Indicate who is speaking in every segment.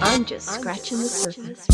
Speaker 1: I'm just scratching the surface.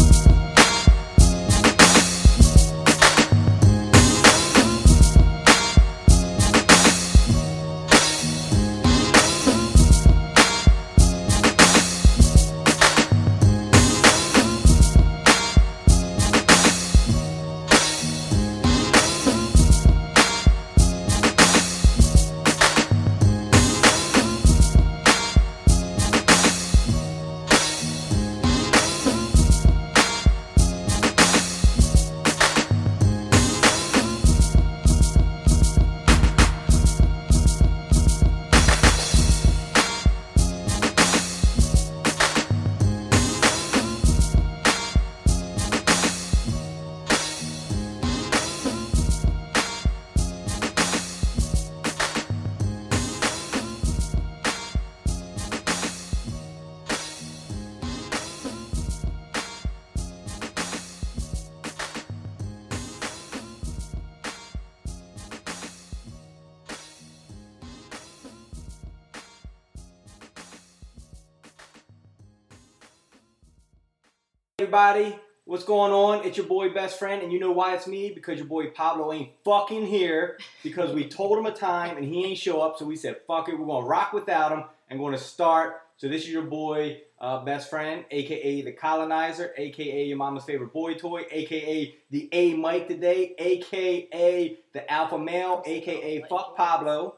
Speaker 2: everybody. What's going on? It's your boy best friend, and you know why it's me because your boy Pablo ain't fucking here because we told him a time and he ain't show up. So we said, "Fuck it, we're gonna rock without him and gonna start." So this is your boy uh, best friend, aka the colonizer, aka your mama's favorite boy toy, aka the A Mike today, aka the alpha male, aka fuck Pablo.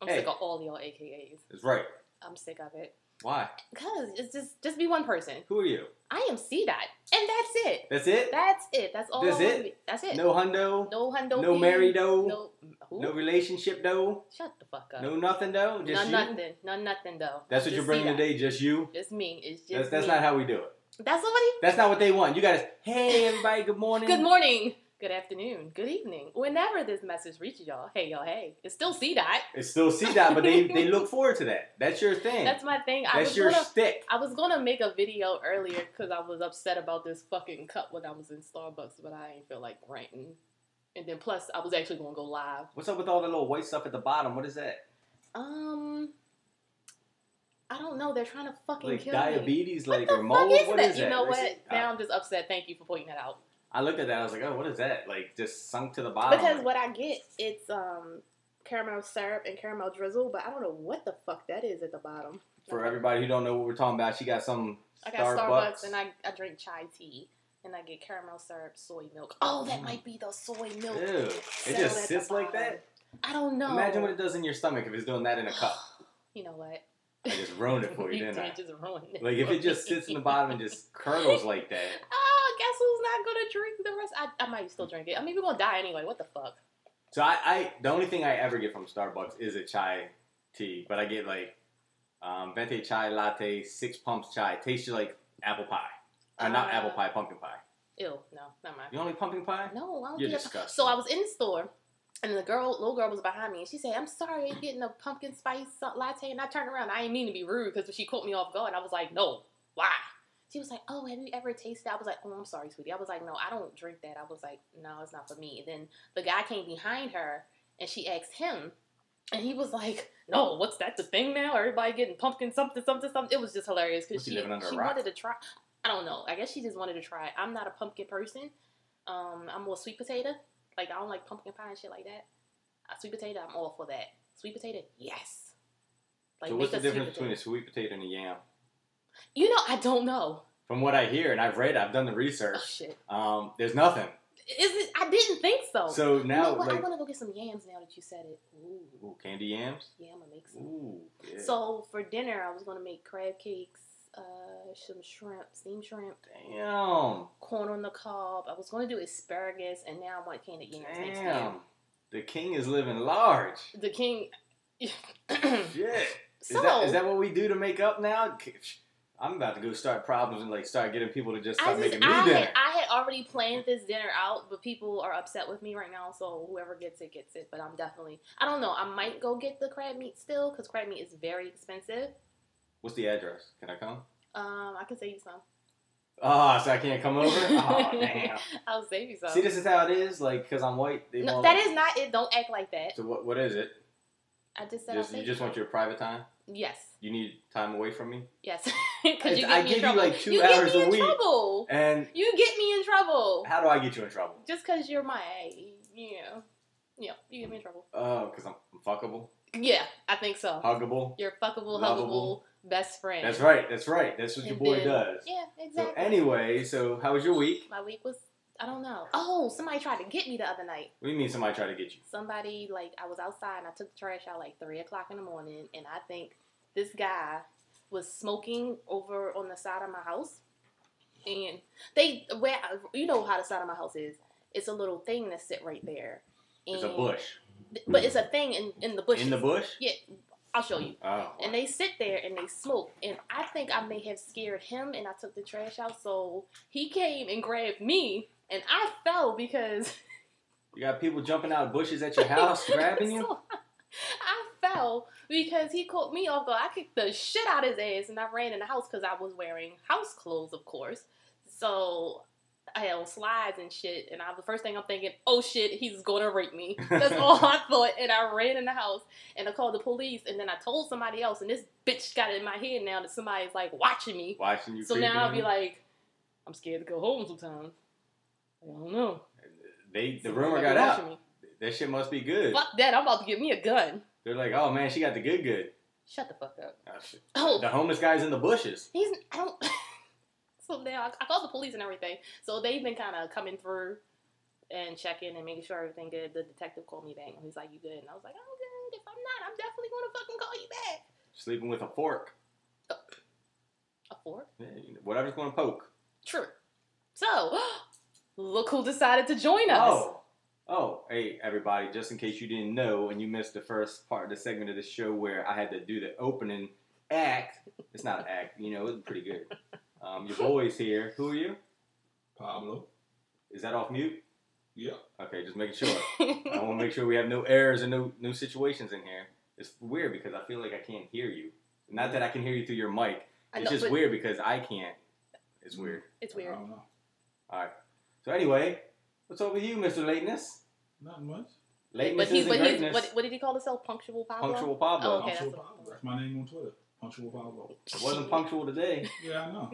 Speaker 3: I'm
Speaker 2: Hey.
Speaker 3: sick of all y'all AKAs.
Speaker 2: That's right.
Speaker 3: I'm sick of it.
Speaker 2: Why?
Speaker 3: Cause it's just just be one person.
Speaker 2: Who are you?
Speaker 3: I am C dot, and that's it.
Speaker 2: That's it.
Speaker 3: That's it. That's all.
Speaker 2: That's
Speaker 3: I wanna
Speaker 2: it?
Speaker 3: be. That's it.
Speaker 2: No hundo.
Speaker 3: no hundo.
Speaker 2: No
Speaker 3: B.
Speaker 2: married dough.
Speaker 3: No. Who?
Speaker 2: No relationship though.
Speaker 3: Shut the fuck up.
Speaker 2: No nothing though. Just
Speaker 3: None
Speaker 2: you.
Speaker 3: nothing. None nothing though.
Speaker 2: That's what
Speaker 3: Just
Speaker 2: you're bringing
Speaker 3: C-dot.
Speaker 2: today. Just you.
Speaker 3: Just me. It's just
Speaker 2: That's, that's
Speaker 3: me.
Speaker 2: not how we do it.
Speaker 3: That's somebody.
Speaker 2: That's not what they want. You guys, hey everybody, good morning.
Speaker 3: Good morning. Good afternoon. Good evening. Whenever this message reaches y'all, hey y'all, hey, it's still C dot.
Speaker 2: It's still C dot, but they, they look forward to that. That's your thing.
Speaker 3: That's my thing. I
Speaker 2: That's
Speaker 3: was
Speaker 2: your
Speaker 3: gonna
Speaker 2: stick.
Speaker 3: I was gonna make a video earlier because I was upset about this fucking cup when I was in Starbucks, but I ain't feel like ranting. And then plus, I was actually gonna go live.
Speaker 2: What's up with all the little white stuff at the bottom? What is that?
Speaker 3: Um, I don't know. They're trying to fucking
Speaker 2: Like
Speaker 3: kill me.
Speaker 2: diabetes, like
Speaker 3: What
Speaker 2: or
Speaker 3: the
Speaker 2: mold?
Speaker 3: fuck is
Speaker 2: what
Speaker 3: that?
Speaker 2: is that?
Speaker 3: You know
Speaker 2: Like,
Speaker 3: what?
Speaker 2: see- I,
Speaker 3: now I'm just upset. Thank you for pointing that out.
Speaker 2: I looked at that. I was like, oh, what is that? Like just sunk to the bottom.
Speaker 3: Because
Speaker 2: Like,
Speaker 3: what I get, it's um caramel syrup and caramel drizzle, but I don't know what the fuck that is at the bottom.
Speaker 2: for everybody who don't know what we're talking about, she got some
Speaker 3: I got Starbucks, and I, I drink chai tea and I get caramel syrup, soy milk. Oh, that
Speaker 2: Mm.
Speaker 3: might be the soy milk.
Speaker 2: Ew, it
Speaker 3: Settled
Speaker 2: just
Speaker 3: at the
Speaker 2: sits like
Speaker 3: bottom.
Speaker 2: that?
Speaker 3: I don't know.
Speaker 2: Imagine what it does in your stomach if it's doing that in a cup.
Speaker 3: You know what?
Speaker 2: I just ruined it for you, didn't I?
Speaker 3: did just ruin it.
Speaker 2: Like if
Speaker 3: for
Speaker 2: it just
Speaker 3: me.
Speaker 2: sits in the bottom and just curdles like that.
Speaker 3: Oh, guess who's not gonna drink the rest? I, I might still drink it. I mean, we're gonna die anyway. What the fuck?
Speaker 2: So I, I the only thing I ever get from Starbucks is a chai tea, but I get like um, venti chai latte, six pumps chai, tasted like apple pie. Uh, not
Speaker 3: Uh,
Speaker 2: apple pie, pumpkin pie.
Speaker 3: Ew, no, not mine.
Speaker 2: You only pumpkin pie?
Speaker 3: No, I don't
Speaker 2: You're
Speaker 3: get
Speaker 2: disgusting.
Speaker 3: So I was in the store, and the girl, little girl, was behind me, and she said, "I'm sorry, I'm getting a pumpkin spice uh, latte." And I turned around. I didn't mean to be rude because she caught me off guard. I was like, "No, why?" She was like, "Oh, have you ever tasted?" it?" I was like, "Oh, I'm sorry, sweetie." I was like, "No, I don't drink that." I was like, "No, it's not for me." And then the guy came behind her, and she asked him, and he was like,
Speaker 2: Oh.
Speaker 3: "No, what's that the thing now? Everybody getting pumpkin something, something, something." It was just hilarious because
Speaker 2: Was she
Speaker 3: she
Speaker 2: living under a
Speaker 3: she
Speaker 2: rock?
Speaker 3: wanted to try. I don't know. I guess she just wanted to try. it. I'm not a pumpkin person. Um, I'm more sweet potato. Like I don't like pumpkin pie and shit like that. Uh, sweet potato, I'm all for that. Sweet potato, yes.
Speaker 2: so what's the
Speaker 3: make a sweet
Speaker 2: difference between
Speaker 3: potato.
Speaker 2: a sweet potato and a yam?
Speaker 3: You know, I don't know.
Speaker 2: From what I hear and I've read, I've done the
Speaker 3: Oh
Speaker 2: research.
Speaker 3: shit!
Speaker 2: Um, there's nothing.
Speaker 3: Is it? I didn't think so.
Speaker 2: So
Speaker 3: Oh. you know
Speaker 2: now
Speaker 3: what? I
Speaker 2: like
Speaker 3: want to go get some yams now that you said it. Ooh,
Speaker 2: ooh, candy yams.
Speaker 3: yeah, I'm gonna make some.
Speaker 2: Ooh. Yeah.
Speaker 3: So for dinner, I was gonna make crab cakes, uh, some shrimp, steamed shrimp,
Speaker 2: damn,
Speaker 3: corn on the cob. I was gonna do asparagus, and now I want candy yams next year.
Speaker 2: damn. The king is living large.
Speaker 3: The king.
Speaker 2: Shit. Is,
Speaker 3: so
Speaker 2: that, is that what we do to make up now? I'm about to go start problems and like start getting people to just
Speaker 3: I
Speaker 2: start
Speaker 3: just
Speaker 2: making me
Speaker 3: I
Speaker 2: dinner.
Speaker 3: had, I had already planned this dinner out, but people are upset with me right now. So whoever gets it gets it. But I'm definitely I don't know. I might go get the crab meat still because crab meat is very expensive.
Speaker 2: What's the address? Can I come?
Speaker 3: Um, I can save you some.
Speaker 2: Ah, so I can't come over. Oh damn.
Speaker 3: I'll save you some.
Speaker 2: See, this is how it is. Like, cause I'm white, they
Speaker 3: no,
Speaker 2: won't.
Speaker 3: that is not it. Don't act like that.
Speaker 2: So what? What is it?
Speaker 3: I just said
Speaker 2: Just,
Speaker 3: I'll
Speaker 2: you
Speaker 3: take
Speaker 2: just
Speaker 3: it.
Speaker 2: want your private time.
Speaker 3: Yes.
Speaker 2: You need time away from me,
Speaker 3: Yes. Because you get
Speaker 2: I
Speaker 3: me
Speaker 2: give
Speaker 3: in
Speaker 2: you,
Speaker 3: trouble.
Speaker 2: like, two
Speaker 3: you
Speaker 2: hours
Speaker 3: get me
Speaker 2: a
Speaker 3: in
Speaker 2: week.
Speaker 3: trouble.
Speaker 2: and
Speaker 3: You get me in trouble.
Speaker 2: how do I get you in trouble?
Speaker 3: Just because you're my, you know, yeah, you get me in trouble.
Speaker 2: Oh, because I'm I'm fuckable,
Speaker 3: Yeah, I think so.
Speaker 2: huggable.
Speaker 3: Your fuckable, huggable
Speaker 2: Lovable.
Speaker 3: best friend.
Speaker 2: That's right. That's right. That's what your
Speaker 3: And
Speaker 2: boy
Speaker 3: then-
Speaker 2: does.
Speaker 3: Yeah,
Speaker 2: So
Speaker 3: exactly.
Speaker 2: anyway, so how was your week?
Speaker 3: my week was, I don't know. Oh, somebody tried to get me the other night.
Speaker 2: What do you mean somebody tried to get you?
Speaker 3: Somebody, like, I was outside and I took the trash out like 3 o'clock in the morning, and I think this guy was smoking over on the side of my house. And they, where, you know how the side of my house is. It's a little thing that sit right there. And,
Speaker 2: It's a bush.
Speaker 3: But it's a thing in, in the bush.
Speaker 2: In the bush?
Speaker 3: I'll show you.
Speaker 2: Oh.
Speaker 3: And they sit there and they smoke. And I think I may have scared him and I took the trash out. So he came and grabbed me and I fell because
Speaker 2: you got people jumping out of bushes at your house, grabbing you?
Speaker 3: So, I fell because he caught me off guard. I kicked the shit out of his ass and I ran in the house because I was wearing house clothes, of course. So I had on slides and shit. And I, the first thing I'm thinking, oh shit, he's gonna rape me. That's all I thought. And I ran in the house and I called the police. And then I told somebody else. And this bitch got it in my head now that somebody's like watching me.
Speaker 2: Watching you
Speaker 3: So
Speaker 2: creeping
Speaker 3: now I'll be
Speaker 2: in.
Speaker 3: like, I'm scared to go home sometimes. I don't know.
Speaker 2: they the
Speaker 3: Somebody
Speaker 2: rumor
Speaker 3: might be
Speaker 2: got
Speaker 3: watching
Speaker 2: out.
Speaker 3: me.
Speaker 2: That shit must be good.
Speaker 3: Fuck that! I'm about to give me a gun.
Speaker 2: They're like, oh man, she got the good good.
Speaker 3: Shut the fuck up.
Speaker 2: Oh, shit.
Speaker 3: Oh,
Speaker 2: The homeless guy's in the bushes.
Speaker 3: He's I don't. so now I, I called the police and everything. So they've been kind of coming through and checking and making sure everything good. The detective called me back and he's like, "You good?" And I was like, "I'm good. If I'm not, I'm definitely gonna fucking call you back."
Speaker 2: Sleeping with a fork.
Speaker 3: A fork?
Speaker 2: Yeah, Whatever's gonna poke.
Speaker 3: True. So look who decided to join us.
Speaker 2: Oh. Oh, hey everybody, just in case you didn't know and you missed the first part of the segment of the show where I had to do the opening act. It's not an act, you know, it was pretty good. Um, your boy's here. Who are you?
Speaker 4: Pablo.
Speaker 2: Is that off mute?
Speaker 4: Yeah.
Speaker 2: Okay, just making sure. I want to make sure we have no errors and no no situations in here. It's weird because I feel like I can't hear you. Not that I can hear you through your mic.
Speaker 3: I
Speaker 2: It's
Speaker 3: know,
Speaker 2: just
Speaker 3: but Mm.
Speaker 2: weird Um, because I can't. It's weird.
Speaker 3: It's weird.
Speaker 4: I don't know.
Speaker 2: So anyway, what's up with you, Mr. Lateness?
Speaker 4: Not much.
Speaker 2: Lateness
Speaker 3: But he's,
Speaker 2: isn't
Speaker 3: but he's
Speaker 2: greatness.
Speaker 3: what, oh, what did he call himself? Punctual Pablo.
Speaker 2: punctual Pablo.
Speaker 3: Okay,
Speaker 4: Punctual
Speaker 3: that's what-
Speaker 4: Pablo. That's my name on Twitter. Punctual Pablo.
Speaker 3: oh,
Speaker 2: Wasn't punctual today.
Speaker 4: Yeah, I know.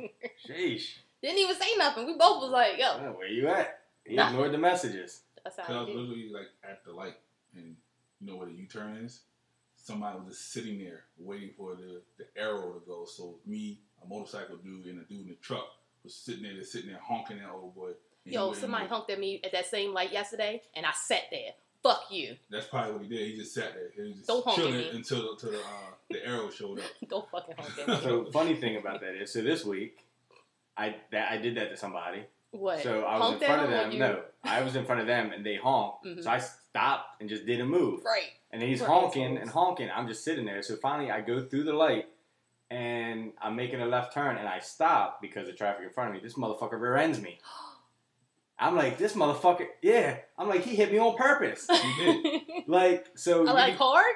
Speaker 2: Sheesh.
Speaker 3: Didn't even say nothing. We both was like, "Yo,
Speaker 2: Oh, where you at? He
Speaker 3: Nah.
Speaker 2: ignored the messages.
Speaker 3: that's
Speaker 4: Cause I
Speaker 3: how."
Speaker 4: was
Speaker 3: we do.
Speaker 4: literally like at the light, and you know where the U-turn is. Somebody was just sitting there waiting for the, the arrow to go. So me, a motorcycle dude, and a dude in the truck was sitting there, just sitting there honking at old boy. And he
Speaker 3: Yo,
Speaker 4: waited
Speaker 3: somebody
Speaker 2: Mm-hmm.
Speaker 4: and-
Speaker 3: honked at me at that same light yesterday, and I sat there. Fuck you.
Speaker 4: That's probably what he did. He just sat there. He was just
Speaker 3: Don't honk at
Speaker 4: chilling
Speaker 3: me.
Speaker 4: until until the, uh, the arrow showed up.
Speaker 3: Don't fucking honk at me.
Speaker 2: So funny thing about that is, so this week, I that I did that to somebody.
Speaker 3: What?
Speaker 2: So I was
Speaker 3: Honked
Speaker 2: in
Speaker 3: at
Speaker 2: front of
Speaker 3: him or
Speaker 2: them.
Speaker 3: you-
Speaker 2: No, I was in front of them, and they honked.
Speaker 3: Mhm.
Speaker 2: So I stopped and just didn't move.
Speaker 3: Right.
Speaker 2: And he's
Speaker 3: We're
Speaker 2: honking
Speaker 3: assholes.
Speaker 2: and honking. I'm just sitting there. So finally, I go through the light, and I'm making a left turn, and I stop because the traffic in front of me. This motherfucker rear ends me. I'm like, this motherfucker. Yeah. I'm like, he hit me on purpose.
Speaker 4: He did.
Speaker 2: like, so
Speaker 3: I
Speaker 2: you
Speaker 3: like
Speaker 2: can-
Speaker 3: hard.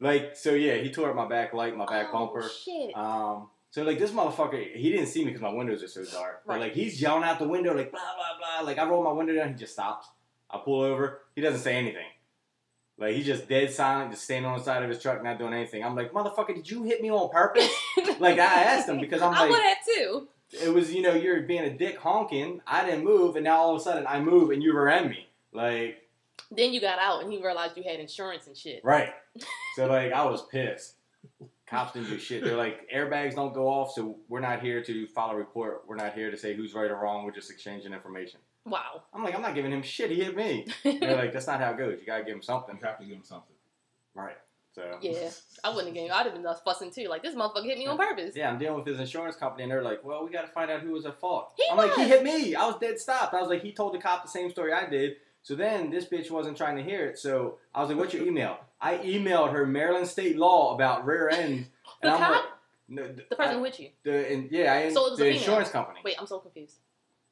Speaker 2: like, so yeah, he tore up my back light, my back
Speaker 3: oh,
Speaker 2: bumper.
Speaker 3: Shit.
Speaker 2: Um, so like this motherfucker, he didn't see me because my windows are so dark. But
Speaker 3: Right.
Speaker 2: like he's yelling out the window, like blah blah blah. Like I roll my window down, he just stops. I pull over, he doesn't say anything. Like he's just dead silent, just standing on the side of his truck, not doing anything. I'm like, motherfucker, did you hit me on purpose? like I asked him because I'm
Speaker 3: I would
Speaker 2: like,
Speaker 3: have too.
Speaker 2: it was you know you're being a dick honking. I didn't move, and now all of a sudden I move and you were at me. Like
Speaker 3: Then you got out, and he realized you had insurance and shit.
Speaker 2: Right. So like I was pissed. Cops didn't do shit. They're like airbags don't go off, so we're not here to file a report. We're not here to say who's right or wrong. We're just exchanging information.
Speaker 3: Wow.
Speaker 2: I'm like, I'm not giving him shit. He hit me. They're like, that's not how it goes. You gotta give him something.
Speaker 4: You have to give him something.
Speaker 2: Right. So
Speaker 3: yeah. I wouldn't have given. I'd have been just fussing too. Like this motherfucker hit me on purpose.
Speaker 2: yeah, I'm dealing with his insurance company, and they're like, well, we gotta find out who was at fault.
Speaker 3: He
Speaker 2: I'm like, he
Speaker 3: was.
Speaker 2: hit me. I was dead stopped. I was like, he told the cop the same story I did. So then this bitch wasn't trying to hear it. So I was like, what's your email? I emailed her Maryland state law about rear ends.
Speaker 3: The
Speaker 2: and I'm
Speaker 3: cop?
Speaker 2: like, no, th-
Speaker 3: The person
Speaker 2: I-
Speaker 3: who hit you.
Speaker 2: The and yeah, I,
Speaker 3: So it was a
Speaker 2: the
Speaker 3: female.
Speaker 2: insurance company.
Speaker 3: Wait, Oh, I'm so confused.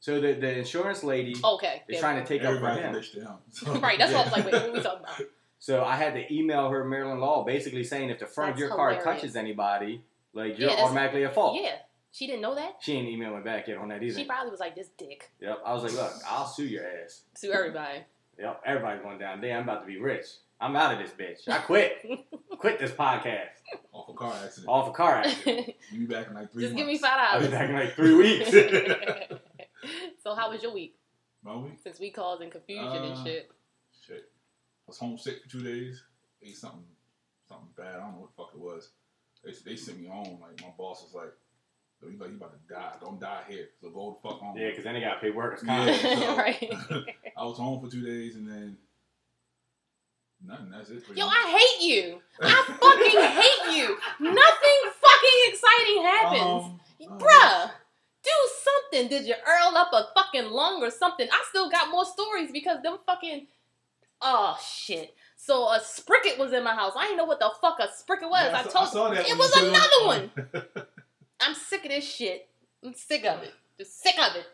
Speaker 2: So the, the insurance lady
Speaker 3: Okay.
Speaker 2: is
Speaker 3: there
Speaker 2: trying
Speaker 3: we
Speaker 2: to take up for
Speaker 4: Everybody
Speaker 2: him.
Speaker 4: bitched to him.
Speaker 3: go.
Speaker 4: So-
Speaker 3: right. That's what I was like. Wait,
Speaker 4: Yeah.
Speaker 3: what are we talking about?
Speaker 2: So I had to email her Maryland law, basically saying if the front
Speaker 3: That's
Speaker 2: of your car
Speaker 3: hilarious.
Speaker 2: touches anybody, like
Speaker 3: Yeah,
Speaker 2: you're
Speaker 3: that's-
Speaker 2: automatically at fault.
Speaker 3: Yeah. She didn't know that.
Speaker 2: She ain't emailed me back yet on that either.
Speaker 3: She probably was like, "This dick
Speaker 2: yep. I was like, look, I'll sue your ass.
Speaker 3: sue everybody."
Speaker 2: Yep. Everybody's going down. Damn, I'm about to be rich. I'm out of this bitch. I quit. quit this podcast
Speaker 4: off a car accident.
Speaker 2: off a car accident.
Speaker 3: Just
Speaker 4: You be back in like three
Speaker 3: give me
Speaker 4: months.
Speaker 2: I'll
Speaker 3: five
Speaker 2: be
Speaker 3: dollars.
Speaker 2: back in like three weeks.
Speaker 3: so how was your week?
Speaker 4: My week?
Speaker 3: Since we causing confusion and
Speaker 4: Uh,
Speaker 3: shit.
Speaker 4: Shit. I was homesick for two days. Ate something something bad. I don't know what the fuck it was. They, they sent me home. Like my boss was like, "Yo, you like you about to die. Don't die here. So go the fuck home.
Speaker 2: yeah, because then they got to pay workers'
Speaker 4: Yeah.
Speaker 2: comp.
Speaker 4: so-
Speaker 3: right.
Speaker 4: I was home for two days and then nothing. That's it. pretty
Speaker 3: Yo,
Speaker 4: much.
Speaker 3: I hate you. I fucking hate you. Nothing fucking exciting happens.
Speaker 4: Um, uh,
Speaker 3: Bruh, do something. Did you earl up a fucking lung or something? I still got more stories because them fucking. Oh shit. So a spricket was in my house. I didn't know what the fuck a spricket was.
Speaker 4: yeah,
Speaker 3: I,
Speaker 4: saw-
Speaker 3: told
Speaker 4: saw that
Speaker 3: it
Speaker 4: when
Speaker 3: was
Speaker 4: you said um,
Speaker 3: another one. I'm sick of this shit. I'm sick of it. Just sick of it.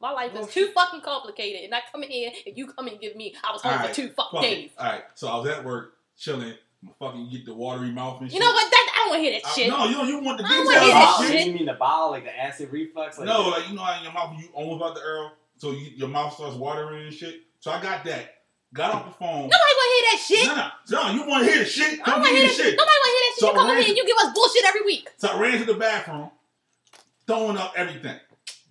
Speaker 3: My life is too fucking complicated, and I come in here and you come and give me. I was home for
Speaker 4: Alright,
Speaker 3: two fucking
Speaker 4: Fuck it.
Speaker 3: days.
Speaker 4: All right, so I was at work chilling. My fucking get the watery mouth and
Speaker 3: You
Speaker 4: shit.
Speaker 3: know what? That I don't want to hear that
Speaker 4: I-
Speaker 3: shit.
Speaker 4: no, you don't. You want the
Speaker 3: I don't
Speaker 4: details.
Speaker 3: wanna hear that
Speaker 4: of
Speaker 2: Bile,
Speaker 3: shit.
Speaker 2: you mean the bile, like the acid reflux? Like
Speaker 4: No, like you know how in your mouth you almost about the Earl, so you, your mouth starts watering and shit. So I got that. Got off the
Speaker 3: Nobody
Speaker 4: phone.
Speaker 3: want to hear that shit.
Speaker 4: No, no, no. You want to hear the shit?
Speaker 3: I don't
Speaker 4: Come
Speaker 3: want to
Speaker 4: hear
Speaker 3: hear
Speaker 4: the
Speaker 3: that shit.
Speaker 4: shit.
Speaker 3: Nobody want to hear that shit.
Speaker 4: So
Speaker 3: you come over
Speaker 4: where-
Speaker 3: here and you give us bullshit every week.
Speaker 4: So I ran to the bathroom, throwing up everything.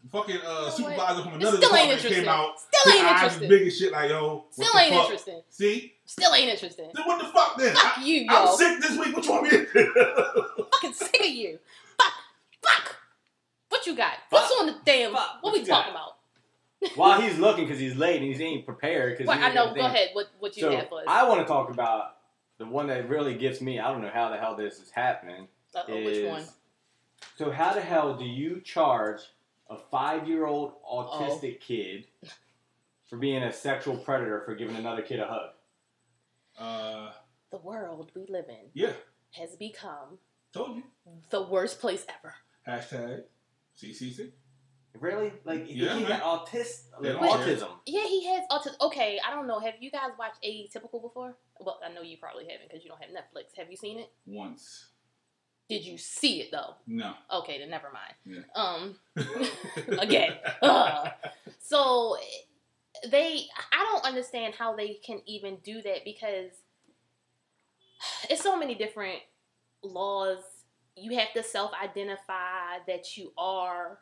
Speaker 4: Fucking uh,
Speaker 3: know what?
Speaker 4: supervisor from
Speaker 3: This
Speaker 4: another
Speaker 3: still ain't
Speaker 4: department
Speaker 3: interesting.
Speaker 4: came out.
Speaker 3: Still
Speaker 4: his
Speaker 3: ain't
Speaker 4: eyes was
Speaker 3: interesting.
Speaker 4: Big as shit, like yo. What
Speaker 3: Still
Speaker 4: the
Speaker 3: ain't
Speaker 4: fuck?
Speaker 3: interesting.
Speaker 4: See?
Speaker 3: Still ain't interesting.
Speaker 4: Then what the fuck? Then
Speaker 3: Fuck
Speaker 4: I,
Speaker 3: you,
Speaker 4: I'm
Speaker 3: yo.
Speaker 4: sick this week. What you want me to do?
Speaker 3: Fucking sick of you. Fuck. Fuck. What you got? What's
Speaker 2: Fuck.
Speaker 3: on the damn?
Speaker 2: Fuck.
Speaker 3: What
Speaker 2: What
Speaker 3: we
Speaker 2: you got?
Speaker 3: talking about?
Speaker 2: while he's looking because he's late and he's ain't prepared. Cause
Speaker 3: What
Speaker 2: he
Speaker 3: I
Speaker 2: ain't
Speaker 3: know.
Speaker 2: got
Speaker 3: Go
Speaker 2: things.
Speaker 3: ahead. What what you had
Speaker 2: So
Speaker 3: for us?
Speaker 2: I want to talk about the one that really gets me. I don't know how the hell this is happening.
Speaker 3: Uh-oh,
Speaker 2: is
Speaker 3: uh, which one?
Speaker 2: so how the hell do you charge a five-year-old autistic
Speaker 3: Oh.
Speaker 2: kid for being a sexual predator for giving another kid a hug?
Speaker 4: uh,
Speaker 3: The world we live in
Speaker 4: yeah.
Speaker 3: has become
Speaker 4: Told you.
Speaker 3: the worst place ever.
Speaker 4: Hashtag CCC.
Speaker 2: Really? Like he
Speaker 4: Yeah,
Speaker 2: he
Speaker 4: man.
Speaker 2: got autist,
Speaker 4: They
Speaker 2: like,
Speaker 4: don't care.
Speaker 2: autism.
Speaker 3: Yeah, he has autism. Okay, I don't know. Have you guys watched Atypical before? Well, I know you probably haven't because you don't have Netflix. Have you seen it?
Speaker 4: Once.
Speaker 3: Did you see it though?
Speaker 4: No.
Speaker 3: Okay, then never mind.
Speaker 4: Yeah.
Speaker 3: Um, again. Ugh. So they, I don't understand how they can even do that because it's so many different laws. You have to self-identify that you are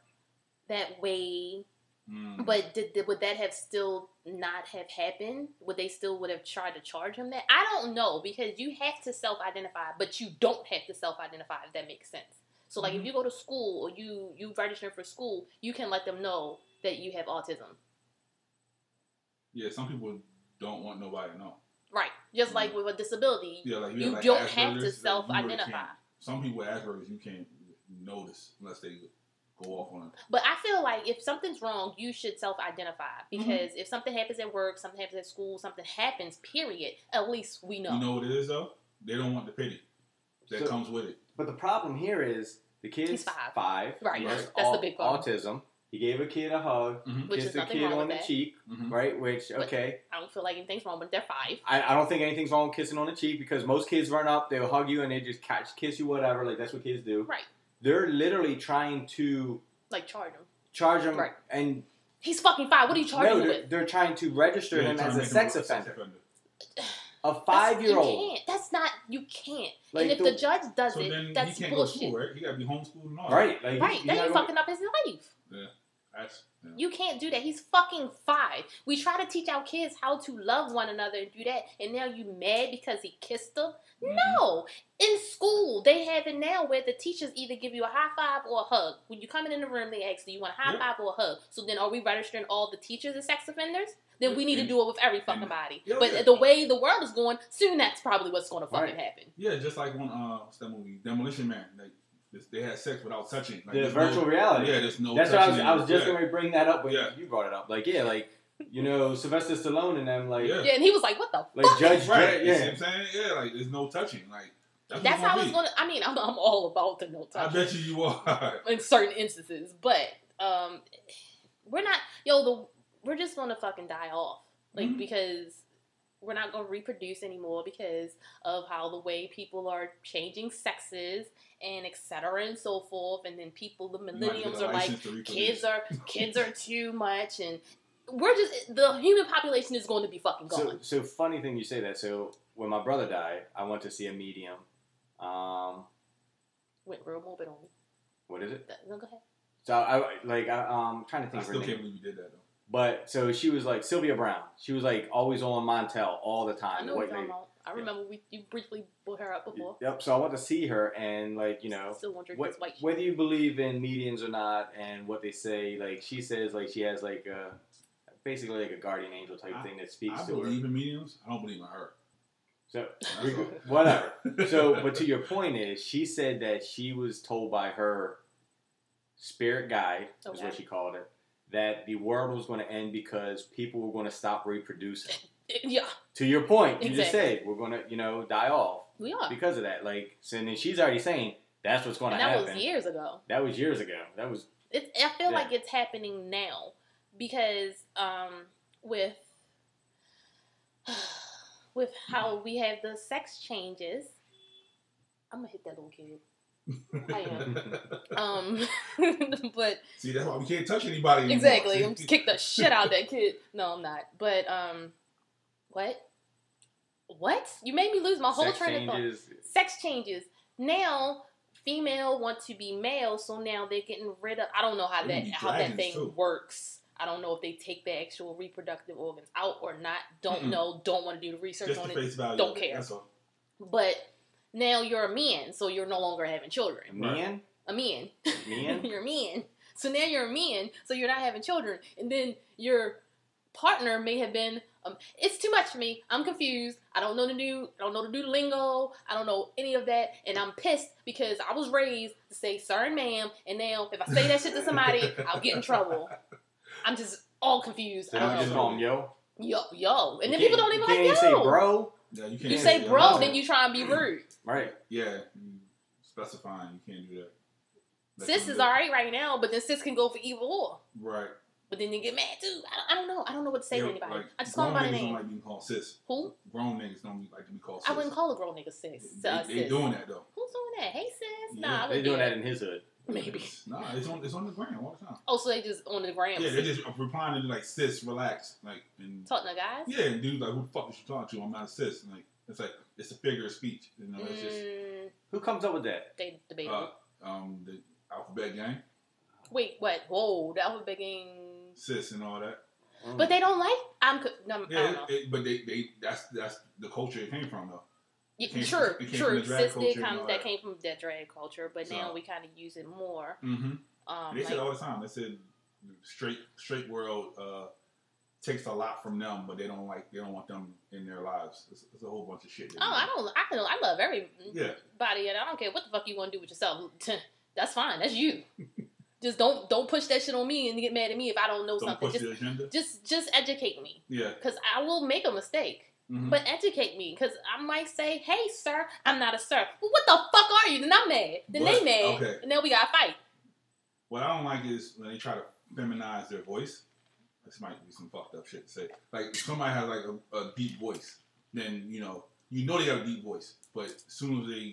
Speaker 3: that way.
Speaker 4: Mm.
Speaker 3: But did, did- would that have still not have happened? Would they still would have tried to charge him that? I don't know because you have to self-identify, but you don't have to self-identify if that makes sense. So like if
Speaker 4: Mhm.
Speaker 3: you go to school or you you register for school, you can let them know that you have autism.
Speaker 4: yeah, some people don't want nobody to know.
Speaker 3: Right. Just like with a disability,
Speaker 4: Yeah, like
Speaker 3: you
Speaker 4: have, like,
Speaker 3: don't have
Speaker 4: Asperger's,
Speaker 3: to
Speaker 4: like, you really
Speaker 3: self-identify.
Speaker 4: can't- Some people with Asperger's you can't notice unless they go off on it.
Speaker 3: But I feel like if something's wrong, you should self identify because if something happens at work, something happens at school, something happens, period, at least we know.
Speaker 4: You know what it is though? They don't want the pity that
Speaker 2: So-
Speaker 4: comes with it.
Speaker 2: But the problem here is the kid's
Speaker 3: He's five.
Speaker 2: five.
Speaker 3: Right,
Speaker 2: he
Speaker 4: that's-
Speaker 2: has
Speaker 3: that's the
Speaker 2: au-
Speaker 3: big problem.
Speaker 2: Autism. He gave a kid a hug.
Speaker 4: Mhm.
Speaker 3: Which
Speaker 2: kissed
Speaker 3: is
Speaker 2: the
Speaker 3: nothing
Speaker 2: kid
Speaker 3: wrong
Speaker 2: on
Speaker 3: with
Speaker 2: the
Speaker 3: that.
Speaker 2: cheek.
Speaker 4: Mhm.
Speaker 2: Right, which
Speaker 3: But-
Speaker 2: okay,
Speaker 3: I don't feel like anything's wrong, but they're five.
Speaker 2: I, I don't think anything's wrong with kissing on the cheek because most kids run up, they'll hug you and they just catch, kiss you, whatever. Like that's what kids do.
Speaker 3: Right.
Speaker 2: They're literally trying to
Speaker 3: Like charge him.
Speaker 2: charge them,
Speaker 3: Right.
Speaker 2: and
Speaker 3: He's fucking five. What are you charging
Speaker 2: no,
Speaker 3: him
Speaker 2: they're,
Speaker 3: with?
Speaker 2: they're trying to register
Speaker 4: They
Speaker 2: him
Speaker 4: trying
Speaker 2: as
Speaker 4: to
Speaker 2: a
Speaker 4: make them
Speaker 2: sex offender. A
Speaker 3: That's-
Speaker 2: five year
Speaker 3: You
Speaker 2: old.
Speaker 3: can't. That's not. You can't.
Speaker 2: Like
Speaker 3: and if
Speaker 2: the-
Speaker 3: the, judge does
Speaker 4: So then
Speaker 3: it,
Speaker 4: he
Speaker 3: that's
Speaker 4: can't go to
Speaker 3: bullshit.
Speaker 4: school, right? He got to be homeschooled and all.
Speaker 2: Right, like,
Speaker 3: Right.
Speaker 2: you-
Speaker 3: Then
Speaker 2: you're
Speaker 3: you're
Speaker 2: not gonna-
Speaker 3: fucking up his life.
Speaker 4: That's, yeah.
Speaker 3: You can't do that. He's fucking five. We try to teach our kids how to love one another and do that, and now you mad because he kissed them?
Speaker 4: Mm-hmm.
Speaker 3: No. In school, they have it now where the teachers either give you a high five or a hug. When you come in the room, they ask, "Do you want a high
Speaker 4: Yep.
Speaker 3: five or a hug?" So then, are we registering all the teachers as sex offenders? Then we
Speaker 4: Yeah,
Speaker 3: need to
Speaker 4: and-
Speaker 3: do it with every fucking
Speaker 4: and-
Speaker 3: body.
Speaker 4: Yeah,
Speaker 3: but
Speaker 4: yeah.
Speaker 3: the way the world is going, soon that's probably what's going to fucking
Speaker 2: Right.
Speaker 3: happen.
Speaker 4: Yeah, just like when uh, what's that movie Demolition Man? Like this- they had sex without touching. Like,
Speaker 2: the
Speaker 4: there's
Speaker 2: virtual
Speaker 4: No,
Speaker 2: reality.
Speaker 4: yeah, there's no.
Speaker 2: That's what I
Speaker 4: touching
Speaker 2: was. I was just
Speaker 4: Yeah.
Speaker 2: going to bring that up when
Speaker 4: Yeah.
Speaker 2: you brought it up. Like yeah, like you know Sylvester Stallone and them like
Speaker 4: Yeah.
Speaker 3: Yeah, and he was like, "What the
Speaker 2: like Judge Dredd,
Speaker 4: Right. You see
Speaker 2: Yeah,
Speaker 4: what I'm saying? Yeah, like there's no touching. Like that's,
Speaker 3: That's
Speaker 4: what
Speaker 3: how it's
Speaker 4: be.
Speaker 3: gonna. I mean, I'm, I'm all about the no
Speaker 4: I
Speaker 3: touch
Speaker 4: bet you you are.
Speaker 3: in certain instances, but um, we're not. Yo, the we're just gonna fucking die off, like
Speaker 4: Mhm.
Speaker 3: because we're not gonna reproduce anymore because of how the way people are changing sexes and et cetera and so forth, and then people the
Speaker 4: You might get a
Speaker 3: millennials are like
Speaker 4: license to reproduce.
Speaker 3: kids are kids are too much and. We're just the human population is going to be fucking gone.
Speaker 2: So, so funny thing you say that. So when my brother died, I went to see a medium, Um,
Speaker 3: Went real morbid on me.
Speaker 2: what is it?
Speaker 3: That- No, go ahead.
Speaker 2: So I like I, um, I'm trying to
Speaker 4: I
Speaker 2: think of her
Speaker 4: still
Speaker 2: name.
Speaker 4: can't believe you did that though.
Speaker 2: But so she was like Sylvia Brown. She was like always on Montel all the
Speaker 3: I
Speaker 2: time. the
Speaker 3: know
Speaker 2: white
Speaker 3: what you're talking
Speaker 2: lady.
Speaker 3: about. I remember we you briefly brought her up before.
Speaker 2: Yep. So I want to see her and like you know
Speaker 3: still wondering
Speaker 2: what,
Speaker 3: what's white.
Speaker 2: whether you believe in mediums or not and what they say. Like she says, like she has like a basically like a guardian angel type
Speaker 4: I-
Speaker 2: thing that speaks
Speaker 4: I
Speaker 2: to her.
Speaker 4: believe in mediums. I don't believe in her.
Speaker 2: So
Speaker 4: That's
Speaker 2: we-
Speaker 4: all.
Speaker 2: whatever. So, but to your point is, she said that she was told by her spirit guide, is what
Speaker 3: Okay.
Speaker 2: she called it, that the world was going to end because people were going to stop reproducing.
Speaker 3: yeah,
Speaker 2: to your point, you just
Speaker 3: Exactly.
Speaker 2: said we're going to, you know, die off
Speaker 3: we are.
Speaker 2: because of that. Like, so and then she's already saying that's what's going to
Speaker 3: And that
Speaker 2: happen.
Speaker 3: was years ago.
Speaker 2: That was years ago. That was
Speaker 3: It's, I feel
Speaker 2: Yeah.
Speaker 3: like it's happening now because um, with with how we have the sex changes. I'm gonna hit that little kid. I Um, but
Speaker 4: See, that's why we can't touch anybody. anymore.
Speaker 3: exactly,
Speaker 4: See?
Speaker 3: I'm just kick the shit out of that kid. No, I'm not. But um, what? What? You made me lose my whole
Speaker 2: sex
Speaker 3: train of thought.
Speaker 2: changes.
Speaker 3: sex changes. Now female want to be male, so now they're getting rid of I don't know how
Speaker 4: They
Speaker 3: that
Speaker 4: be
Speaker 3: how that
Speaker 4: dragons,
Speaker 3: thing
Speaker 4: too.
Speaker 3: works. I don't know if they take the actual reproductive organs out or not. Don't
Speaker 4: Mm-mm.
Speaker 3: know, don't want to do the research
Speaker 4: Just
Speaker 3: on
Speaker 4: the
Speaker 3: it.
Speaker 4: face value.
Speaker 3: Don't
Speaker 4: of it,
Speaker 3: care.
Speaker 4: That's all.
Speaker 3: But now you're a man, so you're no longer having children.
Speaker 2: Man,
Speaker 3: A man.
Speaker 2: man.
Speaker 3: you're a man. So now you're a man, so you're not having children. And then your partner may have been um, it's too much for me. I'm confused. I don't know the new I don't know the new lingo. I don't know any of that. And I'm pissed because I was raised to say sir and ma'am and now if I say that shit to somebody, I'll get in trouble. I'm just all confused.
Speaker 2: So
Speaker 3: I
Speaker 2: don't
Speaker 3: don't
Speaker 2: just
Speaker 3: know.
Speaker 2: call him yo.
Speaker 3: Yo yo. Oh. And
Speaker 2: You
Speaker 3: then people
Speaker 2: can't-
Speaker 3: don't even
Speaker 2: you
Speaker 3: like
Speaker 2: can't
Speaker 3: yo.
Speaker 2: say bro.
Speaker 4: Yeah, you can't.
Speaker 3: You say
Speaker 4: yeah,
Speaker 3: bro,
Speaker 4: I'm
Speaker 3: then
Speaker 4: not-
Speaker 3: you try and be rude.
Speaker 2: Right.
Speaker 4: Yeah, you specifying you can't do that. That's
Speaker 3: Sis
Speaker 4: what
Speaker 3: is
Speaker 4: you do.
Speaker 3: alright right now, but then sis can go for either or.
Speaker 4: Right.
Speaker 3: But then they get mad too. I don't, I don't know. I don't know what to say
Speaker 4: Yeah,
Speaker 3: to anybody.
Speaker 4: like,
Speaker 3: I just call them by
Speaker 4: grown
Speaker 3: their
Speaker 4: niggas
Speaker 3: name.
Speaker 4: Don't like being called sis.
Speaker 3: Who?
Speaker 4: Grown niggas don't like to be called sis.
Speaker 3: I wouldn't call a grown nigga sis. uh,
Speaker 4: They, they
Speaker 3: sis.
Speaker 4: doing that though.
Speaker 3: Who's doing that? Hey sis. Nah,
Speaker 4: Yeah,
Speaker 3: I
Speaker 2: They're
Speaker 3: wouldn't
Speaker 2: doing
Speaker 3: do
Speaker 2: that in his hood.
Speaker 3: Maybe.
Speaker 4: Nah, it's on it's on the ground all the time.
Speaker 3: Oh, so they just on the gram.
Speaker 4: Yeah, they're just replying to like sis, relax, like and
Speaker 3: talking to guys.
Speaker 4: yeah, and dude, like who the fuck is you talking to? I'm not a sis. And, like it's like it's a figure of speech. You know, it's just
Speaker 3: Mm,
Speaker 2: Who comes up with that?
Speaker 3: they debatable.
Speaker 4: uh, um the alphabet gang,
Speaker 3: Wait, what? Whoa, the alphabet gang.
Speaker 4: sis, and all that.
Speaker 2: Mm.
Speaker 3: But they don't like. I'm. co- No, I don't
Speaker 4: Yeah,
Speaker 3: know.
Speaker 4: it, it- but they they that's that's the culture it came from though.
Speaker 3: Yeah,
Speaker 4: came-
Speaker 3: sure,
Speaker 4: it came from
Speaker 3: sure.
Speaker 4: the drag
Speaker 3: Sis
Speaker 4: culture
Speaker 3: did
Speaker 4: and
Speaker 3: come.
Speaker 4: all
Speaker 3: That
Speaker 4: that.
Speaker 3: came from that drag culture, but now
Speaker 4: So-
Speaker 3: we kind of use it more.
Speaker 4: Mm-hmm.
Speaker 3: Um,
Speaker 4: they
Speaker 3: like,
Speaker 4: said all the time. They said straight straight world uh, takes a lot from them, but they don't like they don't want them in their lives. It's, it's a whole bunch of shit.
Speaker 3: Oh, I don't. I don't. I love everybody,
Speaker 4: Yeah.
Speaker 3: and I don't care what the fuck you want to do with yourself. That's fine. That's you. just don't don't push that shit on me and get mad at me if I don't know
Speaker 4: don't
Speaker 3: something.
Speaker 4: push
Speaker 3: Just
Speaker 4: the agenda.
Speaker 3: just just educate me,
Speaker 4: Yeah,
Speaker 3: cause I will make a mistake.
Speaker 4: hmm
Speaker 3: But educate me, cause I might say, "Hey, sir, I'm not a sir." Well, what the fuck are you? Then I'm mad. Then
Speaker 4: But-
Speaker 3: they mad.
Speaker 4: okay.
Speaker 3: And then we got to fight.
Speaker 4: what I don't like is when they try to feminize their voice. This might be some fucked up shit to say. Like if somebody has like a, a deep voice, then you know you know they got a deep voice. But as soon as they,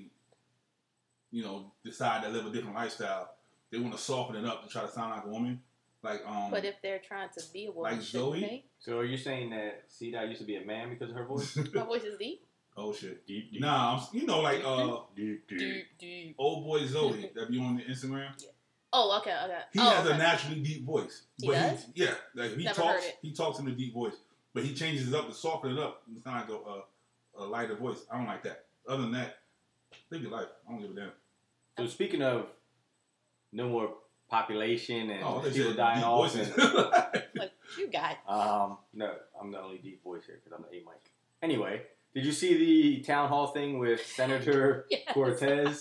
Speaker 4: you know, decide to live a different lifestyle, they want to soften it up to try to sound like a woman. Like um,
Speaker 3: But if they're trying to be a woman,
Speaker 4: Like
Speaker 3: shouldn't
Speaker 4: Zoe?
Speaker 3: they?
Speaker 2: So are you saying that C Dot used to be a man because of her voice?
Speaker 3: my voice is deep,
Speaker 4: oh shit.
Speaker 2: Deep, deep,
Speaker 4: Nah, I'm, you know, like uh,
Speaker 2: deep, deep.
Speaker 3: deep, deep.
Speaker 4: old boy Zoe that be on the Instagram.
Speaker 3: Oh, okay, okay.
Speaker 4: He
Speaker 3: oh,
Speaker 4: has
Speaker 3: okay.
Speaker 4: a naturally deep voice.
Speaker 3: He does?
Speaker 4: yeah, like if he
Speaker 3: Never
Speaker 4: talks.
Speaker 3: heard it.
Speaker 4: He talks in a deep voice, but he changes it up to soften it up. It's not like a, a, a lighter voice. I don't like that. Other than that, live your life. I don't give a damn.
Speaker 2: So speaking of no more population and
Speaker 4: Oh, they
Speaker 2: people
Speaker 4: said
Speaker 2: dying
Speaker 4: deep
Speaker 2: off,
Speaker 4: voices.
Speaker 2: and,
Speaker 3: Like you got
Speaker 2: um, no, I'm the only deep voice here because I'm the A mic. Anyway, did you see the town hall thing with Senator
Speaker 3: yes.
Speaker 2: Cortez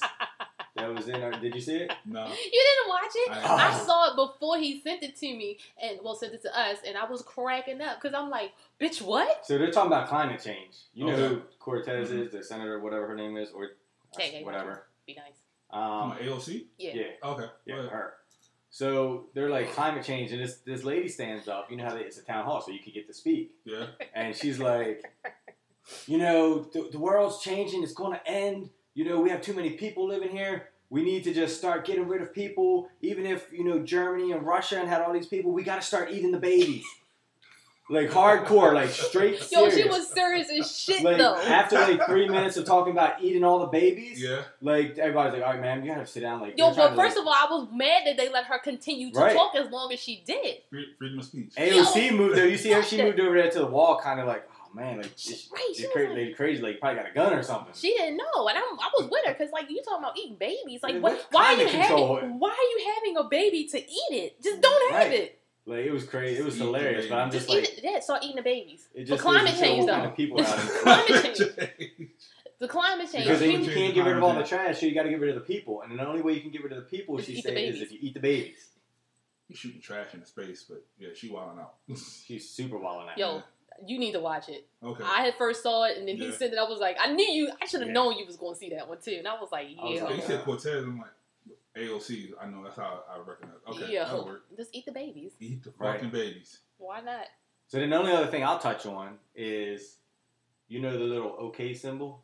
Speaker 2: that was in? Our, did you see it?
Speaker 4: no,
Speaker 3: You didn't watch it?
Speaker 4: I-
Speaker 3: I
Speaker 2: Oh.
Speaker 3: saw it before he sent it to me, and well, sent it to us, and I was cracking up because I'm like, bitch, what?
Speaker 2: So they're talking about climate change. You know who
Speaker 4: Okay.
Speaker 2: Cortez is, the senator, whatever her name is, or uh,
Speaker 3: Okay, okay.
Speaker 2: whatever.
Speaker 3: Be nice.
Speaker 4: I'm
Speaker 2: Um,
Speaker 4: an AOC.
Speaker 3: Yeah.
Speaker 2: yeah,
Speaker 4: Okay,
Speaker 2: Yeah,
Speaker 4: Well,
Speaker 2: her. So they're like climate change, and this this lady stands up. You know how they, it's a town hall, so you could get to speak,
Speaker 4: yeah.
Speaker 2: and she's like, you know, the, the world's changing. It's going to end. You know, we have too many people living here. We need to just start getting rid of people. Even if you know Germany and Russia and had all these people, we got to start eating the babies. like hardcore, like straight.
Speaker 3: Yo,
Speaker 2: serious.
Speaker 3: she was serious as shit
Speaker 2: like
Speaker 3: though.
Speaker 2: after like three minutes of talking about eating all the babies,
Speaker 4: Yeah.
Speaker 2: like everybody's like, "All right, ma'am, you gotta sit down." Like,
Speaker 3: Yo, but first of all, I was mad that they let her continue to
Speaker 2: Right.
Speaker 3: talk as long as she did.
Speaker 4: Free- Freedom of speech.
Speaker 3: Hey.
Speaker 2: AOC moved over. You see her?
Speaker 3: fuck
Speaker 2: She
Speaker 3: that.
Speaker 2: moved over there to the wall, kind of like, "Oh man, like this-
Speaker 3: Right,
Speaker 2: this
Speaker 3: she
Speaker 2: cra-
Speaker 3: was like-
Speaker 2: lady crazy, like probably got a gun or something."
Speaker 3: She didn't know, and I'm, I was with her because, like, you talking about eating babies. Like,
Speaker 2: Yeah,
Speaker 3: what,
Speaker 2: that's
Speaker 3: why are you
Speaker 2: climate control. Mm,
Speaker 3: having? Why are you having a baby to eat it? Just don't have
Speaker 2: Right.
Speaker 3: it.
Speaker 2: Like it was crazy. It was
Speaker 4: Eat the
Speaker 2: hilarious,
Speaker 4: baby.
Speaker 2: but I'm
Speaker 3: Just
Speaker 2: just like,
Speaker 3: eat it. Yeah, start eating the babies.
Speaker 2: it
Speaker 3: But
Speaker 2: just
Speaker 3: climate
Speaker 2: is a whole
Speaker 3: change,
Speaker 2: kind of
Speaker 3: though.
Speaker 2: people out here.
Speaker 3: Climate The climate change.
Speaker 2: Because then you
Speaker 3: Human-
Speaker 4: Climate
Speaker 2: can't
Speaker 4: change,
Speaker 2: get rid of all the
Speaker 4: climate
Speaker 2: trash, so you got to get rid of the people, and the only way you can get rid of the people,
Speaker 3: Is
Speaker 2: she
Speaker 3: eat the
Speaker 2: said, is
Speaker 3: babies.
Speaker 2: if you eat the babies.
Speaker 4: You shooting trash into space, but yeah, she wilding out.
Speaker 2: She's super wild on that.
Speaker 3: Yo, you need to watch it.
Speaker 4: Okay.
Speaker 3: I had first saw it, and then he
Speaker 4: Yeah.
Speaker 3: said that I was like, I knew you. I should have
Speaker 2: Yeah.
Speaker 3: known you was going to see that one too. And I was like,
Speaker 2: I was
Speaker 3: yeah,
Speaker 4: They
Speaker 2: like,
Speaker 4: said Cortez. I'm like AOC. I know that's how I recognize. Okay,
Speaker 3: yeah.
Speaker 4: that'll work.
Speaker 3: Just eat the babies.
Speaker 4: Eat the
Speaker 2: Right.
Speaker 4: fucking babies.
Speaker 3: Why not?
Speaker 2: So then the only other thing I'll touch on is, you know, the little OK symbol.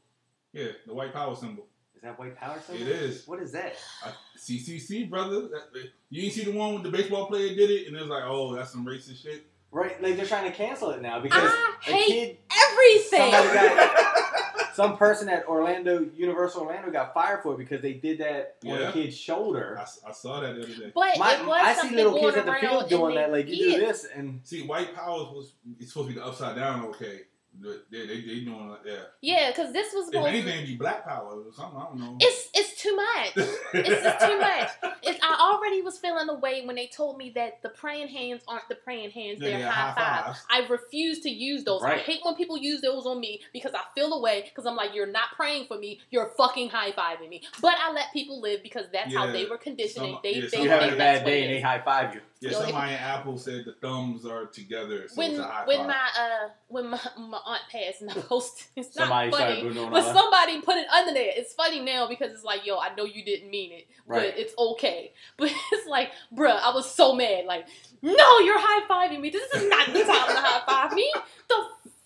Speaker 4: Yeah, the white power symbol.
Speaker 2: Is that white power symbol?
Speaker 4: It is.
Speaker 2: What is that?
Speaker 4: I, CCC, brother. That- you ain't see the one with the baseball player did it, and it was like, oh, that's some racist shit.
Speaker 2: Right, like they're trying to cancel it now because
Speaker 3: I
Speaker 2: a
Speaker 3: hate
Speaker 2: kid,
Speaker 3: everything.
Speaker 2: somebody got, some person at Orlando Universal Orlando got fired for it because they did that on
Speaker 4: Yeah.
Speaker 2: a kid's shoulder.
Speaker 4: I, I saw that the other day.
Speaker 3: But
Speaker 2: My-
Speaker 3: it was
Speaker 2: I
Speaker 3: something
Speaker 2: see little
Speaker 3: going
Speaker 2: kids at the
Speaker 3: around
Speaker 2: field
Speaker 3: and
Speaker 2: doing
Speaker 3: they
Speaker 2: that, like you
Speaker 3: did.
Speaker 2: do this, and
Speaker 4: See, white power was it's supposed to be the upside down. Okay, they they, they doing like that.
Speaker 3: Yeah, because this was
Speaker 4: If
Speaker 3: supposed.
Speaker 4: anything, it'd be black power or something. I don't know.
Speaker 3: It's it's too much. It's just too much. It's, I already was feeling the way when they told me that the praying hands aren't the praying hands;
Speaker 4: Yeah,
Speaker 3: they're
Speaker 4: yeah,
Speaker 3: high,
Speaker 4: high
Speaker 3: fives. I refuse to use those. I
Speaker 2: Right.
Speaker 3: hate when people use those on me because I feel away because I'm like, you're not praying for me. You're fucking high fiving me. But I let people live because that's how
Speaker 4: Yeah.
Speaker 3: they were conditioning.
Speaker 4: Some-
Speaker 3: they
Speaker 4: yeah,
Speaker 3: they
Speaker 4: some-
Speaker 2: you're
Speaker 3: think
Speaker 2: having a
Speaker 3: that's
Speaker 2: bad
Speaker 3: what
Speaker 2: day,
Speaker 3: it
Speaker 2: and they
Speaker 3: is.
Speaker 2: high five you.
Speaker 4: yeah,
Speaker 3: Yo, if-
Speaker 4: somebody in Apple said the thumbs are together, so
Speaker 3: When
Speaker 4: it's a high
Speaker 3: when
Speaker 4: five.
Speaker 3: my uh when my, my aunt passed and I posted, it's not
Speaker 2: Somebody
Speaker 3: funny.
Speaker 2: started booing on
Speaker 3: But
Speaker 2: us.
Speaker 3: somebody put it under there. It's funny now because it's like, yo, I know you didn't mean it,
Speaker 2: Right.
Speaker 3: but it's okay. But it's like, bruh, I was so mad. Like, no, you're high fiving me. This is not the time to high five me. The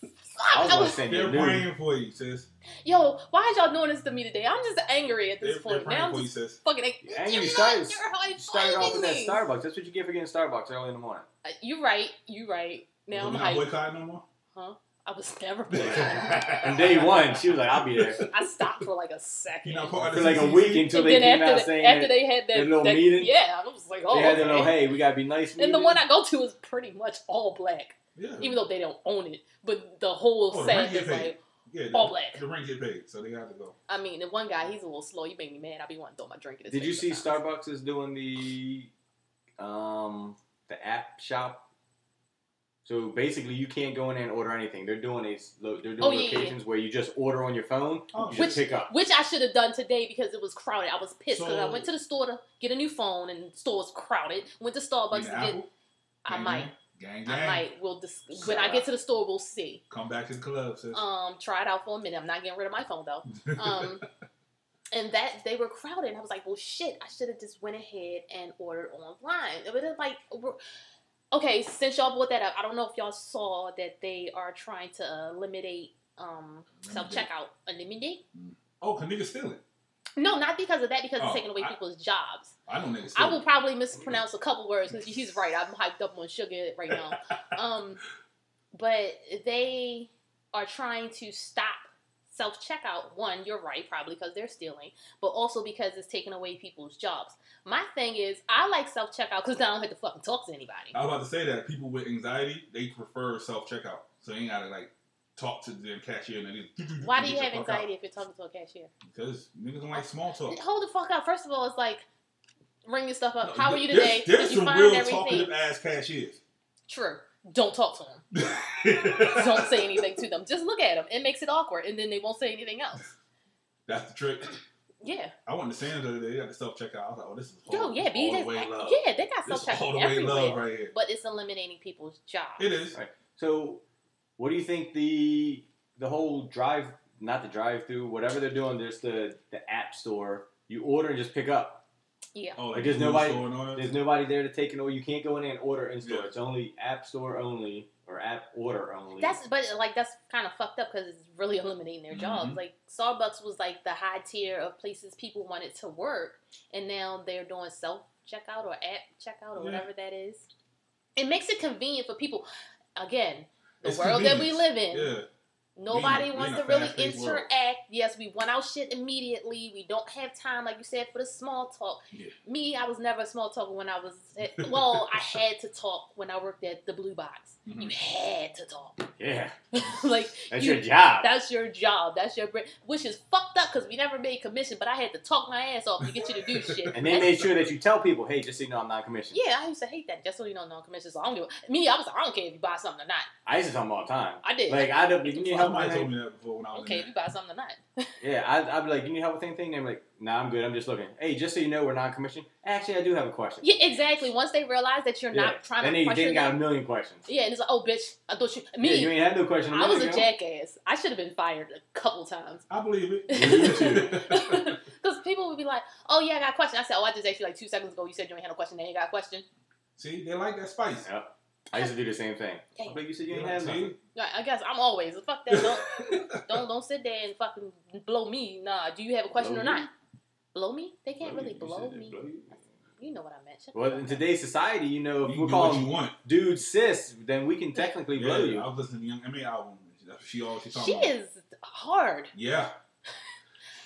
Speaker 3: fuck?
Speaker 2: I was
Speaker 3: I
Speaker 2: gonna
Speaker 3: was,
Speaker 2: send you
Speaker 4: They're
Speaker 2: a nude.
Speaker 4: praying for you, sis.
Speaker 3: yo, why is y'all doing this to me today? I'm just angry at
Speaker 4: They're,
Speaker 3: this
Speaker 4: they're
Speaker 3: point. Now
Speaker 4: praying
Speaker 3: I'm
Speaker 4: for you,
Speaker 3: just
Speaker 4: sis.
Speaker 3: fucking like,
Speaker 2: Yeah, and
Speaker 3: you're
Speaker 2: you
Speaker 3: not-
Speaker 2: started-
Speaker 3: you're high
Speaker 2: You started off with that
Speaker 3: fiving me.
Speaker 2: Starbucks. That's what you get for getting Starbucks early in the morning.
Speaker 3: Uh, You right. You right. Now
Speaker 4: So
Speaker 3: I'm
Speaker 4: we're not
Speaker 3: hyped.
Speaker 4: boycotting no more.
Speaker 3: I was never.
Speaker 2: And day one, she was like, "I'll be there."
Speaker 3: I stopped for like a second.
Speaker 4: You know, part of
Speaker 2: For
Speaker 4: the
Speaker 2: like a
Speaker 4: CCC?
Speaker 2: week until
Speaker 3: and
Speaker 2: they
Speaker 3: then
Speaker 2: came
Speaker 3: after,
Speaker 2: out
Speaker 3: the,
Speaker 2: saying
Speaker 3: after
Speaker 2: that
Speaker 3: they had that,
Speaker 2: their little
Speaker 3: that-
Speaker 2: meeting?
Speaker 3: yeah, I was like, oh,
Speaker 2: they had
Speaker 3: okay.
Speaker 2: their little, "Hey, we gotta be nice."
Speaker 3: And the
Speaker 2: meeting."
Speaker 3: one I go to is pretty much all black,
Speaker 4: Yeah.
Speaker 3: even though they don't own it. But the whole
Speaker 4: Oh,
Speaker 3: set
Speaker 4: Ringgit
Speaker 3: is
Speaker 4: paid.
Speaker 3: like
Speaker 4: yeah, the,
Speaker 3: all black.
Speaker 4: The ring get paid, so they got to go.
Speaker 3: I mean, the one guy, he's a little slow. You made me mad. I be wanting to throw my drink at his
Speaker 2: Did you
Speaker 3: face
Speaker 2: see
Speaker 3: sometimes.
Speaker 2: Starbucks is doing the um the app shop? So basically, you can't go in there and order anything. They're doing a s- lo- they're doing
Speaker 3: Oh, yeah, yeah.
Speaker 2: locations where you just order on your phone.
Speaker 4: Oh,
Speaker 2: You
Speaker 3: Which-
Speaker 2: just pick up.
Speaker 3: Which I should have done today because it was crowded. I was pissed because I
Speaker 4: So-
Speaker 3: went to the store to get a new phone and the store was crowded. Went to
Speaker 4: You
Speaker 3: Starbucks
Speaker 4: mean
Speaker 3: to
Speaker 4: Apple?
Speaker 3: get. I
Speaker 4: Gang,
Speaker 3: might.
Speaker 4: Gang, gang.
Speaker 3: I might. We'll dis- when I get to the store, we'll see.
Speaker 4: Come back to the club, sis.
Speaker 3: um, try it out for a minute. I'm not getting rid of my phone though. Um, and that they were crowded. And I was like, well, shit, I should have just went ahead and ordered online. It would have like, we're- okay, since y'all brought that up, I don't know if y'all saw that they are trying to uh, eliminate um, self checkout. Eliminate?
Speaker 4: Oh, can niggas steal it?
Speaker 3: No, not because of that, because
Speaker 4: Oh,
Speaker 3: it's taking away
Speaker 4: I-
Speaker 3: people's jobs.
Speaker 4: I know niggas steal
Speaker 3: I will
Speaker 4: it.
Speaker 3: probably mispronounce a couple words because he's right. I'm hyped up on sugar right now. Um, but they are trying to stop self checkout. One, you're right, probably because they're stealing, but also because it's taking away people's jobs. My thing is, I like self checkout because I don't have to fucking talk to anybody.
Speaker 4: I was about to say that people with anxiety they prefer self checkout, so they ain't gotta like talk to their cashier and then just-
Speaker 3: Why do you
Speaker 4: get
Speaker 3: have
Speaker 4: the fuck out.
Speaker 3: anxiety if you're talking to a cashier?
Speaker 4: Because niggas don't like small talk.
Speaker 3: Hold the fuck up. First of all, it's like ring your stuff up.
Speaker 4: No,
Speaker 3: How are you
Speaker 4: there's-
Speaker 3: today?
Speaker 4: There's,
Speaker 3: Did you
Speaker 4: some
Speaker 3: find
Speaker 4: real
Speaker 3: everything?
Speaker 4: talkative ass cashiers.
Speaker 3: True. Don't talk to them. don't
Speaker 4: That's
Speaker 3: say anything to them. Just look at them. It makes it awkward, and then they won't say anything else.
Speaker 4: the trick.
Speaker 3: Yeah.
Speaker 4: I went to Sam's the other day. They got the self checkout. I was like, oh, this is
Speaker 3: Yo,
Speaker 4: all,
Speaker 3: yeah,
Speaker 4: all the
Speaker 3: BJ's.
Speaker 4: way love.
Speaker 3: Yeah, they got
Speaker 4: This
Speaker 3: self
Speaker 4: is all the
Speaker 3: checkout
Speaker 4: way love
Speaker 3: everywhere.
Speaker 4: right here.
Speaker 3: But it's eliminating people's jobs.
Speaker 4: It is.
Speaker 2: So, what do you think the the whole drive not the drive through whatever they're doing? There's the the app store. You order and just pick up.
Speaker 3: Yeah.
Speaker 4: Oh,
Speaker 2: Like, there's
Speaker 4: Google
Speaker 2: nobody-
Speaker 4: Store and all that?
Speaker 2: There's nobody there to take an order. You can't go in there and order in store.
Speaker 4: Yeah.
Speaker 2: It's only app store only or app order only.
Speaker 3: That's but like that's kind of fucked up because it's really eliminating their jobs.
Speaker 4: Mhm.
Speaker 3: Like Starbucks was like the high tier of places people wanted to work, and now they're doing self checkout or app checkout or
Speaker 4: Yeah.
Speaker 3: whatever that is. It makes it convenient for people. Again, the
Speaker 4: It's
Speaker 3: world that we
Speaker 4: convenience.
Speaker 3: live in.
Speaker 4: Yeah. Mm-hmm.
Speaker 3: Nobody
Speaker 4: We- we
Speaker 3: wants
Speaker 4: in
Speaker 3: to
Speaker 4: a
Speaker 3: really
Speaker 4: fast-paced world.
Speaker 3: interact. Yes, we want our shit immediately. We don't have time, like you said, for the small talk.
Speaker 4: Yeah.
Speaker 3: Me, I was never a small talker when I was. Well, I had to talk when I worked at the Blue Box. You
Speaker 4: Mhm.
Speaker 3: had to talk.
Speaker 2: Yeah,
Speaker 3: like
Speaker 2: that's
Speaker 3: you-
Speaker 2: your job.
Speaker 3: That's your job. That's your brain. Which is fucked up because we never made commission, but I had to talk my ass off to get you to do shit.
Speaker 2: and they
Speaker 3: That's-
Speaker 2: made sure that you tell people, hey, just so you know, I'm not commissioned.
Speaker 3: Yeah, I used to hate that. Just so you know, non-commission. So I don't give. A, me, I was like, I don't care if you buy something or not.
Speaker 2: I used to tell them all the time.
Speaker 3: I did.
Speaker 2: Like, I'd be, you need help with
Speaker 4: Somebody told
Speaker 2: anything?
Speaker 4: me that before when I was
Speaker 3: okay, if
Speaker 4: in
Speaker 3: you buy something or not.
Speaker 2: Yeah, I'd, I'd be like, you need help with anything? They're like, nah, I'm good. I'm just looking. Hey, just so you know, we're non commissioned. Actually, I do have a question.
Speaker 3: Yeah, exactly. Once they realize that you're
Speaker 2: Yeah.
Speaker 3: not trying
Speaker 2: Then
Speaker 3: to
Speaker 2: they,
Speaker 3: pressure
Speaker 2: they got a
Speaker 3: them.
Speaker 2: million questions.
Speaker 3: Yeah, and it's like, oh, bitch, I thought you.
Speaker 2: Yeah,
Speaker 3: Me,
Speaker 2: you ain't had no question.
Speaker 3: I was a
Speaker 2: minute ago.
Speaker 3: jackass. I should have been fired a couple times.
Speaker 4: I believe it.
Speaker 2: You too.
Speaker 3: Because people would be like, "Oh yeah, I got a question." I said, "Oh, I just asked you like two seconds ago. You said you ain't had a question. Now you got a question."
Speaker 4: See, they like that spice.
Speaker 2: Yeah. I used to do the same thing.
Speaker 3: Yeah.
Speaker 2: But you said you
Speaker 4: You
Speaker 2: ain't
Speaker 4: know,
Speaker 2: had nothing.
Speaker 4: see?
Speaker 3: Right, I guess I'm always fuck that. Don't don't don't sit there and fucking blow me. Nah, do you have a question
Speaker 2: Blow
Speaker 3: or
Speaker 2: you?
Speaker 3: not? Blow me? They can't really
Speaker 4: You
Speaker 3: blow
Speaker 4: said they
Speaker 3: me.
Speaker 4: blow you.
Speaker 3: You know what I meant. Shut
Speaker 2: Well,
Speaker 3: the
Speaker 2: in
Speaker 3: fuck
Speaker 2: today's society, you know,
Speaker 4: You
Speaker 2: if
Speaker 4: can
Speaker 2: we're
Speaker 4: do what you
Speaker 2: calling
Speaker 4: want.
Speaker 2: dude cis, then we can technically
Speaker 4: Yeah,
Speaker 2: blow you.
Speaker 4: I was listening to Young M.A. album. That's what she always she
Speaker 3: up.
Speaker 4: talking
Speaker 3: she
Speaker 4: about.
Speaker 3: is hard.
Speaker 4: Yeah,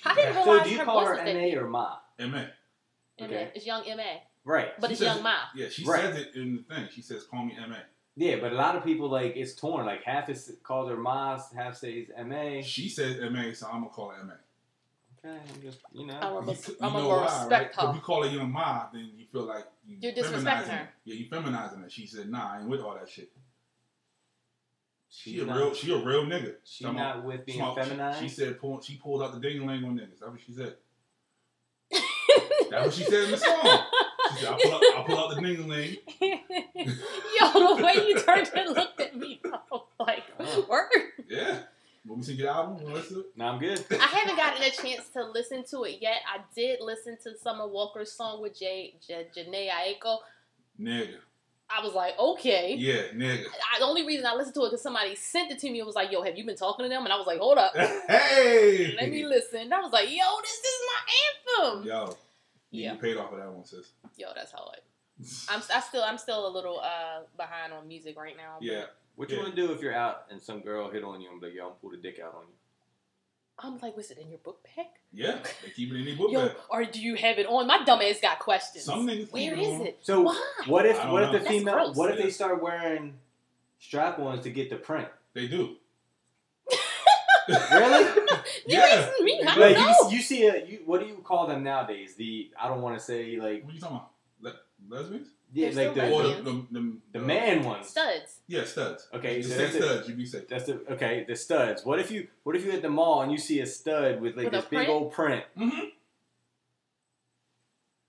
Speaker 3: I didn't
Speaker 4: Yeah.
Speaker 2: So
Speaker 3: realize
Speaker 2: do you
Speaker 3: her
Speaker 2: call
Speaker 3: voice
Speaker 2: her
Speaker 3: was that.
Speaker 2: MA or Ma?
Speaker 4: M.A.
Speaker 2: Okay.
Speaker 3: It's young Ma,
Speaker 2: Right.
Speaker 3: but
Speaker 4: She
Speaker 3: it's
Speaker 4: says
Speaker 3: young
Speaker 4: it-
Speaker 3: Ma.
Speaker 4: Yeah, she
Speaker 2: Right.
Speaker 4: says it in the thing. She says, "Call me M.A."
Speaker 2: Yeah, but a lot of people like it's torn. Like half is calls her Ma, half says MA. Okay,
Speaker 4: She says M.A., so I'm gonna call her M.A.
Speaker 2: I'm just you
Speaker 3: I'm
Speaker 2: know.
Speaker 3: a- I'm
Speaker 4: You- you
Speaker 3: a
Speaker 4: know
Speaker 3: more
Speaker 4: why,
Speaker 3: respect
Speaker 4: right?
Speaker 3: her.
Speaker 4: If you call her Young Ma, then you feel like you
Speaker 3: You're disrespecting
Speaker 4: feminizing
Speaker 3: her.
Speaker 4: Yeah, you feminizing her. She said, "Nah, I ain't with all that shit." She,
Speaker 2: She's
Speaker 4: a
Speaker 2: not-
Speaker 4: real, she a real nigga.
Speaker 2: She
Speaker 4: Come on.
Speaker 2: not with being
Speaker 4: Smoke. She-
Speaker 2: feminized.
Speaker 4: She said pull, she pulled out the ding ling on niggas. That's what she said. That's what she said in the song. She said, I pull out, I pull out the ding ling.
Speaker 3: Yo, the way you turned and looked at me, I was like,
Speaker 2: Oh.
Speaker 3: word.
Speaker 4: Yeah. When we see the album, when listen to it.
Speaker 2: no, I'm good.
Speaker 3: I haven't gotten a chance to listen to it yet. I did listen to Summer Walker's song with Jay, J- Janae Aiko.
Speaker 4: Nigga.
Speaker 3: I was like, okay.
Speaker 4: Yeah, nigga.
Speaker 3: I, the only reason I listened to it because somebody sent it to me and was like, yo, have you been talking to them? And I was like, hold up.
Speaker 4: hey.
Speaker 3: Let me listen. And I was like, yo, this is my anthem.
Speaker 4: Yo. You
Speaker 3: Yeah.
Speaker 4: get paid off for that one, sis.
Speaker 3: Yo, that's hard. I'm I still I'm still a little uh behind on music right now. but
Speaker 4: Yeah.
Speaker 2: What you
Speaker 4: Yeah.
Speaker 2: want to do if you're out and some girl hit on you and be like, yo, I'm pull the dick out on you?
Speaker 3: I'm like, was it in your book bag?
Speaker 4: Yeah. They keep it in their book
Speaker 3: Yo,
Speaker 4: bag.
Speaker 3: or do you have it on? My dumb ass got questions.
Speaker 4: Some niggas
Speaker 3: Where
Speaker 4: keep it
Speaker 3: is
Speaker 4: on. Oh,
Speaker 3: it?
Speaker 2: So
Speaker 3: Why?
Speaker 2: what if
Speaker 4: I don't
Speaker 2: what
Speaker 4: know.
Speaker 2: if the
Speaker 3: That's
Speaker 2: female?
Speaker 3: gross.
Speaker 2: What if
Speaker 4: Yeah.
Speaker 2: they start wearing strap-ons to get the print?
Speaker 4: They do.
Speaker 2: Really?
Speaker 3: You're
Speaker 4: Yeah.
Speaker 3: asking me. I
Speaker 2: like
Speaker 3: don't
Speaker 2: you,
Speaker 3: know.
Speaker 2: s- you see a you, what do you call them nowadays? The I don't want to say like
Speaker 4: What you talking about? Le- lesbians?
Speaker 2: yeah,
Speaker 3: They're
Speaker 2: like the,
Speaker 3: still
Speaker 4: Or
Speaker 2: the
Speaker 4: the,
Speaker 3: Lesbians.
Speaker 4: the, the,
Speaker 2: the man ones.
Speaker 3: Studs.
Speaker 4: Yeah, studs.
Speaker 2: Okay,
Speaker 4: You
Speaker 2: so
Speaker 4: say
Speaker 2: that's the,
Speaker 4: studs, you be safe.
Speaker 2: that's the okay the studs. What if you what if you at the mall and you see a stud with like
Speaker 3: With a
Speaker 2: this big
Speaker 3: print?
Speaker 2: old print,
Speaker 4: Mm-hmm.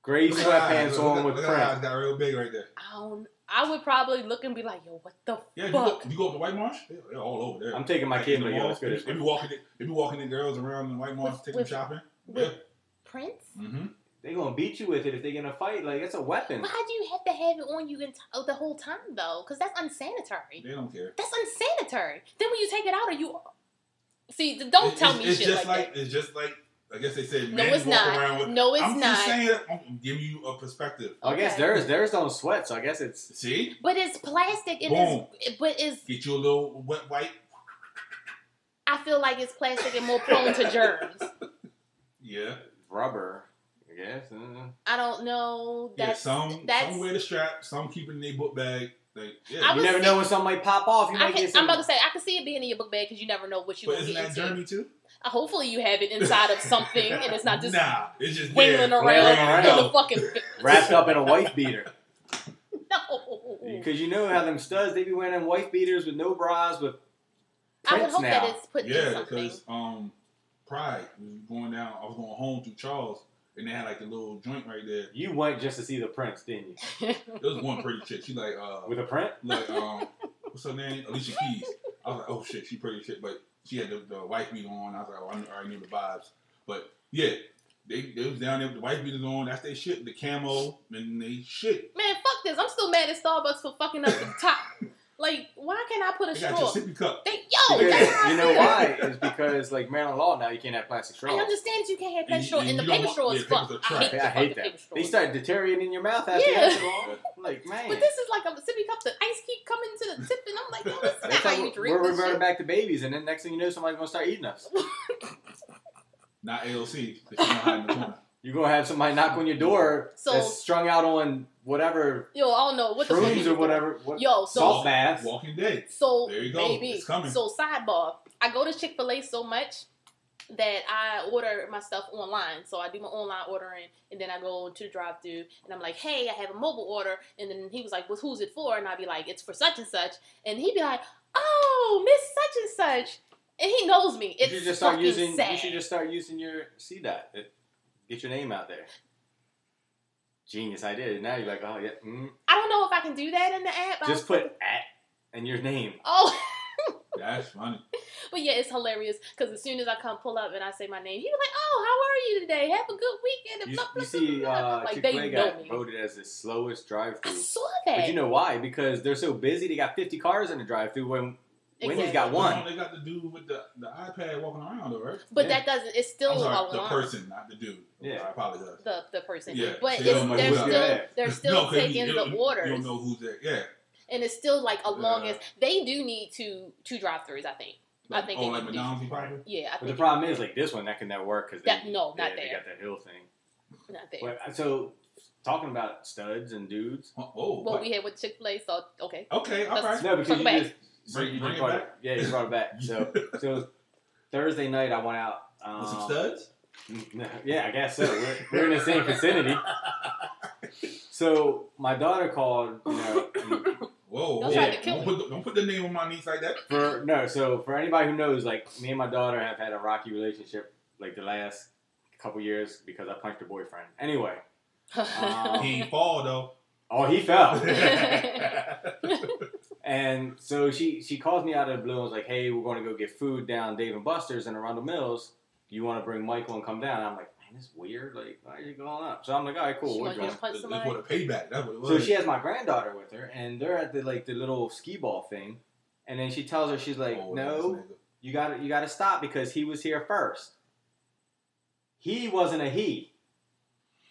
Speaker 2: gray sweatpants on with
Speaker 4: Look at her eyes
Speaker 2: print?
Speaker 4: got real big right there.
Speaker 3: I don't. I would probably look and be like, yo, what the
Speaker 4: Yeah, you go,
Speaker 3: fuck?
Speaker 4: you go up to White Marsh, they're, they're all over there.
Speaker 2: I'm taking my
Speaker 4: Like,
Speaker 2: kid
Speaker 4: in the
Speaker 2: like yo,
Speaker 4: mall,
Speaker 2: let's go this
Speaker 4: They be
Speaker 2: way.
Speaker 4: walking, the- they be walking the girls around in White Marsh,
Speaker 3: With-
Speaker 4: take
Speaker 3: with-
Speaker 4: them shopping.
Speaker 3: with-
Speaker 4: yeah.
Speaker 3: Prince?
Speaker 4: Mm-hmm.
Speaker 2: They gonna beat you with it if they gonna fight. Like that's a weapon.
Speaker 3: Why do you have to have it on you in t- oh, the whole time though? Because that's unsanitary.
Speaker 4: They don't care.
Speaker 3: That's unsanitary. Then when you take it out, are you? See, th- don't
Speaker 4: It's-
Speaker 3: tell
Speaker 4: it's,
Speaker 3: me
Speaker 4: it's
Speaker 3: shit
Speaker 4: just
Speaker 3: like,
Speaker 4: like, It's just like, I guess they said,
Speaker 3: that. No,
Speaker 4: men
Speaker 3: it's
Speaker 4: walk around
Speaker 3: not.
Speaker 4: with.
Speaker 3: No, it's
Speaker 4: I'm
Speaker 3: not.
Speaker 4: just saying, I'm giving you a perspective.
Speaker 2: I guess
Speaker 3: okay.
Speaker 2: theirs theirs don't sweat, so I guess it's
Speaker 4: See,
Speaker 3: But it's plastic. and
Speaker 4: Boom.
Speaker 3: it's But it's.
Speaker 4: get you a little wet wipe.
Speaker 3: I feel like it's plastic and more prone to germs.
Speaker 4: Yeah,
Speaker 2: rubber. I guess. uh,
Speaker 3: I don't know.
Speaker 4: yeah.
Speaker 3: That's,
Speaker 4: Some,
Speaker 3: that's,
Speaker 4: some wear the strap. Some keep it in their book bag. Like, yeah.
Speaker 3: I
Speaker 2: You
Speaker 3: was
Speaker 2: never know when something might pop off. You
Speaker 3: I
Speaker 2: might get
Speaker 3: can, I'm
Speaker 2: some.
Speaker 3: about to say I can see it being in your book bag because you never know what you
Speaker 4: but
Speaker 3: will
Speaker 4: isn't
Speaker 3: get
Speaker 4: that
Speaker 3: into.
Speaker 4: Jeremy too?
Speaker 3: Uh, Hopefully, you have it inside of something and it's not just
Speaker 4: nah. It's just
Speaker 3: wingling
Speaker 4: there.
Speaker 3: around,
Speaker 2: Wailing
Speaker 3: in the
Speaker 2: around.
Speaker 3: fucking
Speaker 2: wrapped up in a wife beater.
Speaker 3: no.
Speaker 2: Because you know how them studs, they be wearing them wife beaters with no bras, with
Speaker 3: I would
Speaker 2: prints
Speaker 3: hope
Speaker 2: now.
Speaker 3: that it's put in
Speaker 4: Yeah,
Speaker 3: something.
Speaker 4: because um, Pride we was going down. I was going home through Charles, and they had like a little joint right there.
Speaker 2: You went just to see the prints, didn't you?
Speaker 4: There was one pretty chick. She like uh,
Speaker 2: With a print?
Speaker 4: like um, what's her name? Alicia Keys. I was like, oh shit, she pretty shit, but she had the, the white beat on. I was like, oh, I knew- I already knew the vibes. But yeah, they they was down there with the white beaters on. That's their shit. The camo and they shit.
Speaker 3: Man, fuck this. I'm still mad at Starbucks for fucking up the top. Like, why can I put a
Speaker 4: I got your
Speaker 3: straw?
Speaker 4: sippy cup.
Speaker 3: They, yo, that's how
Speaker 2: Because
Speaker 3: I
Speaker 2: you know
Speaker 3: feel.
Speaker 2: why? It's because like Maryland law now you can't have plastic
Speaker 3: I
Speaker 2: straws.
Speaker 3: understand you can't have
Speaker 4: And
Speaker 3: paper
Speaker 4: you-
Speaker 3: straw,
Speaker 4: and
Speaker 3: and the
Speaker 4: you don't
Speaker 3: paper
Speaker 4: want-
Speaker 3: straw
Speaker 4: yeah,
Speaker 3: is
Speaker 4: paper
Speaker 3: fucked.
Speaker 4: straw
Speaker 3: I hate,
Speaker 4: trash.
Speaker 3: the
Speaker 2: I hate
Speaker 3: fucking
Speaker 2: that.
Speaker 3: paper straw.
Speaker 2: They start deteriorating in your mouth after
Speaker 3: Yeah.
Speaker 2: that. so long. Like man,
Speaker 3: But this is like a sippy cup. The ice keep coming to the tip, and I'm like, no, this is
Speaker 2: That's
Speaker 3: not how you
Speaker 2: we're-
Speaker 3: drink
Speaker 2: we're
Speaker 3: this
Speaker 2: reverting
Speaker 3: shit.
Speaker 2: back to babies, and then next thing you know, somebody's gonna start eating us.
Speaker 4: Not AOC. They should not hide in the corner.
Speaker 2: You're gonna have somebody knock on your door
Speaker 3: So-
Speaker 2: that's strung out on whatever
Speaker 3: Yo, I don't know what the fuck
Speaker 2: prunes
Speaker 3: you
Speaker 2: or
Speaker 3: doing.
Speaker 2: whatever. What,
Speaker 3: Yo, so
Speaker 2: salt baths.
Speaker 4: Walking Dead.
Speaker 3: So
Speaker 4: There you go.
Speaker 3: baby,
Speaker 4: It's coming.
Speaker 3: so sidebar. I go to Chick Fil A so much that I order my stuff online. So I do my online ordering, and then I go to the drive through, and I'm like, "Hey, I have a mobile order." And then he was like, well, "Who's it for?" And I'd be like, "It's for such and such," and he'd be like, "Oh, Miss such and such," and he knows me. It's
Speaker 2: you should just start
Speaker 3: fucking
Speaker 2: using.
Speaker 3: sad.
Speaker 2: You should just start using your C dot. Get your name out there. Genius idea. Now you're like, oh yeah. Mm.
Speaker 3: I don't know if I can do that in the app. I
Speaker 2: Just
Speaker 3: was-
Speaker 2: put at and your name.
Speaker 3: Oh.
Speaker 4: That's funny.
Speaker 3: But yeah, it's hilarious because as soon as I come pull up and I say my name, he was like, "Oh, how are you today? Have a good weekend." And
Speaker 2: You,
Speaker 3: blah,
Speaker 2: you
Speaker 3: blah,
Speaker 2: see,
Speaker 3: blah, blah,
Speaker 2: uh,
Speaker 3: blah. like
Speaker 2: Chick
Speaker 3: they
Speaker 2: Fil A
Speaker 3: know
Speaker 2: got
Speaker 3: me.
Speaker 2: voted as the slowest
Speaker 3: I
Speaker 2: drive-through.
Speaker 3: saw that.
Speaker 2: But you know why? Because they're so busy. They got 50 cars in the drive-through. When Wendy's got
Speaker 3: Exactly.
Speaker 2: one.
Speaker 4: They got the dude with the, the iPad walking around, though, right?
Speaker 2: Yeah.
Speaker 3: but that doesn't. It's still
Speaker 4: I'm sorry,
Speaker 3: a
Speaker 4: the
Speaker 3: line.
Speaker 4: person, not the dude.
Speaker 2: Yeah.
Speaker 4: I apologize.
Speaker 3: The, the person.
Speaker 4: Yeah,
Speaker 3: But
Speaker 4: so
Speaker 3: it's,
Speaker 4: you don't know
Speaker 3: they're
Speaker 4: who's
Speaker 3: still
Speaker 2: there.
Speaker 3: they're still
Speaker 4: No, 'cause
Speaker 3: taking
Speaker 4: you-
Speaker 3: the
Speaker 4: You
Speaker 3: orders,
Speaker 4: don't know who's there. Yeah.
Speaker 3: and it's still like a long
Speaker 4: Yeah.
Speaker 3: as they do need two two drive throughs. I think. I think
Speaker 4: oh,
Speaker 3: they
Speaker 4: like
Speaker 3: need to do-
Speaker 4: McDonald's, you probably?
Speaker 3: Yeah, I
Speaker 2: But
Speaker 3: think
Speaker 2: the problem is, like this one, that can never work because
Speaker 3: That- no,
Speaker 2: they,
Speaker 3: not
Speaker 2: they
Speaker 3: there.
Speaker 2: got that hill thing.
Speaker 3: not there.
Speaker 2: But, uh, so talking about studs and dudes.
Speaker 4: Oh, oh,
Speaker 3: Well,
Speaker 4: what?
Speaker 3: we had with Chick Fil A, so okay.
Speaker 4: okay, all
Speaker 3: That's-
Speaker 4: right.
Speaker 2: No, because
Speaker 3: Bring
Speaker 2: you
Speaker 3: it
Speaker 2: just so
Speaker 4: Bring-
Speaker 2: you
Speaker 4: bring it
Speaker 2: brought
Speaker 4: back?
Speaker 2: Yeah, you brought it back. So so Thursday night, I went out. Um,
Speaker 4: With some studs?
Speaker 2: Yeah, I guess so. We're, we're in the same vicinity. So my daughter called. You know, and
Speaker 4: Whoa,
Speaker 3: Don't
Speaker 4: whoa.
Speaker 2: try to
Speaker 3: kill
Speaker 4: don't,
Speaker 3: me.
Speaker 4: put the, don't put the name on my niece like that.
Speaker 2: for no, so for anybody who knows, like me and my daughter have had a rocky relationship like the last couple years because I punched her boyfriend. Anyway, um,
Speaker 4: He ain't fall, though.
Speaker 2: oh he fell.
Speaker 4: That's
Speaker 2: And so she she calls me out of the blue and was like, "Hey, we're going to go get food down Dave and Buster's in Arundel Mills. Do you want to bring Michael and come down?" And I'm like, "Man, this is weird. Like, why are you going up?" So I'm like, "All right, cool,
Speaker 3: She
Speaker 2: we're
Speaker 3: wanna
Speaker 2: going."
Speaker 3: get Punch somebody.
Speaker 4: for the payback. That's what it was.
Speaker 2: So she has my granddaughter with her, and they're at the like the little skee ball thing. And then she tells her, she's like,
Speaker 4: Old ass
Speaker 2: "No,
Speaker 4: Oh, nigga.
Speaker 2: you got to you got to stop because he was here first. He wasn't a he.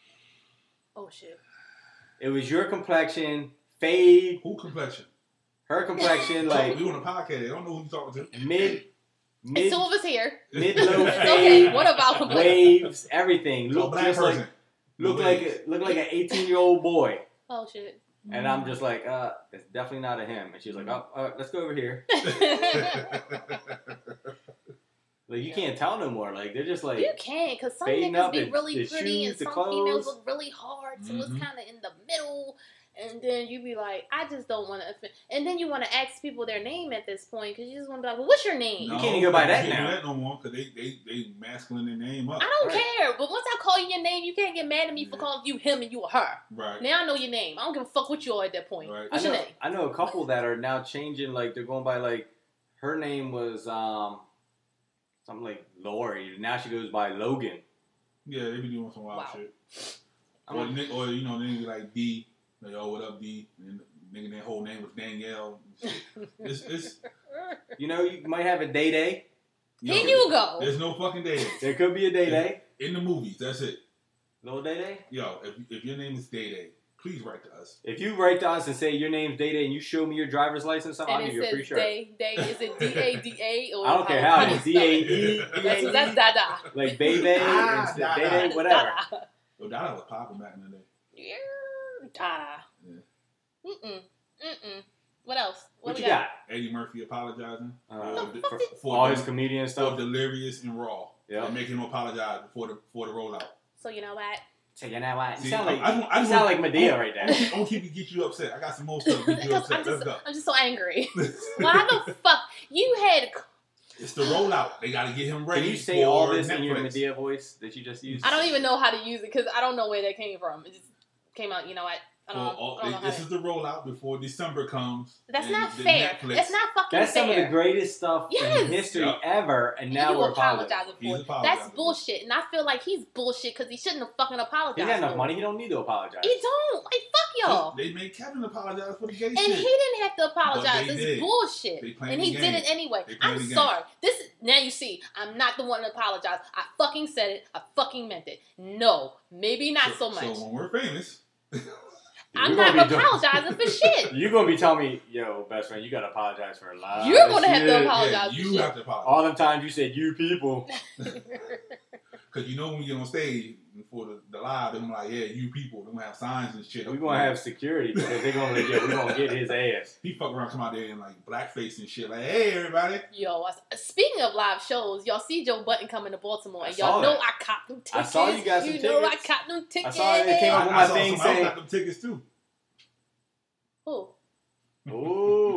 Speaker 3: oh shit.
Speaker 2: It was your complexion, fade,
Speaker 4: Who complexion?
Speaker 2: her complexion,
Speaker 4: Like,
Speaker 2: like
Speaker 4: we on a podcast. I don't know who you talking
Speaker 2: mid
Speaker 3: It's
Speaker 2: mid
Speaker 3: two of us here.
Speaker 4: to.
Speaker 2: Mid-low
Speaker 3: It's
Speaker 2: fade.
Speaker 3: okay. What about complaints?
Speaker 2: waves, everything.
Speaker 4: So a
Speaker 2: Look
Speaker 4: black
Speaker 2: just
Speaker 4: person.
Speaker 2: like look like a, look like an eighteen year old boy.
Speaker 3: Oh shit.
Speaker 2: And I'm just like, uh, it's definitely not a him. And she's like, oh, all right, let's go over here. Like you can't tell no more. Like they're just like,
Speaker 3: You can, because some
Speaker 2: fading
Speaker 3: niggas
Speaker 2: up,
Speaker 3: be
Speaker 2: the-
Speaker 3: really
Speaker 2: the
Speaker 3: pretty and
Speaker 2: shoes, the
Speaker 3: some females
Speaker 2: clothes.
Speaker 3: look really hard, so it's
Speaker 4: Mhm.
Speaker 3: kind of in the middle. And then you be like, I just don't want to offend. And then you want to ask people their name at this point because you just want to be like, well, what's your name?
Speaker 2: You can't even go by that
Speaker 4: you can't
Speaker 2: now.
Speaker 4: Do that no more because they, they, they masculine their name up.
Speaker 3: I don't
Speaker 2: Right.
Speaker 3: care, but once I call you your name, you can't get mad at me for
Speaker 4: Yeah.
Speaker 3: calling you him and you a her.
Speaker 4: Right.
Speaker 3: Now I know your name. I don't give a fuck what you are at that point.
Speaker 4: Right.
Speaker 2: I
Speaker 3: What's your
Speaker 2: know,
Speaker 3: name?
Speaker 2: I know a couple that are now changing. Like they're going by like, her name was um, something like Lori. Now she goes by Logan.
Speaker 4: Yeah, they be doing some wild
Speaker 3: Wow.
Speaker 4: shit.
Speaker 2: I'm
Speaker 4: Or,
Speaker 2: like,
Speaker 4: ni- or you know, nigga like D, like oh what up D, and nigga their whole name was Danielle. and shit. It's it's
Speaker 2: you know, you might have a day day.
Speaker 3: Here
Speaker 4: know,
Speaker 3: you go.
Speaker 4: There's no fucking day
Speaker 2: There could be a day day.
Speaker 4: in the movies. That's it.
Speaker 2: Little day day.
Speaker 4: Yo, if, if your name is Day Day, please write to us.
Speaker 2: If you write to us and say your name's Day Day and you show me your driver's license, I'll
Speaker 3: and
Speaker 2: give
Speaker 3: it
Speaker 2: you a free
Speaker 3: says
Speaker 2: shirt.
Speaker 3: day, day. Is it D A D A or
Speaker 2: I don't care how it's D A E,
Speaker 3: That's
Speaker 2: D A
Speaker 3: that's
Speaker 2: E,
Speaker 3: Dada.
Speaker 2: like Bebe,
Speaker 4: Ah,
Speaker 2: and
Speaker 4: nah,
Speaker 2: Day Day,
Speaker 3: That's
Speaker 2: whatever.
Speaker 3: Dada.
Speaker 4: Yo, Dada was popping back in the day.
Speaker 3: Yeah, Dada.
Speaker 4: Yeah.
Speaker 3: Mm-mm. Mm-mm. What else?
Speaker 2: What,
Speaker 3: we
Speaker 2: you got?
Speaker 4: Eddie Murphy apologizing
Speaker 2: Uh,
Speaker 4: for,
Speaker 3: fuck
Speaker 4: for,
Speaker 3: did-
Speaker 4: for,
Speaker 2: All his comedian
Speaker 4: for
Speaker 2: stuff.
Speaker 4: delirious and raw.
Speaker 2: Yeah.
Speaker 4: and make him apologize before the before the rollout.
Speaker 3: So you know what?
Speaker 2: So you know what? You
Speaker 4: See,
Speaker 2: sound like
Speaker 4: I, I, don't- I
Speaker 2: you
Speaker 4: don't
Speaker 2: sound
Speaker 4: want-
Speaker 2: like Medea right
Speaker 4: I don't
Speaker 2: there.
Speaker 4: keep- I don't keep to get you upset. I got some more stuff to get you
Speaker 3: Because I'm
Speaker 4: upset. Let's
Speaker 3: just,
Speaker 4: go.
Speaker 3: I'm just so angry. Why the fuck you had?
Speaker 4: It's the rollout. They got to get him ready.
Speaker 2: Can you say all
Speaker 4: for
Speaker 2: this in your
Speaker 4: Netflix.
Speaker 2: Medea voice that you just used?
Speaker 3: I don't even know how to use it because I don't know where that came from. It just came out. You know what? I
Speaker 4: for
Speaker 3: don't know.
Speaker 2: oh,
Speaker 4: all,
Speaker 3: I don't
Speaker 4: they-
Speaker 3: know how
Speaker 4: this
Speaker 3: that-
Speaker 4: is the rollout before December comes.
Speaker 3: Oh, That's
Speaker 4: and
Speaker 3: not
Speaker 4: the
Speaker 3: fair.
Speaker 4: Netflix-
Speaker 3: That's not fucking
Speaker 2: That's
Speaker 3: fair.
Speaker 2: some of the greatest stuff
Speaker 3: Yes.
Speaker 2: in history
Speaker 4: Yep.
Speaker 2: ever, and
Speaker 3: And
Speaker 2: now
Speaker 3: you
Speaker 2: we're apologizing.
Speaker 3: apologizing
Speaker 4: He's
Speaker 3: for it.
Speaker 4: apologizing.
Speaker 3: That's bullshit, and I feel like he's bullshit because he shouldn't have fucking apologized.
Speaker 2: He got
Speaker 3: for
Speaker 2: enough
Speaker 3: it.
Speaker 2: money. He don't need to apologize.
Speaker 3: He don't like fuck y'all,
Speaker 4: They made Kevin apologize for the gay
Speaker 3: and
Speaker 4: shit.
Speaker 3: he didn't have to
Speaker 4: But
Speaker 3: apologize.
Speaker 4: they
Speaker 3: It's
Speaker 4: did. They
Speaker 3: bullshit,
Speaker 4: playing
Speaker 3: and he did
Speaker 4: the game.
Speaker 3: it anyway.
Speaker 4: They playing
Speaker 3: I'm
Speaker 4: the game.
Speaker 3: sorry. This now you see, I'm not the one to apologize. I fucking said it. I fucking meant it. No, maybe not so, much.
Speaker 4: So when we're famous,
Speaker 3: I'm
Speaker 2: You're
Speaker 3: not
Speaker 2: gonna be doing-
Speaker 3: apologizing for shit.
Speaker 2: You're gonna be telling me, yo, best friend, you gotta apologize for a lot. of
Speaker 3: You're gonna have to
Speaker 2: shit.
Speaker 3: apologize.
Speaker 4: yeah,
Speaker 3: for
Speaker 4: you
Speaker 3: shit.
Speaker 4: have to apologize.
Speaker 2: All them times you said you people.
Speaker 4: Because you know when you get on stage before the, the live, they're like, yeah, you people, they're going to have signs and shit.
Speaker 2: We're gonna have security because they're gonna be like, yo, we're gonna get his ass.
Speaker 4: He fuck around, come out there and like blackface and shit. Like, hey, everybody.
Speaker 3: Yo, I, speaking of live shows, y'all see Joe Button coming to Baltimore,
Speaker 2: I
Speaker 3: and
Speaker 2: saw
Speaker 3: y'all know
Speaker 2: that.
Speaker 3: I caught them
Speaker 2: I
Speaker 3: tickets.
Speaker 2: saw you got some
Speaker 3: You know I
Speaker 2: tickets.
Speaker 3: caught them
Speaker 2: I
Speaker 3: tickets.
Speaker 2: saw it, it came up
Speaker 4: I,
Speaker 2: with
Speaker 4: I
Speaker 2: my
Speaker 4: saw
Speaker 2: thing
Speaker 4: somebody else
Speaker 2: saying,
Speaker 4: got them tickets too.
Speaker 3: Oh,
Speaker 2: ooh,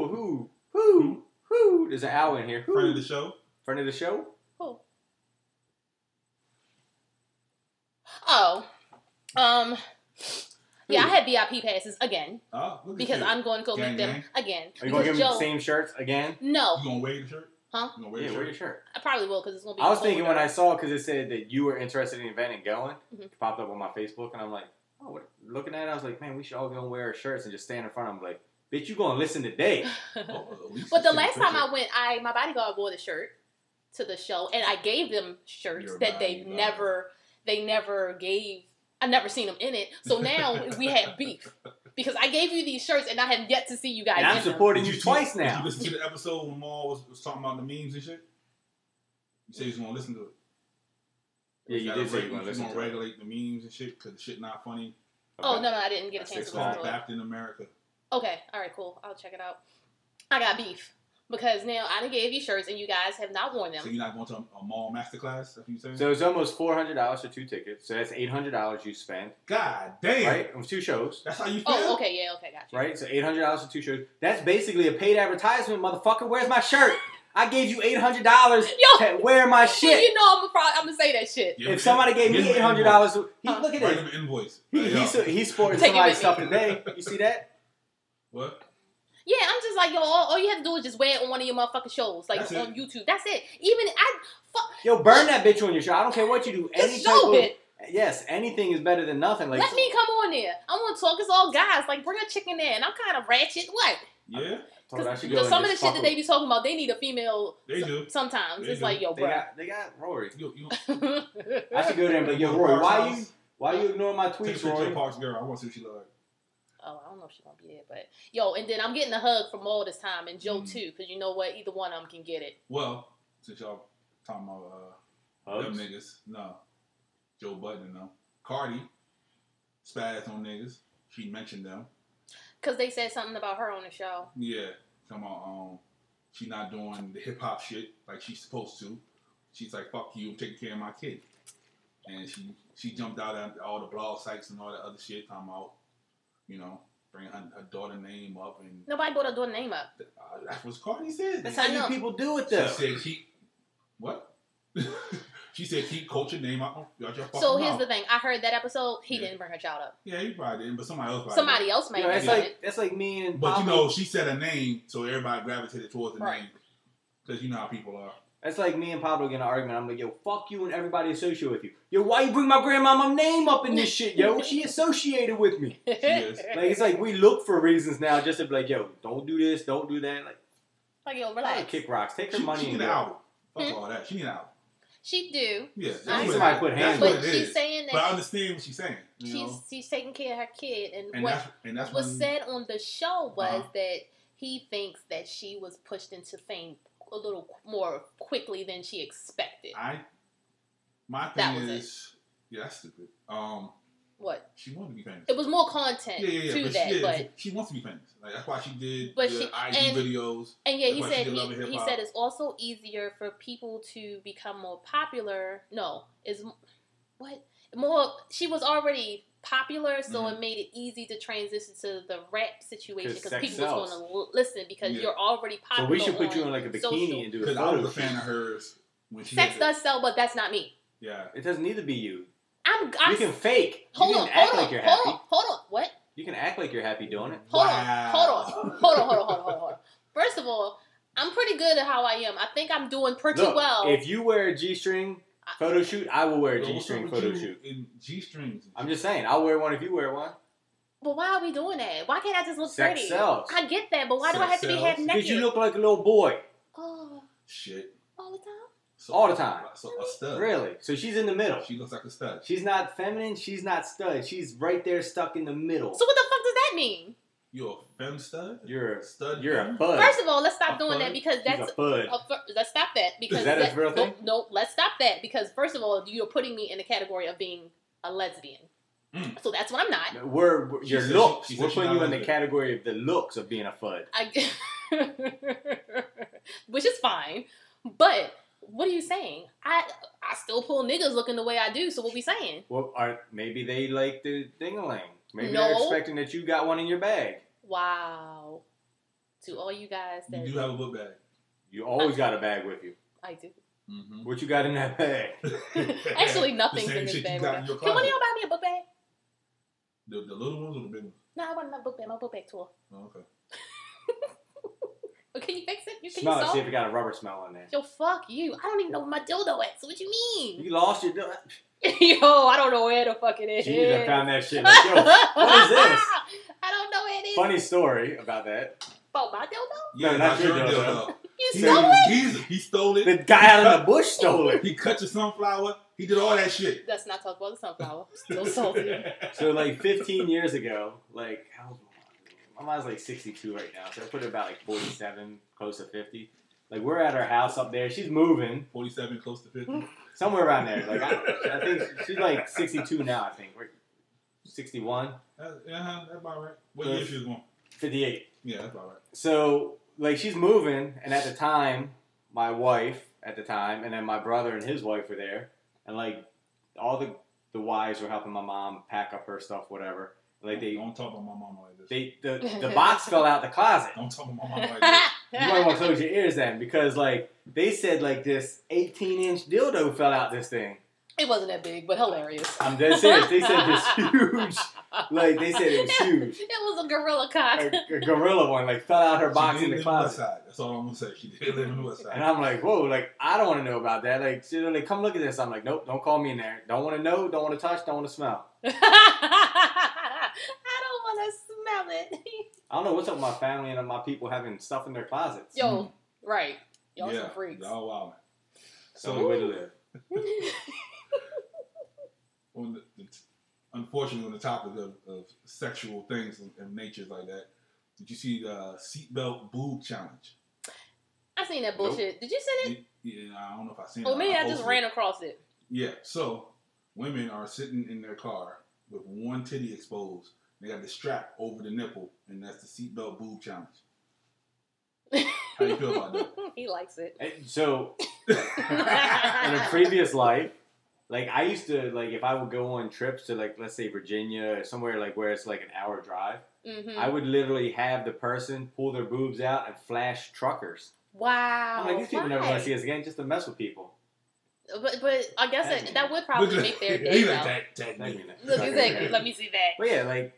Speaker 2: who, who, who. There's an owl in here. Who?
Speaker 4: Friend of the show.
Speaker 2: Friend of the show?
Speaker 3: oh, oh. Um, yeah, I had VIP passes again
Speaker 4: Oh, look at
Speaker 3: because
Speaker 4: you.
Speaker 3: I'm going to go
Speaker 4: Gang,
Speaker 3: meet them
Speaker 4: gang.
Speaker 3: again.
Speaker 2: Are you gonna give
Speaker 3: Because
Speaker 2: him the
Speaker 3: Joe-
Speaker 2: same shirts again?
Speaker 3: No,
Speaker 4: You going to wear the shirt?
Speaker 3: Huh?
Speaker 4: You going to wear
Speaker 2: Yeah,
Speaker 4: the
Speaker 2: wear your
Speaker 4: shirt?
Speaker 2: shirt.
Speaker 3: I probably will because it's gonna be.
Speaker 2: I was thinking when
Speaker 3: colder.
Speaker 2: I saw because it said that you were interested in the event and going,
Speaker 3: Mhm.
Speaker 2: it popped up on my Facebook, and I'm like, oh, what? looking at it, I was like, man, we should all go and wear our shirts and just stand in front of them. Like, bitch, you gonna listen today?
Speaker 4: Oh, at least
Speaker 3: But the
Speaker 4: you
Speaker 3: last
Speaker 4: took
Speaker 3: time
Speaker 4: a
Speaker 3: I went, I my bodyguard wore the shirt to the show, and I gave them shirts
Speaker 4: Your
Speaker 3: that they
Speaker 4: bodyguard.
Speaker 3: never they never gave. I never seen them in it, so now we had beef because I gave you these shirts, and I have yet to see you guys.
Speaker 2: and I'm
Speaker 3: in them.
Speaker 2: supporting
Speaker 4: Did
Speaker 2: you
Speaker 4: see-
Speaker 2: twice
Speaker 4: did
Speaker 2: now.
Speaker 4: you listen to the episode when Maul was, was talking about the memes and shit? You say he's gonna listen to it.
Speaker 2: Yeah, you
Speaker 4: gotta
Speaker 2: did say
Speaker 4: rate-
Speaker 2: you want to listen
Speaker 4: gonna
Speaker 2: to it.
Speaker 4: regulate the memes and shit because the shit not funny.
Speaker 3: Oh no, no, I didn't get a
Speaker 2: That's
Speaker 3: chance
Speaker 4: It's
Speaker 3: to
Speaker 2: fine.
Speaker 3: listen
Speaker 4: called
Speaker 3: to it.
Speaker 4: Bapped in America.
Speaker 3: Okay, all right, cool. I'll check it out. I got beef because now I done gave you shirts, and you guys have not worn
Speaker 4: So
Speaker 3: them.
Speaker 4: you're not going to a mall masterclass? That's what you saying?
Speaker 2: So it's almost four hundred dollars for two tickets. So that's eight hundred dollars you spent,
Speaker 4: God damn.
Speaker 2: right? With two shows,
Speaker 4: That's how you feel.
Speaker 3: Oh, okay, yeah, okay, gotcha.
Speaker 2: right? So eight hundred dollars for two shows. That's basically a paid advertisement, motherfucker. Where's my shirt? I gave you eight hundred dollars
Speaker 3: Yo,
Speaker 2: to wear my
Speaker 3: you
Speaker 2: shit.
Speaker 3: know I'm gonna probably, I'm gonna say that shit.
Speaker 4: Give him-
Speaker 2: If somebody gave
Speaker 4: give
Speaker 2: me
Speaker 4: him
Speaker 2: eight
Speaker 4: an
Speaker 2: hundred
Speaker 4: invoice.
Speaker 2: dollars, he look at
Speaker 4: Write
Speaker 2: this.
Speaker 4: him an invoice.
Speaker 2: He,
Speaker 4: Hey,
Speaker 2: he,
Speaker 4: yo,
Speaker 2: so, he's sporting
Speaker 3: Take it
Speaker 2: somebody's
Speaker 3: with
Speaker 2: stuff
Speaker 3: me.
Speaker 2: today. You see that?
Speaker 4: what?
Speaker 3: Yeah, I'm just like, yo, all, all you have to do is just wear it on one of your motherfucking shows, like
Speaker 4: That's it.
Speaker 3: on YouTube. That's it. Even I,
Speaker 2: Yo, burn that bitch on your show. I don't care what you do. Any
Speaker 3: just
Speaker 2: type
Speaker 3: show
Speaker 2: of,
Speaker 3: it.
Speaker 2: yes, anything is better than nothing. Like
Speaker 3: Let me come on there. I want to talk. It's all guys. Like, bring a chicken there, and I'm kind of ratchet. What?
Speaker 4: Yeah,
Speaker 2: told her I
Speaker 3: Because
Speaker 2: should go and
Speaker 3: some of the
Speaker 2: just
Speaker 3: shit
Speaker 2: fuck
Speaker 3: that they
Speaker 2: with-
Speaker 3: be talking about, they need a female.
Speaker 4: they do.
Speaker 3: Sometimes
Speaker 4: They
Speaker 3: it's
Speaker 4: do.
Speaker 3: like, yo,
Speaker 2: they
Speaker 3: bro.
Speaker 2: got they got Rory.
Speaker 4: You, you,
Speaker 2: I should go there and be like, yo, Rory, why you why you ignoring my
Speaker 4: Take a
Speaker 2: tweets,
Speaker 4: picture of
Speaker 2: Rory?
Speaker 4: Parks girl. I want to see what she look like.
Speaker 3: Oh, I don't know if she's gonna be there, but yo, and then I'm getting a hug from all this time and Joe
Speaker 4: Mm.
Speaker 3: too, because you know what, either one of them can get it.
Speaker 4: Well, since y'all talking about uh, Them
Speaker 2: Hugs?
Speaker 4: niggas. No. Joe Budden and them. Cardi spazzed on niggas. She mentioned them.
Speaker 3: Cause they said something about her on the show.
Speaker 4: Yeah. Come on. Um, she not doing the hip hop shit like she's supposed to. She's like, fuck you, I'm taking care of my kid. And she she jumped out at all the blog sites and all that other shit, talking about, you know, bringing her, her daughter name up. And
Speaker 3: Nobody brought her door name up.
Speaker 4: uh, that's what Cardi said.
Speaker 2: That's
Speaker 3: I
Speaker 2: how you
Speaker 3: know.
Speaker 2: people do it
Speaker 4: she
Speaker 2: though.
Speaker 4: said, keep. What? she said, keep culture name out your fucking
Speaker 3: So here's
Speaker 4: mouth.
Speaker 3: the thing. I heard that episode. He
Speaker 4: Yeah.
Speaker 3: didn't bring her child up.
Speaker 4: Yeah, you probably didn't, but somebody else probably did.
Speaker 3: Somebody else may
Speaker 2: Yo,
Speaker 3: have
Speaker 2: that's
Speaker 3: done
Speaker 2: like
Speaker 3: it.
Speaker 2: that's like me and
Speaker 4: But you
Speaker 2: Pablo-
Speaker 4: know, she said a name, so everybody gravitated towards the
Speaker 3: Right.
Speaker 4: name. Because you know how people are.
Speaker 2: that's like me and Pablo getting in an argument. I'm like, yo, fuck you and everybody associated with you. Yo, why you bring my grandmama name up in this shit, yo? She associated with me.
Speaker 4: is.
Speaker 2: Like it's like we look for reasons now just to be like, yo, don't do this, don't do that. Like
Speaker 3: Like, yo,
Speaker 2: I'll
Speaker 3: relax.
Speaker 2: kick rocks, take her
Speaker 4: She,
Speaker 2: money
Speaker 4: she
Speaker 2: and
Speaker 4: need
Speaker 2: go.
Speaker 4: an album. Fuck
Speaker 3: Hmm?
Speaker 4: all that. She need an album.
Speaker 3: She do,
Speaker 4: Yeah, that's
Speaker 3: I
Speaker 4: what
Speaker 3: need
Speaker 4: it
Speaker 2: somebody
Speaker 4: is.
Speaker 2: put
Speaker 4: That's
Speaker 2: hands
Speaker 4: what
Speaker 2: on
Speaker 3: but
Speaker 4: it
Speaker 3: she's
Speaker 4: is.
Speaker 3: saying
Speaker 4: But I
Speaker 3: that
Speaker 4: understand what she's saying. You
Speaker 3: she's
Speaker 4: know?
Speaker 3: she's taking care of her kid, and,
Speaker 4: And
Speaker 3: what
Speaker 4: that's and that's
Speaker 3: was
Speaker 4: when-
Speaker 3: said on the show was
Speaker 4: Uh-huh.
Speaker 3: that he thinks that she was pushed into fame a little qu- more quickly than she expected.
Speaker 4: I my
Speaker 3: That
Speaker 4: thing is
Speaker 3: was
Speaker 4: yeah, that's stupid. Um
Speaker 3: what?
Speaker 4: she wanted to be famous.
Speaker 3: It was more content
Speaker 4: yeah, yeah, yeah.
Speaker 3: eh, to
Speaker 4: But
Speaker 3: that,
Speaker 4: she, yeah,
Speaker 3: but
Speaker 4: she wants to be famous. Like that's why she did
Speaker 3: But
Speaker 4: the
Speaker 3: she-
Speaker 4: IG
Speaker 3: and-
Speaker 4: videos.
Speaker 3: and yeah, he
Speaker 4: That's why she
Speaker 3: said
Speaker 4: did Love
Speaker 3: he,
Speaker 4: and Hip
Speaker 3: he
Speaker 4: Hop.
Speaker 3: said it's also easier for people to become more popular. No, is what more? She was already popular, so
Speaker 4: Mhm.
Speaker 3: it made it easy to transition to the rap situation
Speaker 2: Mm-hmm. 'Cause
Speaker 3: because
Speaker 2: sex
Speaker 3: people
Speaker 2: sells.
Speaker 3: was going to l- listen because
Speaker 4: Yeah.
Speaker 3: you're already
Speaker 2: So
Speaker 3: popular.
Speaker 2: we should put
Speaker 3: on
Speaker 2: you in like a bikini
Speaker 3: social.
Speaker 2: and do a
Speaker 4: Because I was
Speaker 2: photo.
Speaker 4: a fan of hers when she
Speaker 3: Sex
Speaker 4: had the-
Speaker 3: does sell, but that's not me.
Speaker 4: Yeah.
Speaker 2: It doesn't need to be you.
Speaker 3: I'm. I'm
Speaker 2: you can fake.
Speaker 3: hold
Speaker 2: you
Speaker 3: on,
Speaker 2: can act
Speaker 3: hold on,
Speaker 2: like you're
Speaker 3: hold
Speaker 2: happy.
Speaker 3: on, hold on. What?
Speaker 2: You can act like you're happy doing it.
Speaker 3: Hold
Speaker 4: Wow.
Speaker 3: on, hold on, hold on, hold on, hold on, hold on, hold on. First of all, I'm pretty good at how I am. I think I'm doing pretty
Speaker 2: Look,
Speaker 3: well.
Speaker 2: if you wear a G-string
Speaker 3: I-
Speaker 2: photo shoot, I will wear a
Speaker 4: Yo, what's
Speaker 2: G-string
Speaker 4: up with
Speaker 2: photo
Speaker 4: you
Speaker 2: shoot.
Speaker 4: In G strings.
Speaker 2: I'm just saying, I'll wear one if you wear one.
Speaker 3: but why are we doing that? Why can't I just look
Speaker 2: Sex
Speaker 3: pretty?
Speaker 2: sells.
Speaker 3: I get that, but why do I
Speaker 4: Sex
Speaker 3: have to be
Speaker 4: sells.
Speaker 3: half
Speaker 4: Did
Speaker 3: naked?
Speaker 2: Because you look like a little boy
Speaker 3: oh,
Speaker 4: shit
Speaker 3: all the time.
Speaker 4: so,
Speaker 2: all the time.
Speaker 4: So a stud.
Speaker 2: Really? So she's in the middle.
Speaker 4: She looks like a stud.
Speaker 2: She's not feminine. She's not stud. She's right there, stuck in the middle.
Speaker 3: So what the fuck does that mean?
Speaker 4: You a femme stud?
Speaker 2: You're
Speaker 4: stud.
Speaker 2: you're a
Speaker 4: femme?
Speaker 2: bud.
Speaker 3: First of all, let's stop
Speaker 4: A
Speaker 3: doing
Speaker 4: fud?
Speaker 3: that because
Speaker 2: She's
Speaker 3: that's
Speaker 2: a bud.
Speaker 3: Uh, fir- let's stop that because
Speaker 2: Is that a real
Speaker 3: no,
Speaker 2: thing?
Speaker 3: no, let's stop that because first of all, you're putting me in the category of being a lesbian,
Speaker 4: Mm.
Speaker 3: so that's what I'm not.
Speaker 2: We're, we're-
Speaker 4: She
Speaker 2: your
Speaker 4: said she-
Speaker 2: looks.
Speaker 4: she said
Speaker 2: we're
Speaker 4: she's
Speaker 2: putting
Speaker 4: not
Speaker 2: you in the
Speaker 4: lesbian.
Speaker 2: category of the looks of being a fud.
Speaker 3: I, which is fine, but what are you saying? I I still pull niggas looking the way I do. So what we saying?
Speaker 2: Well, are maybe they like the dingaling? Maybe they're
Speaker 3: No.
Speaker 2: expecting that you got one in your bag.
Speaker 3: Wow, to all you guys that
Speaker 4: You do have a book bag.
Speaker 2: You always got a bag with you.
Speaker 3: I do.
Speaker 4: Mm-hmm.
Speaker 2: What you got in that bag?
Speaker 3: Actually, nothing's
Speaker 4: same
Speaker 3: in this
Speaker 4: shit you
Speaker 3: bag.
Speaker 4: got
Speaker 3: right
Speaker 4: in
Speaker 3: now.
Speaker 4: your
Speaker 3: Can one of
Speaker 4: closet.
Speaker 3: y'all buy me a book bag?
Speaker 4: The, the little ones or the big ones?
Speaker 3: No, I want my book bag. My book bag tour.
Speaker 4: Oh, okay.
Speaker 3: But can you fix it? You can
Speaker 2: smell
Speaker 3: you
Speaker 2: it.
Speaker 3: solve
Speaker 2: See if it got a rubber smell in there.
Speaker 3: Yo, fuck you. I don't even know where my dildo at. So what you mean?
Speaker 2: You lost your. dil-
Speaker 3: yo, I don't know where the fuck it is.
Speaker 2: Jeez, I found that shit. Like, yo, what is this?
Speaker 3: I don't know where it is.
Speaker 2: Funny story about that.
Speaker 3: Oh, my dildo?
Speaker 2: No,
Speaker 4: Yeah,
Speaker 2: not
Speaker 4: not
Speaker 2: your
Speaker 4: your
Speaker 2: dildo.
Speaker 4: dildo.
Speaker 3: You
Speaker 4: He-
Speaker 3: stole it?
Speaker 4: Jesus, he stole it.
Speaker 2: The guy out in the bush stole it.
Speaker 4: He cut your sunflower. He did all that shit.
Speaker 3: Let's not talk about the sunflower. I'm still salty.
Speaker 2: So like 15 years ago, like how old was my mom? My mom's like 62 right now, so I put it about like 47, close to 50. Like we're at her house up there. She's moving
Speaker 4: 47, close to
Speaker 3: Mm.
Speaker 4: 50.
Speaker 2: somewhere around there. Like I, I think she's like 62 now. I think we're 61,
Speaker 4: That's, uh-huh, that's about right. What
Speaker 2: Yeah.
Speaker 4: year she was born?
Speaker 2: 58.
Speaker 4: Yeah, that's about right.
Speaker 2: So like she's moving, and at the time, my wife at the time, and then my brother and his wife were there, and like all the the wives were helping my mom pack up her stuff, whatever. Like they
Speaker 4: Don't talk about my mama like this.
Speaker 2: They the, the box fell out the closet.
Speaker 4: Don't talk about my mama like this.
Speaker 2: Oh You might want to close your ears then, because like they said, like this 18 inch dildo fell out this thing.
Speaker 3: it wasn't that big, but hilarious.
Speaker 2: I'm dead serious. They said this huge, like they said it was huge.
Speaker 3: It was a gorilla cock.
Speaker 2: A, a gorilla one like fell out her box
Speaker 4: she
Speaker 2: in
Speaker 4: didn't
Speaker 2: the
Speaker 4: live on West
Speaker 2: closet,
Speaker 4: Side. That's all I'm gonna say. She didn't live in the West Side.
Speaker 2: and I'm like, whoa, like I don't want to know about that. Like, so they're like, come look at this. I'm like, nope, don't call me in there. Don't want to know. Don't want to touch. Don't want to smell.
Speaker 3: I don't want to smell it.
Speaker 2: I don't know what's up with my family and my people having stuff in their closets.
Speaker 3: Yo, right. Y'all
Speaker 4: yeah,
Speaker 3: some freaks.
Speaker 4: Y'all wild.
Speaker 2: So the way to
Speaker 4: So,
Speaker 2: live.
Speaker 4: on the, the, unfortunately, on the topic of, of sexual things and, and natures like that, did you see the seatbelt boob challenge?
Speaker 3: I seen that bullshit. Did you see it?
Speaker 4: Y- Yeah, I don't know if I seen.
Speaker 3: Or
Speaker 4: it.
Speaker 3: maybe Oh, I just
Speaker 4: posted it.
Speaker 3: ran across it.
Speaker 4: Yeah, so women are sitting in their car with one titty exposed. They got the strap over the nipple, and that's the seatbelt boob challenge. How you feel about that?
Speaker 3: he likes it.
Speaker 2: And So in a previous life, like I used to like if I would go on trips to like let's say Virginia or somewhere like where it's like an hour drive,
Speaker 3: Mhm.
Speaker 2: I would literally have the person pull their boobs out and flash truckers.
Speaker 3: wow.
Speaker 2: I'm like these people never
Speaker 3: Oh, why?
Speaker 2: want to see us again just to mess with people.
Speaker 3: But but I guess
Speaker 2: That
Speaker 3: that,
Speaker 2: man.
Speaker 3: that would probably make their day
Speaker 4: He
Speaker 3: though.
Speaker 4: like that, that
Speaker 2: Thank
Speaker 4: nigga.
Speaker 2: you. Nick.
Speaker 3: Look
Speaker 2: Sucker.
Speaker 3: exactly. Let me see that.
Speaker 2: But yeah, like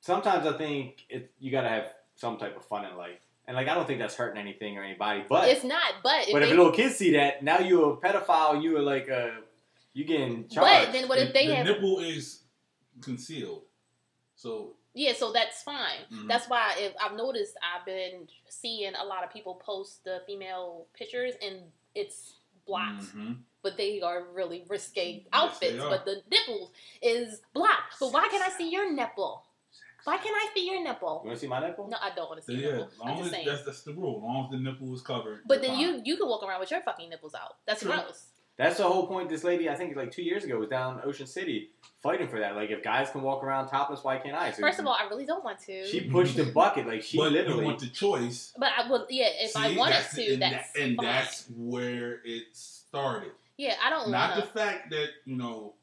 Speaker 2: sometimes I think it you gotta have some type of fun in life, and like I don't think that's hurting anything or anybody, but.
Speaker 3: It's not. But if
Speaker 2: but if
Speaker 3: they,
Speaker 2: little kids see that, now you're a pedophile. You are like a, you getting charged.
Speaker 3: but then what if
Speaker 4: The-
Speaker 3: they
Speaker 4: the
Speaker 3: have?
Speaker 4: nipple is concealed? So
Speaker 3: Yeah. So that's fine.
Speaker 4: Mhm.
Speaker 3: That's why if I've noticed, I've been seeing a lot of people post the female pictures and it's blocked.
Speaker 4: Mhm.
Speaker 3: But they are really risque
Speaker 4: Yes,
Speaker 3: outfits.
Speaker 4: they are.
Speaker 3: but the nipples is blocked. But why can I see your nipple? Why can I see your nipple?
Speaker 2: you want to see my nipple?
Speaker 3: No, I don't want to
Speaker 4: So
Speaker 3: see your
Speaker 4: yeah,
Speaker 3: nipple. I'm
Speaker 4: long
Speaker 3: just
Speaker 4: as
Speaker 3: saying.
Speaker 4: that's, that's the rule. long as the nipple is covered.
Speaker 3: But
Speaker 4: you're
Speaker 3: then
Speaker 4: fine.
Speaker 3: you you can walk around with your fucking nipples out. That's
Speaker 4: True.
Speaker 3: gross.
Speaker 2: That's the whole point. This lady, I think, like two years ago, was down in Ocean City fighting for that. Like, if guys can walk around topless, why can't I? So
Speaker 3: First of all, I really don't want to.
Speaker 2: she pushed the bucket. Like, she
Speaker 4: but
Speaker 2: literally.
Speaker 4: you want the choice.
Speaker 3: but I would, yeah. If I
Speaker 4: See,
Speaker 3: wanted
Speaker 4: that's it,
Speaker 3: to,
Speaker 4: and
Speaker 3: that's
Speaker 4: that- and
Speaker 3: fine.
Speaker 4: that's where it started.
Speaker 3: yeah. I don't
Speaker 4: Not
Speaker 3: want
Speaker 4: the
Speaker 3: to.
Speaker 4: fact that you know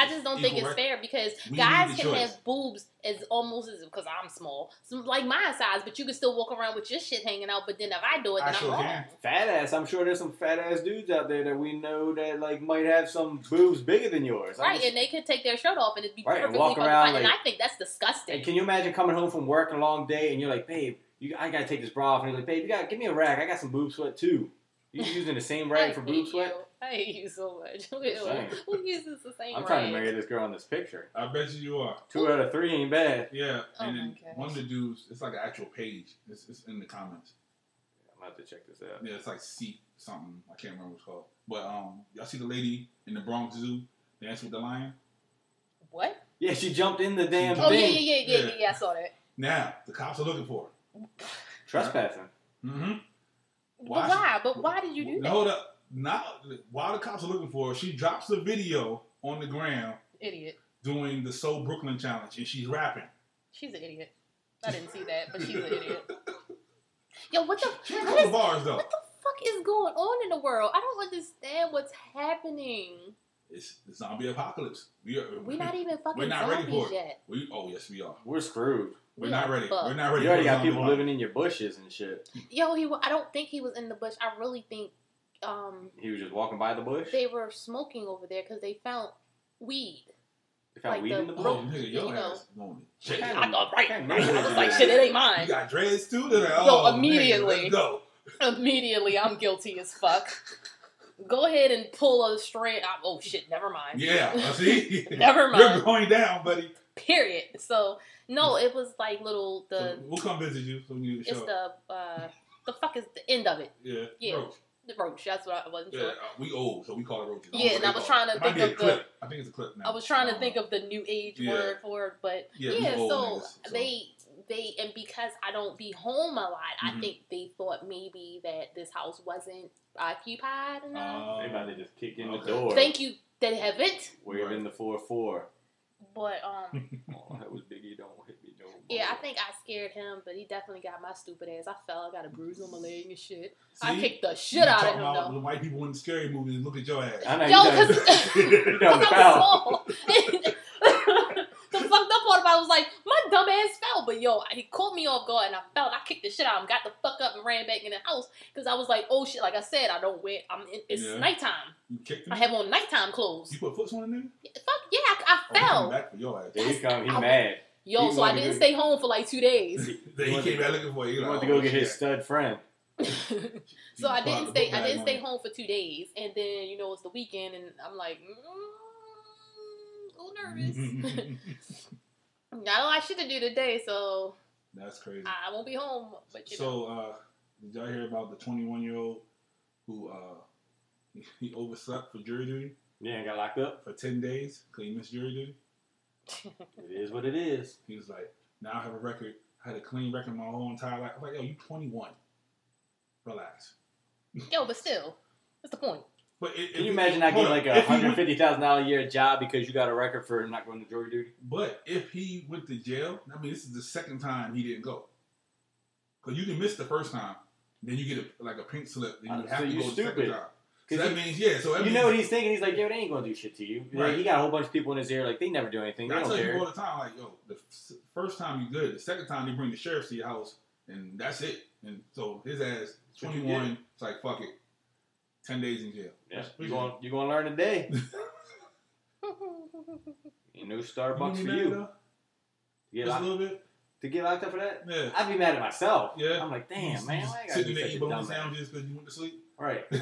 Speaker 3: I just don't think
Speaker 4: Equal
Speaker 3: it's
Speaker 4: right-
Speaker 3: fair because
Speaker 4: We
Speaker 3: guys
Speaker 4: need the
Speaker 3: can
Speaker 4: choice.
Speaker 3: have boobs as almost as because I'm small, so like my size, but you can still walk around with your shit hanging out. But then if I do it, then
Speaker 4: I
Speaker 3: I am
Speaker 4: sure
Speaker 3: wrong.
Speaker 4: can.
Speaker 2: Fat ass. I'm sure there's some fat ass dudes out there that we know that like might have some boobs bigger than yours. I'm
Speaker 3: Right,
Speaker 2: just-
Speaker 3: and they could take their shirt off and it'd be
Speaker 2: Right, and
Speaker 3: perfectly
Speaker 2: walk
Speaker 3: fucking
Speaker 2: around
Speaker 3: fine. and
Speaker 2: like-
Speaker 3: I think that's disgusting.
Speaker 2: And can you imagine coming home from work a long day and you're like, babe, you, I gotta take this bra off, and you're like, babe, you gotta give me a rag. I got some boob sweat too. You using the same rag for
Speaker 3: I
Speaker 2: boob
Speaker 3: hate
Speaker 2: sweat?
Speaker 3: you. I hate you so much. Who-
Speaker 2: Same.
Speaker 3: Who uses the same
Speaker 2: I'm trying to
Speaker 3: rag?
Speaker 2: marry this girl in this picture.
Speaker 4: I bet you you are.
Speaker 2: Two out of three ain't bad.
Speaker 4: Yeah,
Speaker 3: Oh
Speaker 4: and
Speaker 3: my
Speaker 4: then
Speaker 3: gosh.
Speaker 4: one of the dudes, it's like an actual page. It's, it's in the comments.
Speaker 2: I'm about to check this out.
Speaker 4: Yeah, it's like C something. I can't remember what it's called. But um, y'all see the lady in the Bronx Zoo dancing with the lion?
Speaker 3: What?
Speaker 2: Yeah, she jumped in the damn
Speaker 3: Oh yeah,
Speaker 2: thing,
Speaker 3: yeah, yeah, yeah, yeah,
Speaker 4: Yeah.
Speaker 3: yeah. I saw that.
Speaker 4: Now the cops are looking for
Speaker 2: trespassing.
Speaker 4: her. Mm-hmm. Why
Speaker 3: But
Speaker 4: should-
Speaker 3: why? But why did you do that?
Speaker 4: Hold up. Now, while the cops are looking for her, she drops the video on the ground
Speaker 3: Idiot.
Speaker 4: doing the Soul Brooklyn challenge, and she's rapping.
Speaker 3: She's an idiot. I didn't see that, but she's an idiot. Yo, what the
Speaker 4: She has
Speaker 3: what
Speaker 4: the
Speaker 3: is-
Speaker 4: bars though.
Speaker 3: what the fuck is going on in the world? I don't understand what's happening.
Speaker 4: It's the zombie apocalypse. We are.
Speaker 3: We're not even fucking
Speaker 4: We're not ready
Speaker 3: zombies
Speaker 4: for it.
Speaker 3: yet.
Speaker 4: We, oh yes, we are.
Speaker 2: We're screwed.
Speaker 4: We're
Speaker 3: We
Speaker 4: not
Speaker 3: are
Speaker 4: ready.
Speaker 3: fucked.
Speaker 4: We're not ready.
Speaker 2: You already
Speaker 4: for
Speaker 2: got
Speaker 4: zombie
Speaker 2: people
Speaker 4: apocalypse.
Speaker 2: living in your bushes and shit.
Speaker 3: Yo, he. wa- I don't think he was in the bush. I really think um
Speaker 2: He was just walking by the bush.
Speaker 3: they were smoking over there because they found weed.
Speaker 2: They found
Speaker 3: like
Speaker 2: weed
Speaker 3: the
Speaker 2: in the
Speaker 4: Oh,
Speaker 2: bush.
Speaker 4: nigga, your
Speaker 3: You know.
Speaker 4: ass going to jail.
Speaker 2: Kind
Speaker 3: I thought right.
Speaker 2: kind of
Speaker 3: right. I
Speaker 2: neighborhood
Speaker 3: was
Speaker 2: you
Speaker 3: like,
Speaker 2: live
Speaker 3: shit,
Speaker 2: in.
Speaker 3: it ain't mine.
Speaker 4: You got dreads too? They're like, oh,
Speaker 3: immediately.
Speaker 4: Nigga, let's go.
Speaker 3: Immediately, I'm guilty as fuck. Go ahead and pull a strand. I- Oh shit, never mind.
Speaker 4: Yeah, I see?
Speaker 3: Never
Speaker 4: You're
Speaker 3: mind.
Speaker 4: going down, buddy.
Speaker 3: Period. So no, it was like little
Speaker 4: So
Speaker 3: the
Speaker 4: we'll come visit you when you
Speaker 3: it's
Speaker 4: show up.
Speaker 3: the uh the fuck is the end of it.
Speaker 4: Yeah.
Speaker 3: Yeah.
Speaker 4: Roach.
Speaker 3: The roach. That's what I wasn't
Speaker 4: Yeah,
Speaker 3: sure.
Speaker 4: uh, we old, so we call it roaches. don't
Speaker 3: Yeah,
Speaker 4: know
Speaker 3: and
Speaker 4: what
Speaker 3: I
Speaker 4: they
Speaker 3: was
Speaker 4: call it.
Speaker 3: trying to
Speaker 4: It might
Speaker 3: think
Speaker 4: be a
Speaker 3: of the-
Speaker 4: clip. I think it's a clip now.
Speaker 3: I was trying to
Speaker 4: don't
Speaker 3: think
Speaker 4: know.
Speaker 3: of the new age
Speaker 4: Yeah.
Speaker 3: word for it, but
Speaker 4: Yeah,
Speaker 3: yeah,
Speaker 4: we old
Speaker 3: so,
Speaker 4: niggas, so-
Speaker 3: they they and because I don't be home a lot, I
Speaker 4: Mhm.
Speaker 3: think they thought maybe that this house wasn't occupied enough.
Speaker 4: Um,
Speaker 2: They about to just kick in the
Speaker 4: Okay.
Speaker 2: door.
Speaker 3: Thank you that haven't.
Speaker 2: We're in the four four.
Speaker 3: But um
Speaker 2: Oh, that was Biggie. Don't hit me no more.
Speaker 3: yeah, I think I scared him, but he definitely got my stupid ass. I fell, I got a bruise on my leg and shit. I
Speaker 4: See?
Speaker 3: kicked the shit
Speaker 4: You
Speaker 3: out of
Speaker 4: talking
Speaker 3: him
Speaker 4: about
Speaker 3: though.
Speaker 4: The white people in the scary movies, look at your ass.
Speaker 2: I know
Speaker 3: Yo,
Speaker 2: you done-
Speaker 3: 'cause-
Speaker 2: you
Speaker 3: Because
Speaker 2: done
Speaker 3: I was
Speaker 2: foul.
Speaker 3: small. the fucked up part about it was like, my dumb ass fell, but yo, he caught me off guard and I fell. I kicked the shit out of him, got the fuck up and ran back in the house because I was like, oh shit, like I said, I don't wear, I'm in, it's
Speaker 4: Yeah.
Speaker 3: nighttime.
Speaker 4: You kicked him?
Speaker 3: I have on nighttime clothes.
Speaker 4: you put foot on a nigga?
Speaker 3: Fuck yeah, I,
Speaker 4: Oh,
Speaker 3: I
Speaker 4: he coming
Speaker 3: fell.
Speaker 4: back for your ass.
Speaker 2: There he come. He
Speaker 3: I-
Speaker 2: mad.
Speaker 3: Yo,
Speaker 2: He
Speaker 3: so I
Speaker 2: wanted
Speaker 3: didn't
Speaker 2: to-
Speaker 3: stay home for like two days.
Speaker 4: Then he
Speaker 2: wanted-
Speaker 4: came back looking for you.
Speaker 2: He
Speaker 4: You're
Speaker 2: wanted
Speaker 4: like,
Speaker 2: to go
Speaker 4: oh,
Speaker 2: get his
Speaker 4: shit.
Speaker 2: stud friend.
Speaker 3: so I
Speaker 4: You pull out
Speaker 3: didn't
Speaker 4: the
Speaker 3: stay, I
Speaker 4: book bag
Speaker 3: didn't
Speaker 4: on
Speaker 3: stay
Speaker 4: him.
Speaker 3: home for two days. And then, you know, it's the weekend and I'm like, mm, a little nervous.
Speaker 4: Mm-hmm.
Speaker 3: Got a lot of shit to do today, so
Speaker 4: That's crazy.
Speaker 3: I won't be home. But you know,
Speaker 4: So, uh, did y'all hear about the 21 year old who uh, he overslept for jury duty
Speaker 2: Yeah, got locked up.
Speaker 4: for 10 days because he missed jury duty?
Speaker 2: It is what it is.
Speaker 4: He was like, now I have a record. I had a clean record my whole entire life. I was like, yo, you 21. Relax.
Speaker 3: yo, but still, what's the point?
Speaker 4: But it,
Speaker 2: Can
Speaker 4: if-
Speaker 2: you imagine not getting
Speaker 4: hold
Speaker 2: like
Speaker 4: on.
Speaker 2: a
Speaker 4: If he
Speaker 2: hundred
Speaker 4: went-
Speaker 2: fifty thousand dollar a year job because you got a record for not going to jury duty?
Speaker 4: But if he went to jail, I mean, this is the second time he didn't go. Because you can miss the first time, then you get a, like a pink slip, then
Speaker 2: Uh,
Speaker 4: you
Speaker 2: so
Speaker 4: have to
Speaker 2: you
Speaker 4: go to the second
Speaker 2: stupid.
Speaker 4: time. So
Speaker 2: 'Cause
Speaker 4: that
Speaker 2: you,
Speaker 4: means, yeah. So that
Speaker 2: you
Speaker 4: means,
Speaker 2: know what he's thinking? He's like, yo, they ain't going to do shit to you. Like,
Speaker 4: Right.
Speaker 2: he got a whole bunch of people in his ear, like they never do anything. They
Speaker 4: I
Speaker 2: don't
Speaker 4: tell
Speaker 2: care.
Speaker 4: people all the time, like, yo, the f- first time you good, the second time they bring the sheriff to your house, and that's it. And so his ass,
Speaker 2: That's what you
Speaker 4: 21, it's like, fuck it. 10 days in jail.
Speaker 2: Yeah,
Speaker 4: That's-
Speaker 2: you going you going to learn today. Ain't no Starbucks
Speaker 4: You
Speaker 2: for
Speaker 4: know
Speaker 2: you. To get,
Speaker 4: that, though? Just a
Speaker 2: locked,
Speaker 4: little bit?
Speaker 2: to get locked up for that,
Speaker 4: Yeah.
Speaker 2: I'd be mad at myself.
Speaker 4: Yeah.
Speaker 2: I'm like,
Speaker 4: You
Speaker 2: damn
Speaker 4: just-
Speaker 2: man,
Speaker 4: you
Speaker 2: why I
Speaker 4: just
Speaker 2: gotta
Speaker 4: Sitting
Speaker 2: be
Speaker 4: there
Speaker 2: such a
Speaker 4: eating bologna
Speaker 2: dumbass?
Speaker 4: sandwiches because you went to sleep?
Speaker 2: Right. And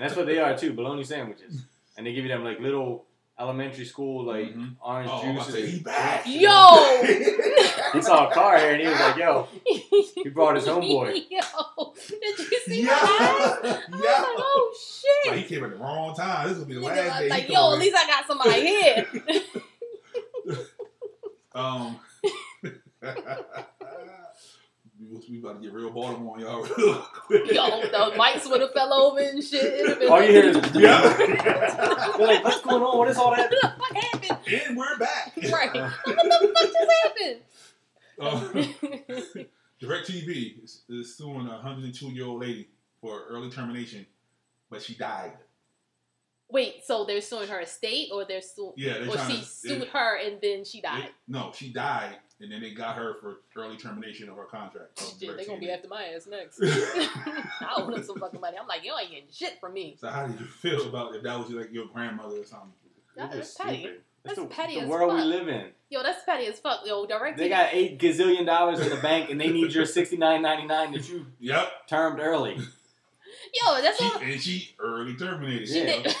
Speaker 2: that's what they are too, bologna sandwiches. And they give you them like little elementary school like
Speaker 4: Mhm.
Speaker 2: orange
Speaker 4: Oh, I'm about to say,
Speaker 2: juices.
Speaker 4: he back.
Speaker 3: Yo,
Speaker 2: He saw a car here and he was like, yo, he brought his homeboy.
Speaker 3: Yo, did you see
Speaker 4: Yeah.
Speaker 3: my eyes? I was like,
Speaker 4: Yeah.
Speaker 3: oh
Speaker 4: Like,
Speaker 3: shit.
Speaker 4: he came at the wrong time. This will be the
Speaker 3: Nigga,
Speaker 4: last
Speaker 3: I
Speaker 4: day.
Speaker 3: was
Speaker 4: he
Speaker 3: like,
Speaker 4: come
Speaker 3: yo,
Speaker 4: in.
Speaker 3: at least I got somebody here.
Speaker 4: Um, we, was- we about to get real Baltimore on y'all real quick.
Speaker 3: Yo, the mics would have fell over and shit. It'd have been
Speaker 2: All you
Speaker 3: like,
Speaker 2: hear is,
Speaker 4: Yeah.
Speaker 2: they're like, what's going on? What is all that?
Speaker 3: what the fuck happened?
Speaker 4: and we're back.
Speaker 3: Right. What the fuck just
Speaker 4: Um,
Speaker 3: happened?
Speaker 4: DirecTV is, is suing a 102 year old lady for early termination, but she died.
Speaker 3: Wait, so they're suing her estate, or they're suing,
Speaker 4: Yeah, they're
Speaker 3: or
Speaker 4: trying
Speaker 3: she
Speaker 4: to.
Speaker 3: sued
Speaker 4: they-
Speaker 3: her and then she
Speaker 4: they-
Speaker 3: died.
Speaker 4: no, she died, and then they got her for early termination of her contract. of
Speaker 3: Shit, they gonna be
Speaker 4: Brexit.
Speaker 3: after my ass next. I owe them some fucking money. I'm like, you ain't getting shit from me.
Speaker 4: So how did you feel about if that was like your grandmother or something?
Speaker 3: That-
Speaker 2: They're
Speaker 3: that's
Speaker 2: just
Speaker 3: petty.
Speaker 2: stupid.
Speaker 3: That's
Speaker 2: the,
Speaker 3: petty
Speaker 2: the
Speaker 3: as
Speaker 2: world we
Speaker 3: fuck.
Speaker 2: live in.
Speaker 3: Yo, that's petty as fuck. Yo, direct
Speaker 2: They
Speaker 3: TV
Speaker 2: got eight gazillion dollars in the bank, and they need your sixty nine ninety nine that you
Speaker 4: Yep.
Speaker 2: termed early.
Speaker 3: Yo, that's
Speaker 4: She,
Speaker 3: all.
Speaker 4: and she early terminated.
Speaker 3: She
Speaker 2: Yeah.
Speaker 3: did-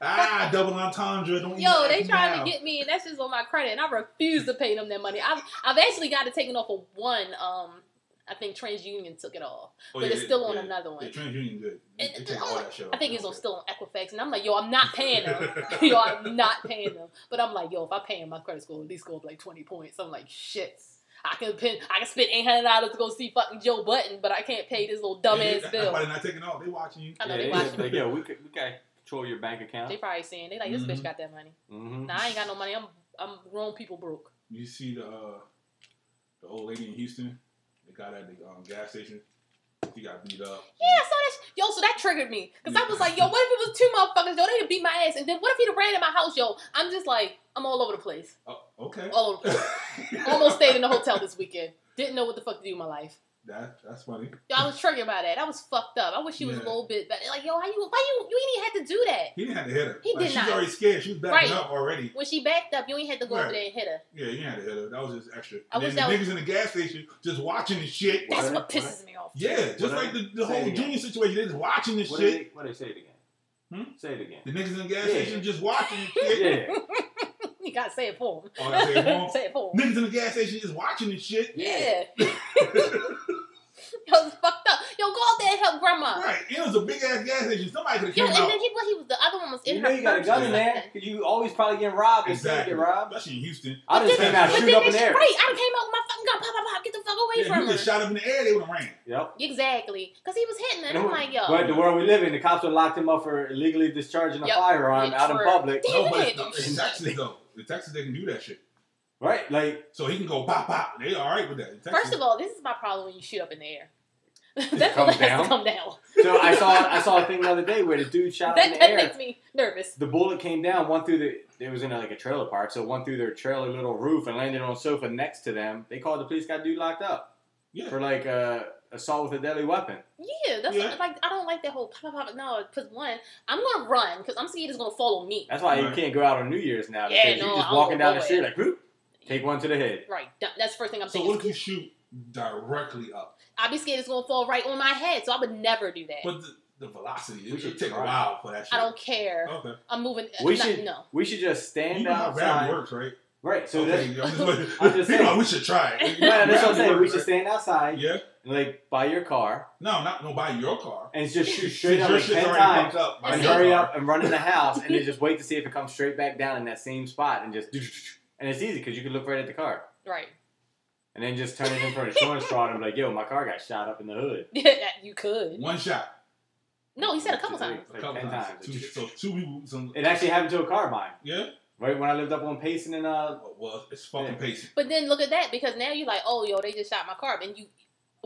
Speaker 4: ah, double entendre. Don't even
Speaker 3: Yo, they
Speaker 4: ask
Speaker 3: trying
Speaker 4: now.
Speaker 3: to get me, and that's just on my credit, and I refuse to pay them that money. I've I've actually got it taken off of one. Um, I think TransUnion took it off,
Speaker 4: Oh,
Speaker 3: but
Speaker 4: yeah,
Speaker 3: it's still on
Speaker 4: yeah.
Speaker 3: another
Speaker 4: Yeah,
Speaker 3: one.
Speaker 4: TransUnion good. They-
Speaker 3: And-
Speaker 4: they take all that shit
Speaker 3: I
Speaker 4: off.
Speaker 3: think
Speaker 4: They
Speaker 3: it's on
Speaker 4: don't
Speaker 3: still on Equifax, and I'm like, yo, I'm not paying them. yo, I'm not paying them. But I'm like, yo, if I pay them, my credit score at least go up like 20 points. I'm like, shit. I can pin, I can spend eight hundred dollars to go see fucking Joe Button, but I can't pay this little
Speaker 4: care. Yeah,
Speaker 3: dumbass
Speaker 4: that-
Speaker 3: bill.
Speaker 4: That's why they're not taking off. They watching you.
Speaker 3: I know
Speaker 2: yeah,
Speaker 3: they
Speaker 2: it's
Speaker 3: watching.
Speaker 2: like, yo, we could, we got control your bank account.
Speaker 3: They probably saying they like this
Speaker 4: Mhm.
Speaker 3: bitch got that money.
Speaker 2: hmm
Speaker 3: Nah, I ain't got no money. I'm I'm grown people broke.
Speaker 4: You see the uh, the old lady in Houston, the guy at the um, gas station, he got beat up.
Speaker 3: Yeah, I saw that. Sh- yo, so that triggered me because I was like, yo, what if it was two motherfuckers? Yo, they'd beat my ass, and then what if he'd have ran in my house? Yo, I'm just like, I'm all over the place.
Speaker 4: Oh, okay.
Speaker 3: All over the place. Oh. Almost stayed in the hotel this weekend. Didn't know what the fuck to do with my life.
Speaker 4: That that's funny.
Speaker 3: Yo, I was triggered by that. That was fucked up. I wish she was
Speaker 4: Yeah.
Speaker 3: a little bit better. Like, yo, why you, why you, you ain't even had to do that.
Speaker 4: He didn't have to hit her.
Speaker 3: He
Speaker 4: like,
Speaker 3: did
Speaker 4: she's
Speaker 3: not.
Speaker 4: already scared. She was
Speaker 3: Right.
Speaker 4: backing up already.
Speaker 3: When she backed up, you ain't had to go
Speaker 4: Right.
Speaker 3: over there and hit her.
Speaker 4: Yeah, you had to hit her. That was just extra.
Speaker 3: I
Speaker 4: And
Speaker 3: wish
Speaker 4: then the
Speaker 3: that
Speaker 4: niggas
Speaker 3: was-
Speaker 4: in the gas station just watching this shit.
Speaker 2: What?
Speaker 3: That's
Speaker 2: Whatever,
Speaker 3: what pisses me off.
Speaker 4: Yeah, just
Speaker 2: What
Speaker 4: like
Speaker 2: I-
Speaker 4: the, the
Speaker 2: say
Speaker 4: whole
Speaker 2: again.
Speaker 4: Junior situation. They just watching this
Speaker 2: What did
Speaker 4: shit.
Speaker 2: they, what did they say it again?
Speaker 4: Hmm?
Speaker 2: Say it again.
Speaker 4: The niggas in the gas
Speaker 2: Yeah.
Speaker 4: station just watching this shit.
Speaker 2: Yeah,
Speaker 3: You gotta say it for him.
Speaker 4: Oh, I say it wrong?
Speaker 3: say it for him.
Speaker 4: Niggas in the gas station just watching this shit.
Speaker 3: Yeah. yo, it's fucked up. Yo, go out there and help grandma.
Speaker 4: Right. It was a big ass gas station. Somebody could have
Speaker 3: Yo,
Speaker 4: came
Speaker 3: and
Speaker 4: out.
Speaker 3: then he, what he was, the other one was in
Speaker 2: you
Speaker 3: her
Speaker 2: know you got a
Speaker 3: purse
Speaker 2: gun
Speaker 3: or
Speaker 2: in there
Speaker 3: something.
Speaker 2: because you always probably getting robbed if you
Speaker 4: Exactly.
Speaker 2: get robbed.
Speaker 4: Especially in Houston.
Speaker 2: I just
Speaker 4: But
Speaker 2: came out
Speaker 4: then-
Speaker 2: shooting up in there.
Speaker 3: Right, I done came out with my fucking gun. Pop, pop, pop. Get the fuck away
Speaker 4: Yeah,
Speaker 3: from
Speaker 4: you
Speaker 3: her.
Speaker 4: just shot up in the air, they would have ran.
Speaker 2: Yep.
Speaker 3: exactly. Because he was hitting her. And I'm like, yo.
Speaker 2: But the world we live in, the cops would locked him up for illegally discharging a
Speaker 3: Yep.
Speaker 2: firearm
Speaker 3: Yeah,
Speaker 2: out in
Speaker 3: true.
Speaker 2: public.
Speaker 3: Damn.
Speaker 4: No, but
Speaker 3: it.
Speaker 4: it's not- in Texas though. In Texas they can do that shit.
Speaker 2: Right? Like,
Speaker 4: So he can go pop pop. They all right with that. In Texas,
Speaker 3: First of all, this is my problem when you shoot up in the air. That's
Speaker 2: comes
Speaker 3: what has
Speaker 2: down?
Speaker 3: to come down.
Speaker 2: so I saw I saw a thing the other day where the dude shot up in
Speaker 3: That,
Speaker 2: the
Speaker 3: that
Speaker 2: air.
Speaker 3: makes me nervous.
Speaker 2: The bullet came down, one through the. It was in like a trailer park, so one through their trailer little roof and landed on a sofa next to them. They called the police, got dude locked up
Speaker 4: Yeah.
Speaker 2: for like uh, assault with a deadly weapon.
Speaker 3: Yeah, that's
Speaker 4: Yeah.
Speaker 3: like I don't like that whole pop pop. pop. No, because one, I'm gonna run because I'm scared it's gonna follow me.
Speaker 2: That's why
Speaker 4: Right.
Speaker 2: you can't go out on New Year's now.
Speaker 3: Yeah,
Speaker 2: because
Speaker 3: no,
Speaker 2: you're just
Speaker 3: I'm
Speaker 2: walking down the
Speaker 3: aware.
Speaker 2: street like, whoop, take one to the head.
Speaker 3: Right, that- that's the first thing I'm
Speaker 4: so
Speaker 3: thinking.
Speaker 4: what if you shoot directly up?
Speaker 3: I'd be scared it's gonna fall right on my head, so I would never do that.
Speaker 4: But the, the velocity,
Speaker 2: We should
Speaker 4: it should take a
Speaker 2: try.
Speaker 4: while for that shit.
Speaker 3: I don't care.
Speaker 4: Okay.
Speaker 3: I'm moving.
Speaker 2: Oh. We
Speaker 3: no,
Speaker 2: should-
Speaker 3: no.
Speaker 2: We should just stand
Speaker 4: You know how rap
Speaker 2: outside.
Speaker 4: works, right?
Speaker 2: Right. So
Speaker 4: okay,
Speaker 2: that's,
Speaker 4: I'm just,
Speaker 2: I'm just
Speaker 4: You know,
Speaker 2: saying.
Speaker 4: we should try it.
Speaker 2: no, no, that's what I'm
Speaker 4: Rap
Speaker 2: saying. We
Speaker 4: works,
Speaker 2: should
Speaker 4: right?
Speaker 2: stand outside,
Speaker 4: Yeah.
Speaker 2: and, like by your car,
Speaker 4: No, not no. Buy your car.
Speaker 2: and just shoot
Speaker 4: Since
Speaker 2: straight up
Speaker 4: your
Speaker 2: like
Speaker 4: shit's
Speaker 2: ten
Speaker 4: already
Speaker 2: times,
Speaker 4: fucked up. buy
Speaker 2: and
Speaker 4: your
Speaker 2: hurry
Speaker 4: car.
Speaker 2: up and run in the house, and then just wait to see if it comes straight back down in that same spot, and just and it's easy because you can look right at the car,
Speaker 3: Right.
Speaker 2: and then just turn it in for an insurance fraud and be like, "Yo, my car got shot up in the hood."
Speaker 3: you could.
Speaker 4: One shot.
Speaker 3: No, he said a couple
Speaker 2: Like,
Speaker 3: times.
Speaker 4: A
Speaker 2: like
Speaker 4: couple
Speaker 2: ten
Speaker 4: times.
Speaker 2: times.
Speaker 4: Two, so two people. Some,
Speaker 2: It actually happened to a car of mine.
Speaker 4: yeah.
Speaker 2: Right when I lived up on Payson and uh,
Speaker 4: Well, it's
Speaker 2: Yeah.
Speaker 4: fucking pacing.
Speaker 3: But then look at that because now you're like, oh, yo, they just shot my car, and you,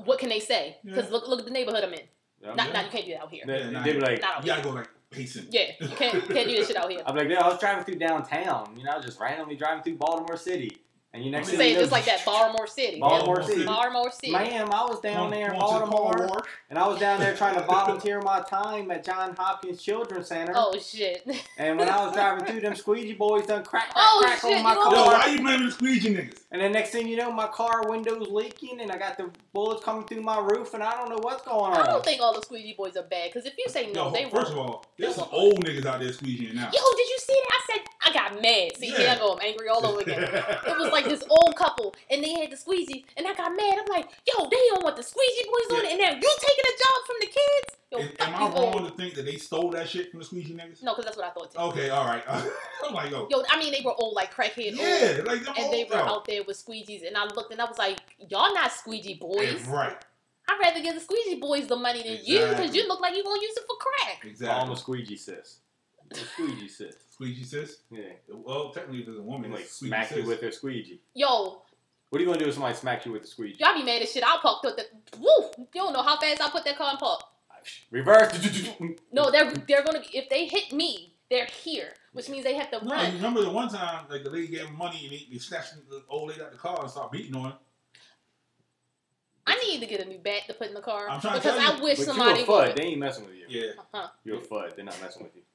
Speaker 3: what can they say? Because
Speaker 4: Yeah.
Speaker 3: look, look at the neighborhood I'm in.
Speaker 2: yeah,
Speaker 3: Not, not you can't do that out here.
Speaker 2: they,
Speaker 4: Yeah, nah.
Speaker 2: they were like,
Speaker 3: Not out
Speaker 4: You
Speaker 3: here.
Speaker 4: gotta go like pacing.
Speaker 3: Yeah, you can't, you can't do this shit out here.
Speaker 2: I'm like, yeah, I was driving through downtown, you know, just randomly driving through Baltimore City, and you next
Speaker 4: I'm
Speaker 2: thing
Speaker 3: Say
Speaker 2: you
Speaker 3: it
Speaker 2: know,
Speaker 3: just like that, Baltimore City.
Speaker 2: Baltimore
Speaker 4: Baltimore
Speaker 2: City.
Speaker 3: Baltimore City.
Speaker 2: Ma'am, I was down
Speaker 4: Going-
Speaker 2: there in
Speaker 4: going to the Cold
Speaker 2: Baltimore,
Speaker 4: War.
Speaker 2: and I was down there trying to volunteer my time at John Hopkins Children's Center.
Speaker 3: Oh shit.
Speaker 2: And when I was driving through, them squeegee boys done crack, crack,
Speaker 3: Oh,
Speaker 2: crack
Speaker 3: shit,
Speaker 2: on my
Speaker 3: you know
Speaker 4: Yo,
Speaker 2: car.
Speaker 3: what?
Speaker 4: why you blaming the squeegee niggas?
Speaker 2: And the next thing you know, my car window's leaking, and I got the bullets coming through my roof, and I don't know what's going
Speaker 3: I
Speaker 2: on.
Speaker 3: don't think all the squeegee boys are bad because if you say no,
Speaker 4: Yo,
Speaker 3: they won't.
Speaker 4: first of all, there's
Speaker 3: They
Speaker 4: some
Speaker 3: won't.
Speaker 4: old niggas out there squeegeeing now.
Speaker 3: Yo, did you see that? I said I got mad. See,
Speaker 4: Yeah.
Speaker 3: here I go. I'm angry all over again. It was like this old couple, and they had the squeegee, and I got mad. I'm like, yo, they don't want the squeegee boys on it, and now you taking a job from the kids? Yo,
Speaker 4: Am
Speaker 3: fuck
Speaker 4: am
Speaker 3: you
Speaker 4: I
Speaker 3: old.
Speaker 4: wrong to think that they stole that shit from the squeegee niggas?
Speaker 3: No, because that's what I thought too.
Speaker 4: Okay, all right. I'm like, yo,
Speaker 3: Yo, I mean, they were old like crackhead old,
Speaker 4: yeah, like them
Speaker 3: and
Speaker 4: old,
Speaker 3: they were
Speaker 4: yo.
Speaker 3: out there with squeegees, and I looked and I was like, y'all not squeegee boys.
Speaker 4: Yeah, right,
Speaker 3: I'd rather give the squeegee boys the money than you because
Speaker 4: Exactly.
Speaker 3: you look like you gonna use it for crack.
Speaker 2: Call
Speaker 4: exactly.
Speaker 2: them a squeegee sis. A squeegee sis.
Speaker 4: Squeegee sis.
Speaker 2: Yeah.
Speaker 4: Well, technically, if it's a woman,
Speaker 2: like
Speaker 4: it's squeegee
Speaker 2: smack
Speaker 4: sis.
Speaker 2: you with their squeegee.
Speaker 3: Yo,
Speaker 2: What are you gonna do if somebody smacks you with a squeegee?
Speaker 3: y'all be mad as shit. I parked up the woo. You don't know how fast I put that car in park.
Speaker 2: Reverse.
Speaker 3: No, they're they're gonna if they hit me, They're here, which means they have to
Speaker 4: No, you
Speaker 3: run.
Speaker 4: remember the one time like the lady gave him money and they, they snatched the old lady out the car and started beating on her.
Speaker 3: I need to get a new bat to put in the car
Speaker 4: I'm trying to
Speaker 3: because
Speaker 4: tell
Speaker 3: I
Speaker 4: you.
Speaker 3: wish
Speaker 2: But
Speaker 3: somebody
Speaker 2: you a fud.
Speaker 3: would.
Speaker 2: They ain't messing with you.
Speaker 4: Yeah,
Speaker 3: Uh-huh.
Speaker 2: You're a fud. They're not messing with you.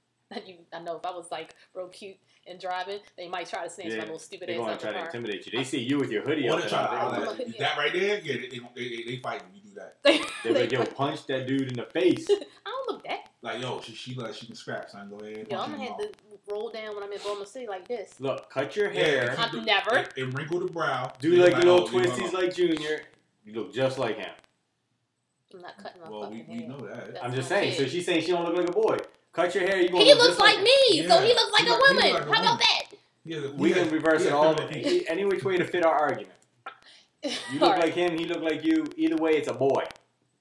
Speaker 3: You, I know if I was like real cute and driving, they might try to snatch
Speaker 2: Yeah,
Speaker 3: my little stupid
Speaker 2: They're
Speaker 3: ass
Speaker 2: gonna
Speaker 3: out
Speaker 2: try
Speaker 3: the
Speaker 2: to
Speaker 3: car.
Speaker 2: intimidate you. They see you with your hoodie
Speaker 4: What
Speaker 2: up.
Speaker 4: they
Speaker 2: and
Speaker 4: try to
Speaker 2: all,
Speaker 3: I'm
Speaker 2: they-
Speaker 3: gonna
Speaker 4: holler
Speaker 3: hit
Speaker 4: at you.
Speaker 3: you.
Speaker 4: That right there, yeah, they, they, they, they fighting. You do that.
Speaker 3: They,
Speaker 2: They
Speaker 3: they
Speaker 2: would yo
Speaker 3: put-
Speaker 2: punch that dude in the face.
Speaker 3: I don't look that.
Speaker 4: Like, yo, she, she like she can scrap, son. Go ahead.
Speaker 3: Yo,
Speaker 4: punch
Speaker 3: I'm
Speaker 4: her
Speaker 3: gonna
Speaker 4: in
Speaker 3: have
Speaker 4: the
Speaker 3: to roll down when I'm in Burma City like this.
Speaker 2: Look, cut your
Speaker 4: Yeah.
Speaker 2: hair.
Speaker 4: Huh.
Speaker 3: I'm never.
Speaker 4: mouth. and, and wrinkle the brow.
Speaker 2: Do
Speaker 4: They
Speaker 2: like the little
Speaker 4: oh, leave her
Speaker 2: twisties
Speaker 4: alone.
Speaker 2: like Junior. You look just like him.
Speaker 3: I'm not cutting my
Speaker 4: Well, we,
Speaker 3: fucking
Speaker 4: we
Speaker 3: hair.
Speaker 4: know that.
Speaker 3: That's
Speaker 2: I'm just
Speaker 3: my
Speaker 2: saying. So
Speaker 3: kid.
Speaker 2: she's saying she don't look like a boy. Cut your hair. You gonna
Speaker 3: He
Speaker 2: look
Speaker 3: looks
Speaker 2: just
Speaker 3: like
Speaker 2: him.
Speaker 3: me, so he
Speaker 4: Yeah.
Speaker 3: looks like
Speaker 4: He
Speaker 3: a
Speaker 4: look- he
Speaker 3: woman.
Speaker 4: look like a
Speaker 3: How about
Speaker 4: woman.
Speaker 3: that?
Speaker 4: Yeah, the-
Speaker 2: We
Speaker 4: yeah,
Speaker 2: can reverse
Speaker 4: yeah,
Speaker 2: it all
Speaker 4: feminine.
Speaker 2: any which way to fit our argument. You look
Speaker 3: All right.
Speaker 2: like him. He look like you. Either way, it's a boy.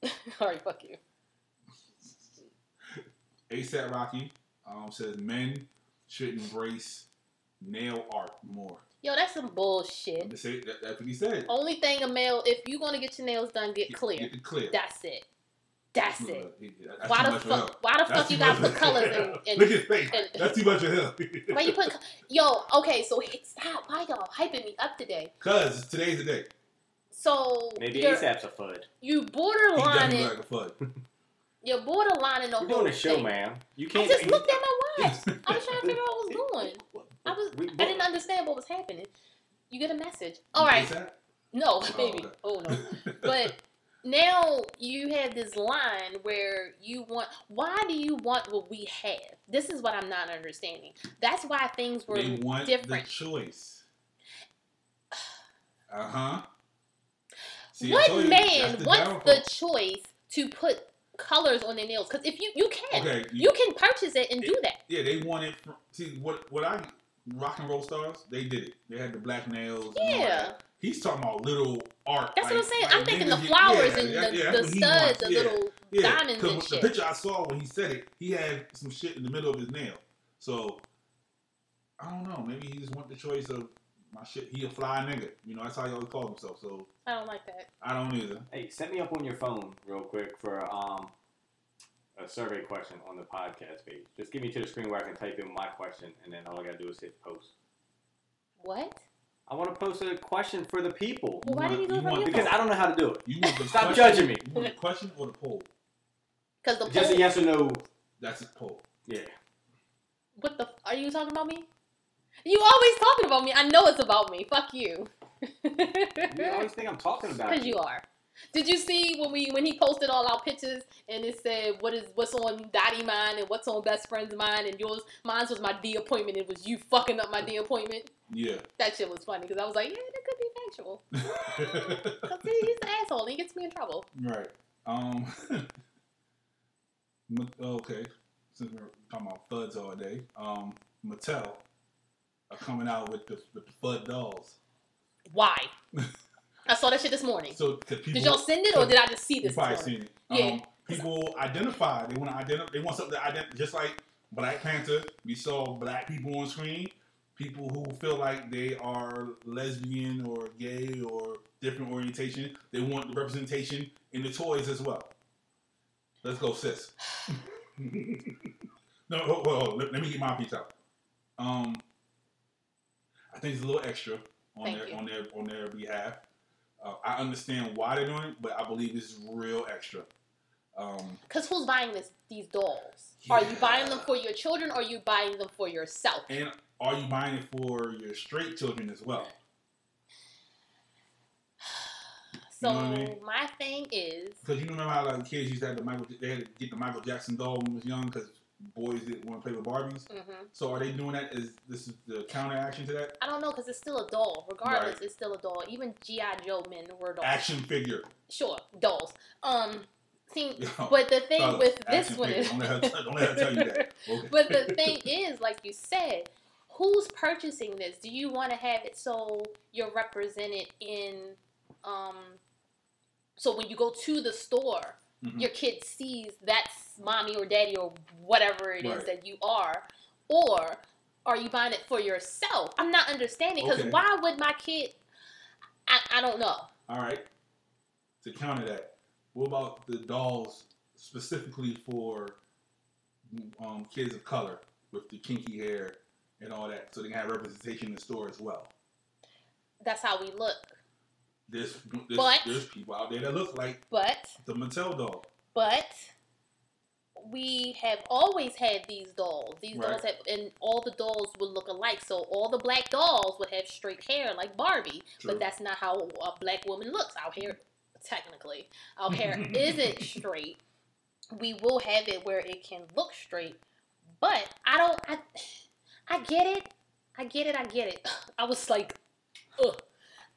Speaker 3: All right, fuck you.
Speaker 4: ASAP Rocky um, says men should embrace nail art more.
Speaker 3: Yo, that's some bullshit.
Speaker 4: They say- that- that's what he said.
Speaker 3: Only thing a male, if you gonna get your nails done, get clear.
Speaker 4: Get it clear.
Speaker 3: That's it. That's
Speaker 4: Look,
Speaker 3: it.
Speaker 4: look, he- that's too
Speaker 3: Why the
Speaker 4: much for him.
Speaker 3: fuck? Why the
Speaker 4: That's
Speaker 3: fuck
Speaker 4: too
Speaker 3: you gotta
Speaker 4: much
Speaker 3: put
Speaker 4: for
Speaker 3: colors
Speaker 4: him.
Speaker 3: in?
Speaker 4: Look at
Speaker 3: in
Speaker 4: his face.
Speaker 3: and-
Speaker 4: That's too much of him.
Speaker 3: why you put? Yo, okay, so h- stop. Why y'all hyping me up today?
Speaker 4: Cause today's the day.
Speaker 3: So
Speaker 2: Maybe
Speaker 3: you're-
Speaker 2: ASAP's a fud.
Speaker 3: you
Speaker 4: He definitely
Speaker 3: borderlining.
Speaker 4: like a fud.
Speaker 3: You're borderlining the
Speaker 2: We're
Speaker 3: whole
Speaker 2: doing a show,
Speaker 3: thing.
Speaker 2: ma'am. You
Speaker 3: I
Speaker 2: can't.
Speaker 3: just looked at my watch. I was trying to figure out what was going. I was.
Speaker 2: We-
Speaker 3: I didn't understand what was happening. You get a message. All right.
Speaker 4: ASAP?
Speaker 3: No,
Speaker 4: Oh,
Speaker 3: baby.
Speaker 4: okay.
Speaker 3: Oh no. But now you have this line where you want. Why do you want what we have? This is what I'm not understanding. That's why things were
Speaker 4: they want
Speaker 3: different.
Speaker 4: the choice. Uh huh.
Speaker 3: what man wants the choice to put colors on their nails? Because if you you can,
Speaker 4: Okay, you-
Speaker 3: you can purchase it and do that.
Speaker 4: Yeah, they wanted. fr- See what what I rock and roll stars they did it. They had the black nails. and all
Speaker 3: Yeah.
Speaker 4: that. He's talking about little art.
Speaker 3: That's what I'm
Speaker 4: like-
Speaker 3: saying.
Speaker 4: like
Speaker 3: I'm thinking the
Speaker 4: niggas get-
Speaker 3: flowers
Speaker 4: yeah,
Speaker 3: and
Speaker 4: that-
Speaker 3: the,
Speaker 4: yeah,
Speaker 3: the
Speaker 4: that's what he wants.
Speaker 3: studs, the
Speaker 4: Yeah,
Speaker 3: little
Speaker 4: yeah.
Speaker 3: diamonds
Speaker 4: 'Cause
Speaker 3: and
Speaker 4: the
Speaker 3: shit.
Speaker 4: picture I saw when he said it, he had some shit in the middle of his nail. So I don't know. Maybe he just want the choice of my shit. He a fly nigga. You know that's how he always calls himself. So
Speaker 3: I don't like that.
Speaker 4: I don't either.
Speaker 2: Hey, set me up on your phone real quick for um, a survey question on the podcast page. Just get me to the screen where I can type in my question, and then all I gotta do is hit post.
Speaker 3: What?
Speaker 2: I want to post a question for the people
Speaker 3: Well, why
Speaker 4: want-
Speaker 3: did he go
Speaker 4: you
Speaker 3: from
Speaker 4: want-
Speaker 3: your
Speaker 2: because I don't know how to do it.
Speaker 4: You want the
Speaker 2: Stop
Speaker 4: question-
Speaker 2: judging me.
Speaker 4: You want the question or the poll?
Speaker 3: Because the
Speaker 2: Just
Speaker 3: poll-
Speaker 2: a yes or no.
Speaker 4: That's a poll.
Speaker 2: Yeah.
Speaker 3: What the? Are you talking about me? You always talking about me. I know it's about me. Fuck you.
Speaker 2: You always think I'm talking about
Speaker 3: Because you are. Did you see when we when he posted all our pictures and it said what is what's on Dottie mine and what's on best friend's mine and yours mine's was my D appointment. It was you fucking up my D appointment.
Speaker 4: Yeah.
Speaker 3: That shit was funny because I was like, yeah, that could be factual.
Speaker 4: right.
Speaker 3: 'Cause he- he's an asshole. and He gets me in trouble.
Speaker 4: Um. Ma- okay. Since we're talking about fuds all day, um, Mattel are coming out with the, with the fud dolls.
Speaker 3: Why? I saw that shit this morning.
Speaker 4: So 'cause people,
Speaker 3: did y'all send it or did I just see
Speaker 4: you
Speaker 3: this?
Speaker 4: probably
Speaker 3: this morning?
Speaker 4: seen it.
Speaker 3: Yeah.
Speaker 4: Um, people identify. They want to identify. They want something to identify. Just like Black Panther, we saw black people on screen. People who feel like they are lesbian or gay or different orientation. They want the representation in the toys as well. Let's go, sis. no, hold, hold, hold. Let, let me get my piece out. Um, I think it's a little extra on
Speaker 3: Thank
Speaker 4: their
Speaker 3: you.
Speaker 4: on their on their behalf. Uh, I understand why they're doing it, but I believe it's real extra. Um,
Speaker 3: Because who's buying this, these dolls? Are you
Speaker 4: Yeah.
Speaker 3: buying them for your children or are you buying them for yourself?
Speaker 4: and are you buying it for your straight children as well?
Speaker 3: So
Speaker 4: You know what I mean?
Speaker 3: my thing is,
Speaker 4: Because you remember how like kids used to have the Michael, they had to get the Michael Jackson doll when they was young because boys didn't want to play with Barbies.
Speaker 3: mhm.
Speaker 4: So are they doing that? Is this is the counteraction to that?
Speaker 3: I don't know because it's still a doll. Regardless,
Speaker 4: Right.
Speaker 3: it's still a doll. Even GI Joe men were dolls.
Speaker 4: Action figure.
Speaker 3: Sure, dolls. Um, see,
Speaker 4: Yo,
Speaker 3: but the thing
Speaker 4: fellas,
Speaker 3: with this
Speaker 4: action
Speaker 3: one
Speaker 4: figure.
Speaker 3: is,
Speaker 4: Don't let, her, don't let her tell you that. Okay.
Speaker 3: but the thing is, like you said, who's purchasing this? Do you want to have it so you're represented in, um, so when you go to the store,
Speaker 4: Mhm.
Speaker 3: your kid sees that's mommy or daddy or whatever it is
Speaker 4: Right.
Speaker 3: that you are, or are you buying it for yourself? I'm not understanding because
Speaker 4: Okay.
Speaker 3: why would my kid? I, I don't know.
Speaker 4: All right. To counter that, what about the dolls specifically for um, kids of color with the kinky hair and all that, so they can have representation in the store as well.
Speaker 3: That's how we look.
Speaker 4: There's there's,
Speaker 3: But-
Speaker 4: there's people out there that look like
Speaker 3: But
Speaker 4: the Mattel doll.
Speaker 3: but we have always had these dolls. These
Speaker 4: Right.
Speaker 3: dolls have, and all the dolls would look alike. So all the black dolls would have straight hair like Barbie.
Speaker 4: True.
Speaker 3: But that's not how a black woman looks. Our hair, technically, our hair isn't straight. We will have it where it can look straight, but I don't. I, I get it. I get it. I get it. I was like, ugh.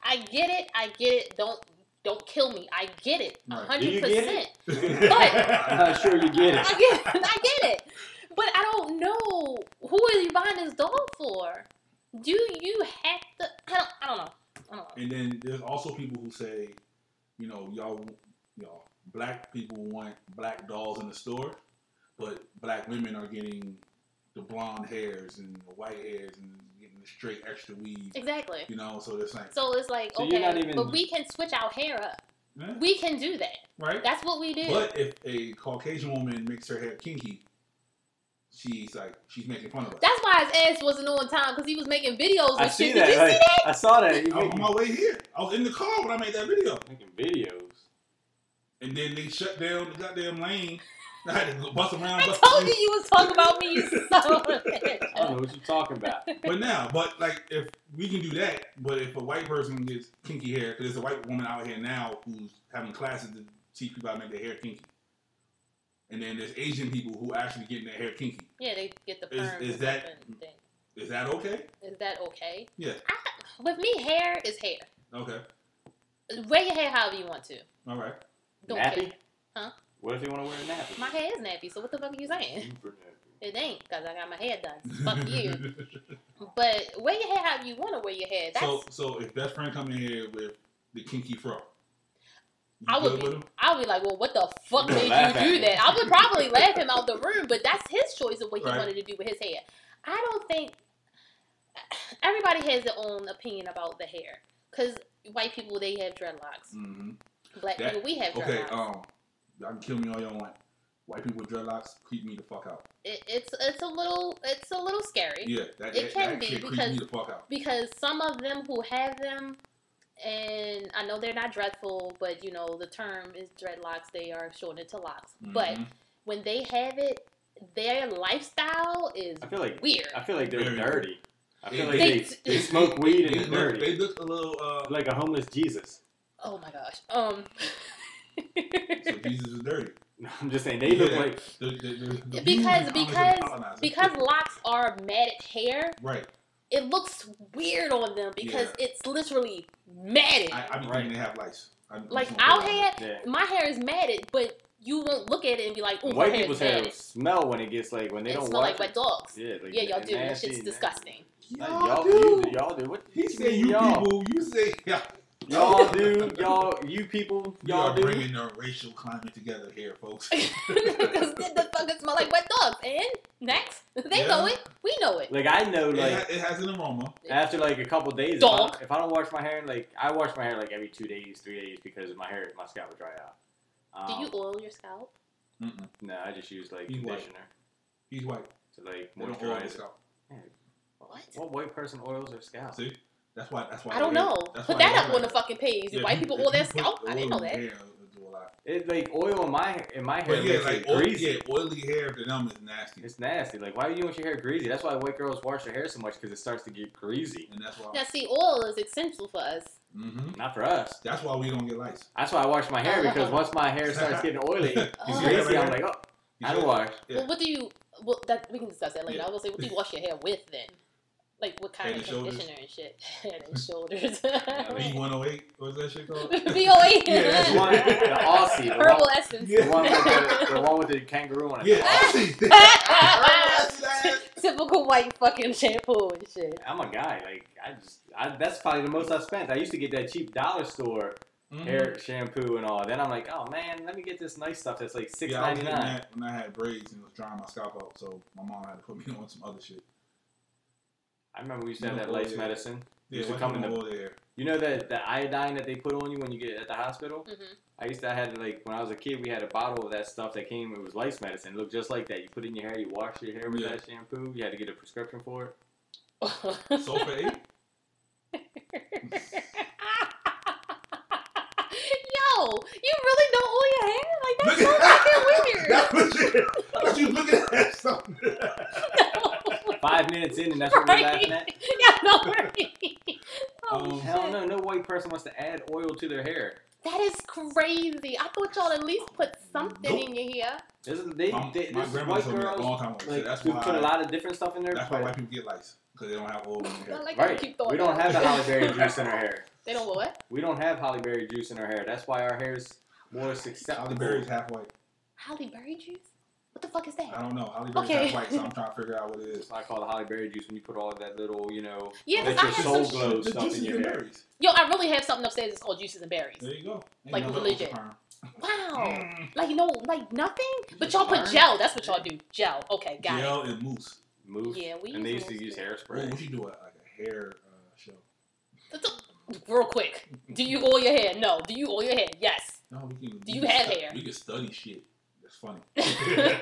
Speaker 3: I get it. I get it. Don't don't kill me. I get it. A
Speaker 4: Right.
Speaker 2: Do
Speaker 3: hundred
Speaker 2: you get
Speaker 3: percent.
Speaker 2: it? I'm
Speaker 4: but
Speaker 2: not sure you get
Speaker 3: I
Speaker 2: it.
Speaker 3: get, I get it. But I don't know who are you buying this doll for? Do you have to? I don't. I don't know. I don't know.
Speaker 4: and then there's also people who say, you know, y'all y'all black people want black dolls in the store, but black women are getting the blonde hairs and the white hairs and getting the straight extra weave.
Speaker 3: Exactly.
Speaker 4: You know, so it's like
Speaker 3: So it's like
Speaker 2: So you're
Speaker 3: okay,
Speaker 2: not even-
Speaker 3: but we can switch our hair up.
Speaker 4: eh,
Speaker 3: We can do that.
Speaker 4: right?
Speaker 3: That's what we do.
Speaker 4: But if a Caucasian woman makes her hair kinky, she's like she's making fun of us.
Speaker 3: That's why his ass wasn't on time because he was making videos. And
Speaker 2: I
Speaker 3: shit.
Speaker 2: see
Speaker 3: Did
Speaker 2: that.
Speaker 3: you
Speaker 2: like,
Speaker 3: see that?
Speaker 2: I saw that. You
Speaker 3: Oh,
Speaker 4: I'm on
Speaker 2: making,
Speaker 4: my way here. I was in the car when I made that video,
Speaker 2: making videos.
Speaker 4: and then they shut down the goddamn lane. I had to go bust around.
Speaker 3: I
Speaker 4: bust
Speaker 3: told
Speaker 4: around.
Speaker 3: you you was talking about me. You son of a
Speaker 2: I don't
Speaker 3: bitch.
Speaker 2: know what you're talking about.
Speaker 4: But now, but like if we can do that, but if a white person gets kinky hair, because there's a white woman out here now who's having classes to teach people how to make their hair kinky, and then there's Asian people who actually getting their hair kinky.
Speaker 3: Yeah, they get the
Speaker 4: Is-
Speaker 3: perm.
Speaker 4: is that-
Speaker 3: and thing.
Speaker 4: Is that okay?
Speaker 3: Is that okay?
Speaker 4: Yeah.
Speaker 3: I, with me, hair is hair.
Speaker 4: Okay,
Speaker 3: Wear your hair however you want to.
Speaker 4: all right.
Speaker 3: Don't
Speaker 2: nappy?
Speaker 3: care. Huh?
Speaker 2: What if they want to wear a nappy?
Speaker 3: My hair is nappy, so what the fuck are you saying?
Speaker 2: Super nappy.
Speaker 3: It ain't because I got my hair done. Fuck you. But wear your hair however you want to wear your hair. That's
Speaker 4: so, so if best friend come in here with the kinky fro, you
Speaker 3: I would
Speaker 4: good
Speaker 3: be-
Speaker 4: with him?
Speaker 3: I'll be like, well, what the fuck
Speaker 2: You
Speaker 3: did you
Speaker 2: laugh at
Speaker 3: do
Speaker 2: me.
Speaker 3: that? I would probably laugh him out the room, but that's his choice of what he
Speaker 4: Right.
Speaker 3: wanted to do with his hair. I don't think everybody has their own opinion about the hair because white people they have dreadlocks,
Speaker 4: hmm
Speaker 3: black
Speaker 4: That-
Speaker 3: people we have dreadlocks.
Speaker 4: Okay, um, y'all can kill me all y'all want. White people with dreadlocks creep me the fuck out.
Speaker 3: it, it's it's a little it's a little scary
Speaker 4: Yeah, that,
Speaker 3: It
Speaker 4: that,
Speaker 3: can
Speaker 4: that
Speaker 3: be
Speaker 4: shit creep
Speaker 3: because-
Speaker 4: me the fuck out.
Speaker 3: because some of them who have them. And I know they're not dreadful, but you know the term is dreadlocks. They are shortened to locks.
Speaker 2: Mm-hmm.
Speaker 3: But
Speaker 4: Mhm.
Speaker 3: when they have it, their lifestyle is
Speaker 2: I feel like
Speaker 3: weird.
Speaker 2: I feel like they're
Speaker 4: Very-
Speaker 2: dirty. I feel like
Speaker 4: They-
Speaker 2: they, they smoke weed and
Speaker 4: they
Speaker 2: they're dirty.
Speaker 4: look, they look a little. Uh,
Speaker 2: Like a homeless Jesus.
Speaker 3: Oh my gosh. Um.
Speaker 4: so Jesus is dirty.
Speaker 2: No, I'm just saying they look
Speaker 4: Yeah.
Speaker 2: like
Speaker 4: The, the, the, the
Speaker 3: Because-
Speaker 4: demons and
Speaker 3: because-
Speaker 4: colonists and colonizers.
Speaker 3: because locks are matted hair,
Speaker 4: right,
Speaker 3: it looks weird on them because it's literally matted.
Speaker 4: I, I be
Speaker 2: Right.
Speaker 4: thinking they have lice. I, I'm
Speaker 3: like
Speaker 4: just gonna
Speaker 3: our
Speaker 4: put it out
Speaker 3: hair,
Speaker 2: that.
Speaker 3: my hair is matted, but you won't look at it and be like, "Ooh, my
Speaker 2: White
Speaker 3: hair
Speaker 2: people's
Speaker 3: is
Speaker 2: hair
Speaker 3: matted."
Speaker 2: smell when it gets like when they
Speaker 3: it
Speaker 2: don't
Speaker 3: smell
Speaker 2: wash it.
Speaker 3: like wet dogs."
Speaker 2: Yeah, like
Speaker 3: Yeah, y'all
Speaker 2: that
Speaker 3: do. That
Speaker 2: nasty-
Speaker 3: shit's disgusting.
Speaker 2: Like,
Speaker 4: Y'all
Speaker 2: y'all,
Speaker 4: do.
Speaker 2: You, y'all do. What
Speaker 4: He
Speaker 2: said?
Speaker 4: said, "You
Speaker 2: y'all.
Speaker 4: people, you say, yeah,
Speaker 2: Y'all do. Y'all, you people,
Speaker 4: we
Speaker 2: y'all
Speaker 4: are
Speaker 2: do.
Speaker 4: bringing the racial climate together here, folks."
Speaker 3: Because the fucking smell like wet dogs. And next, they
Speaker 4: Yeah.
Speaker 3: know it. We know it.
Speaker 2: Like I know,
Speaker 4: it,
Speaker 2: like
Speaker 4: ha- it has an aroma.
Speaker 2: after like a couple days, if I,
Speaker 3: Dog.
Speaker 2: don't- if I don't wash my hair, like I wash my hair like every two days, three days because my hair, my scalp would dry out.
Speaker 3: do
Speaker 2: Um,
Speaker 3: you oil your scalp?
Speaker 4: Mm-mm.
Speaker 2: No, I just use like
Speaker 4: You what?
Speaker 2: conditioner
Speaker 4: He's white.
Speaker 2: to like
Speaker 4: They don't oil his
Speaker 2: moisturize.
Speaker 4: scalp.
Speaker 3: What?
Speaker 2: it. What white person oils their scalp?
Speaker 4: See, that's why. That's why.
Speaker 3: I don't
Speaker 4: hair-
Speaker 3: know.
Speaker 4: that's
Speaker 3: Put
Speaker 4: why
Speaker 3: that
Speaker 4: hair-
Speaker 3: up on the fucking page. Do
Speaker 4: Yeah,
Speaker 3: white
Speaker 4: if
Speaker 3: people
Speaker 4: you-
Speaker 3: oil their
Speaker 4: if you put
Speaker 3: scalp? I didn't know
Speaker 4: oil in
Speaker 3: that.
Speaker 4: your hair, it'll do a lot.
Speaker 2: It like oil in my in my hair
Speaker 4: But yeah,
Speaker 2: makes
Speaker 4: like
Speaker 2: it
Speaker 4: oil,
Speaker 2: greasy.
Speaker 4: yeah, oily hair if the numb is nasty,
Speaker 2: It's nasty. Like, why do you want your hair greasy? That's why white girls wash their hair so much because it starts to get greasy.
Speaker 4: and that's why.
Speaker 3: Now, see, oil is essential for us.
Speaker 4: hmm
Speaker 2: Not for us.
Speaker 4: That's why we don't get lice.
Speaker 2: That's why I wash my hair because once my hair starts getting oily,
Speaker 4: You
Speaker 2: it's
Speaker 3: Oh.
Speaker 4: see that right
Speaker 2: greasy. I'm
Speaker 4: there?
Speaker 2: like, oh,
Speaker 4: You
Speaker 2: I
Speaker 4: see
Speaker 2: don't
Speaker 4: that?
Speaker 2: wash.
Speaker 4: Yeah.
Speaker 3: Well, what do you? Well, that we can discuss that later.
Speaker 4: Yeah.
Speaker 3: I was gonna say, what do you wash your hair with then? Like what kind
Speaker 4: Head
Speaker 3: of
Speaker 4: and shoulders.
Speaker 3: conditioner and shit? Head and shoulders.
Speaker 4: B108, what's that shit called?
Speaker 3: BOE.
Speaker 4: Yeah,
Speaker 2: The one- the Aussie, the
Speaker 3: Herbal
Speaker 2: one,
Speaker 3: essence.
Speaker 2: the one with the, the one with the kangaroo on it.
Speaker 4: Yeah, I see that.
Speaker 3: Typical white fucking shampoo and shit.
Speaker 2: I'm a guy. Like, I just I, that's probably the most I spent. I used to get that cheap dollar store
Speaker 3: Mm-hmm.
Speaker 4: Mhm.
Speaker 2: hair shampoo and all. Then I'm like, oh man, let me get this nice stuff that's like six
Speaker 4: Yeah, I was
Speaker 2: ninety
Speaker 4: getting
Speaker 2: nine.
Speaker 4: that when I had braids and it was drying my scalp out, so my mom had to put me on some other shit.
Speaker 2: I remember we used to have
Speaker 4: You
Speaker 2: that
Speaker 4: know,
Speaker 2: lace
Speaker 4: yeah.
Speaker 2: medicine.
Speaker 4: Yeah,
Speaker 2: used to
Speaker 4: why
Speaker 2: come
Speaker 4: come
Speaker 2: in the-
Speaker 4: over there?
Speaker 2: You know that the iodine that they put on you when you get at the hospital?
Speaker 3: Mhm.
Speaker 2: I used to I had like when I was a kid we had a bottle of that stuff that came it was lice medicine. It looked just like that. You put it in your hair, you wash your hair with
Speaker 4: Yeah.
Speaker 2: that shampoo, you had to get a prescription for it.
Speaker 3: Mm-hmm.
Speaker 4: Sulfur eight?
Speaker 3: Yo, you really don't oil your hair? Like that's so fucking
Speaker 4: Look at
Speaker 3: weird.
Speaker 4: that was it. But you looking at that something.
Speaker 2: Five minutes in and that's what we're laughing at.
Speaker 3: yeah, no right. oh,
Speaker 4: Um,
Speaker 2: Hell
Speaker 3: shit.
Speaker 2: no, no white person wants to add oil to their hair.
Speaker 3: That is crazy. I thought y'all at least put something in your hair.
Speaker 2: This is they,
Speaker 4: My,
Speaker 2: they
Speaker 4: Um, my
Speaker 2: this
Speaker 4: grandma
Speaker 2: white
Speaker 4: told me that a
Speaker 2: girls
Speaker 4: long time ago.
Speaker 2: like
Speaker 4: that's
Speaker 2: we put a
Speaker 4: why.
Speaker 2: lot of different stuff in there.
Speaker 4: That's why white people get lice because they don't have oil in their
Speaker 3: I
Speaker 4: hair.
Speaker 3: like how you
Speaker 2: right.
Speaker 3: keep throwing
Speaker 2: We don't
Speaker 3: that
Speaker 2: have the
Speaker 3: out.
Speaker 2: holly berry juice in our hair.
Speaker 3: They don't what?
Speaker 2: We don't have holly berry juice in our hair. That's why our hair is more susceptible.
Speaker 4: Holly Berry's half white.
Speaker 3: Holly berry juice? What the fuck is
Speaker 2: Oh,
Speaker 4: I
Speaker 3: that?
Speaker 4: don't know. Holly Berry's
Speaker 3: Okay.
Speaker 4: half white, so I'm trying to figure out what it is.
Speaker 2: I call the holly berry juice when you put all that little, you know,
Speaker 3: Yeah,
Speaker 2: Let
Speaker 3: because I
Speaker 2: your
Speaker 3: have
Speaker 2: soul
Speaker 3: some.
Speaker 2: glow.
Speaker 4: The
Speaker 2: stuff in
Speaker 4: juices
Speaker 2: your
Speaker 4: and
Speaker 2: hair.
Speaker 4: berries.
Speaker 3: Yo, I really have something upstairs that's called juices and berries.
Speaker 2: Mm.
Speaker 4: There you go. Ain't
Speaker 3: Like,
Speaker 4: nothing
Speaker 3: legit. Oh,
Speaker 4: wrong with
Speaker 3: Wow.
Speaker 4: the perm.
Speaker 3: Like no, like nothing. But y'all put
Speaker 2: Iron?
Speaker 3: gel. That's what y'all do. Gel. Okay, got
Speaker 4: Gel and mousse.
Speaker 2: move.
Speaker 3: Yeah, we
Speaker 2: and they
Speaker 3: use
Speaker 2: used to use
Speaker 4: Right. we
Speaker 2: hairspray.
Speaker 4: should do a, like a hair uh, show.
Speaker 3: it. Real quick. Do you oil your hair? No. Do you oil your hair? Yes.
Speaker 4: No, we can.
Speaker 3: Do
Speaker 4: we
Speaker 3: you
Speaker 4: can
Speaker 3: have
Speaker 4: stu-
Speaker 3: hair?
Speaker 4: We can study shit. That's funny.
Speaker 3: He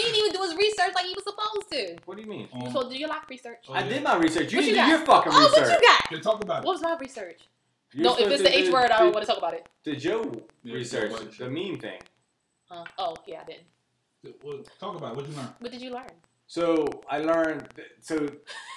Speaker 3: didn't even do his research like he was supposed to.
Speaker 2: What do you mean?
Speaker 3: You
Speaker 4: Um,
Speaker 3: supposed to do your lock research.
Speaker 4: oh,
Speaker 2: I
Speaker 4: yeah.
Speaker 2: did my research. You
Speaker 3: What
Speaker 2: didn't
Speaker 3: you
Speaker 2: do your fucking
Speaker 3: Oh, what
Speaker 2: research.
Speaker 3: you got?
Speaker 4: Yeah, talk about
Speaker 3: What
Speaker 4: it.
Speaker 3: was my research?
Speaker 2: You're
Speaker 3: no, if
Speaker 2: supposed
Speaker 3: it's
Speaker 2: to
Speaker 3: the H
Speaker 2: do
Speaker 3: word, I don't
Speaker 2: the-
Speaker 3: want to talk about it.
Speaker 2: The Joe
Speaker 4: Yeah,
Speaker 2: research,
Speaker 4: Joe Biden.
Speaker 2: the meme thing.
Speaker 3: Uh, oh yeah, I did.
Speaker 4: Well, talk about it. What you learn?
Speaker 3: What did you learn?
Speaker 2: So I learned. So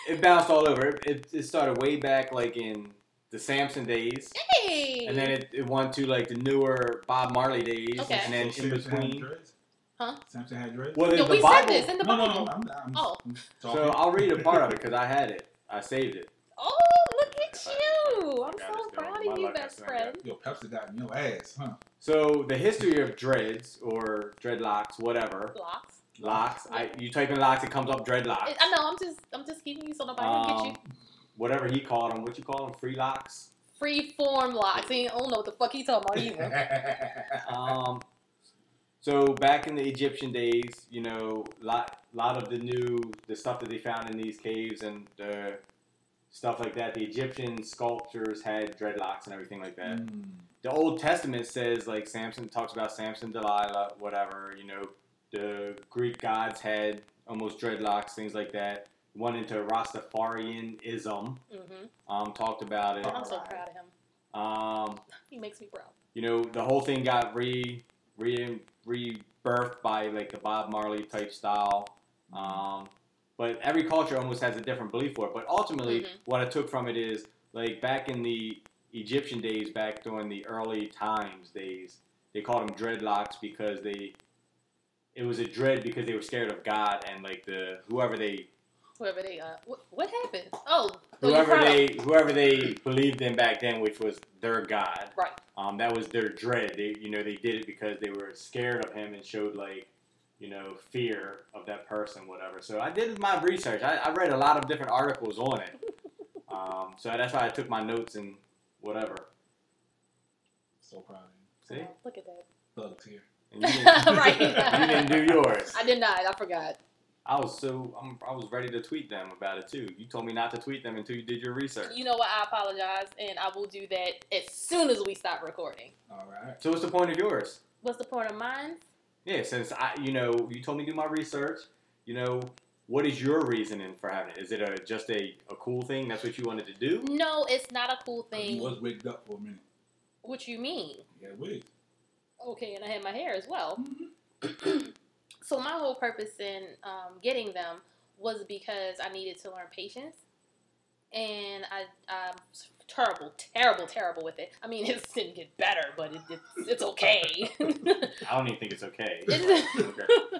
Speaker 2: it bounced all over. It- It, it started way back, like in the Samson days,
Speaker 3: Hey.
Speaker 2: and then it, it went to like the newer Bob Marley days,
Speaker 3: Okay.
Speaker 2: and then
Speaker 4: So
Speaker 2: in
Speaker 4: Samson had
Speaker 2: between.
Speaker 4: dreads?
Speaker 3: Huh?
Speaker 4: Samson had dreads?
Speaker 2: Well,
Speaker 3: no,
Speaker 2: the
Speaker 3: we
Speaker 2: Bible.
Speaker 3: said this in the
Speaker 4: no, no,
Speaker 3: Bible.
Speaker 4: no. I'm, I'm,
Speaker 3: Oh.
Speaker 4: I'm talking.
Speaker 2: So I'll read a part of it because I had it. I saved it.
Speaker 3: Oh, look at you! I'm
Speaker 2: I
Speaker 3: so
Speaker 2: just don't-
Speaker 3: proud
Speaker 2: my
Speaker 3: of you,
Speaker 2: luck, I
Speaker 3: best
Speaker 2: swear to
Speaker 3: friend.
Speaker 4: Yo, Pepsi got in your ass, huh?
Speaker 2: So the history of dreads or dreadlocks, whatever
Speaker 3: Locks.
Speaker 2: locks. I you type in locks, it comes up dreadlocks.
Speaker 3: I I know. I'm just, I'm just keeping you so nobody can get you.
Speaker 2: Um, whatever he called them. What you call them? Free locks.
Speaker 3: Free form locks. And I don't know what the fuck he talking about either.
Speaker 4: yeah,
Speaker 2: Um, so back in the Egyptian days, you know, lot lot of the new the stuff that they found in these caves and uh, stuff like that. The Egyptian sculptures had dreadlocks and everything like that.
Speaker 4: Mm,
Speaker 2: The Old Testament says like Samson talks about Samson, Delilah, whatever. You know, the Greek gods had almost dreadlocks, things like that. Went into Rastafarianism.
Speaker 3: hmm
Speaker 2: Um, talked about it.
Speaker 3: I'm so proud of him.
Speaker 2: Um,
Speaker 3: He makes me proud.
Speaker 2: you know, the whole thing got re re rebirthed by like the Bob Marley type style. Um, but every culture almost has a different belief for it. But ultimately,
Speaker 3: Mhm.
Speaker 2: what I took from it is like back in the Egyptian days, back during the early times days, they called them dreadlocks because they it was a dread because they were scared of God and like the whoever they
Speaker 3: Whoever they, uh, what, what happened? Oh, oh, you're
Speaker 2: whoever
Speaker 3: proud of-
Speaker 2: they whoever they believed in back then, which was their god.
Speaker 3: Right.
Speaker 2: Um, that was their dread. They you know they did it because they were scared of him and showed like you know fear of that person, whatever. So I did my research. I, I read a lot of different articles on it. um, so that's why I took my notes and whatever.
Speaker 4: so proud of
Speaker 2: See,
Speaker 3: Oh, Look at that.
Speaker 4: you. Thugs here.
Speaker 2: and you, didn't,
Speaker 3: right.
Speaker 2: you didn't do yours.
Speaker 3: I did not. I forgot.
Speaker 2: I was so I'm, I was ready to tweet them about it too. You told me not to tweet them until you did your research.
Speaker 3: You know what? I apologize, and I will do that as soon as we stop recording.
Speaker 4: All right.
Speaker 2: So what's the point of yours?
Speaker 3: What's the point of mine?
Speaker 2: Yeah, since I, you know, you told me to do my research. You know, what is your reasoning for having it? Is it a just a, a cool thing? That's what you wanted to do?
Speaker 3: No, it's not a cool
Speaker 4: You
Speaker 3: thing.
Speaker 4: was wigged up for a minute.
Speaker 3: What you mean?
Speaker 4: You got wigs.
Speaker 3: Okay, and I had my hair as well.
Speaker 4: Mhm.
Speaker 3: So my whole purpose in um, getting them was because I needed to learn patience, and I I'm terrible, terrible, terrible with it. I mean, it didn't get better, but it, it's it's okay.
Speaker 2: I don't even think it's okay.
Speaker 3: It's-
Speaker 2: Okay.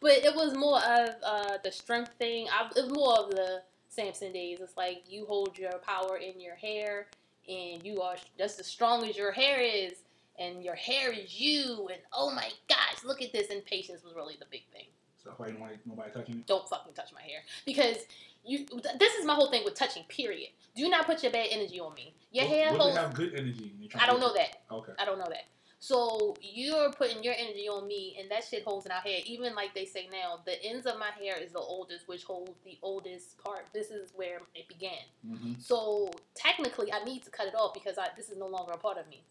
Speaker 3: but it was more of uh, the strength thing. I, it was more of the Samson days. It's like you hold your power in your hair, and you are that's as strong as your hair is, and your hair is you. And oh my gosh, look at this! And patience was really the big thing.
Speaker 4: So that's why you don't like nobody touching it.
Speaker 3: Don't fucking touch my hair because you. th- This is my whole thing with touching. Period. Do not put your bad energy on me. Your
Speaker 4: What-
Speaker 3: hair
Speaker 4: what,
Speaker 3: holds.
Speaker 4: They have good energy. when they try
Speaker 3: I don't
Speaker 4: to-
Speaker 3: know that.
Speaker 4: Okay.
Speaker 3: I don't know that. So you're putting your energy on me, and that shit holds in our hair. Even like they say now, the ends of my hair is the oldest, which holds the oldest part. This is where it began.
Speaker 4: Mm-hmm.
Speaker 3: So technically, I need to cut it off because I, this is no longer a part of me.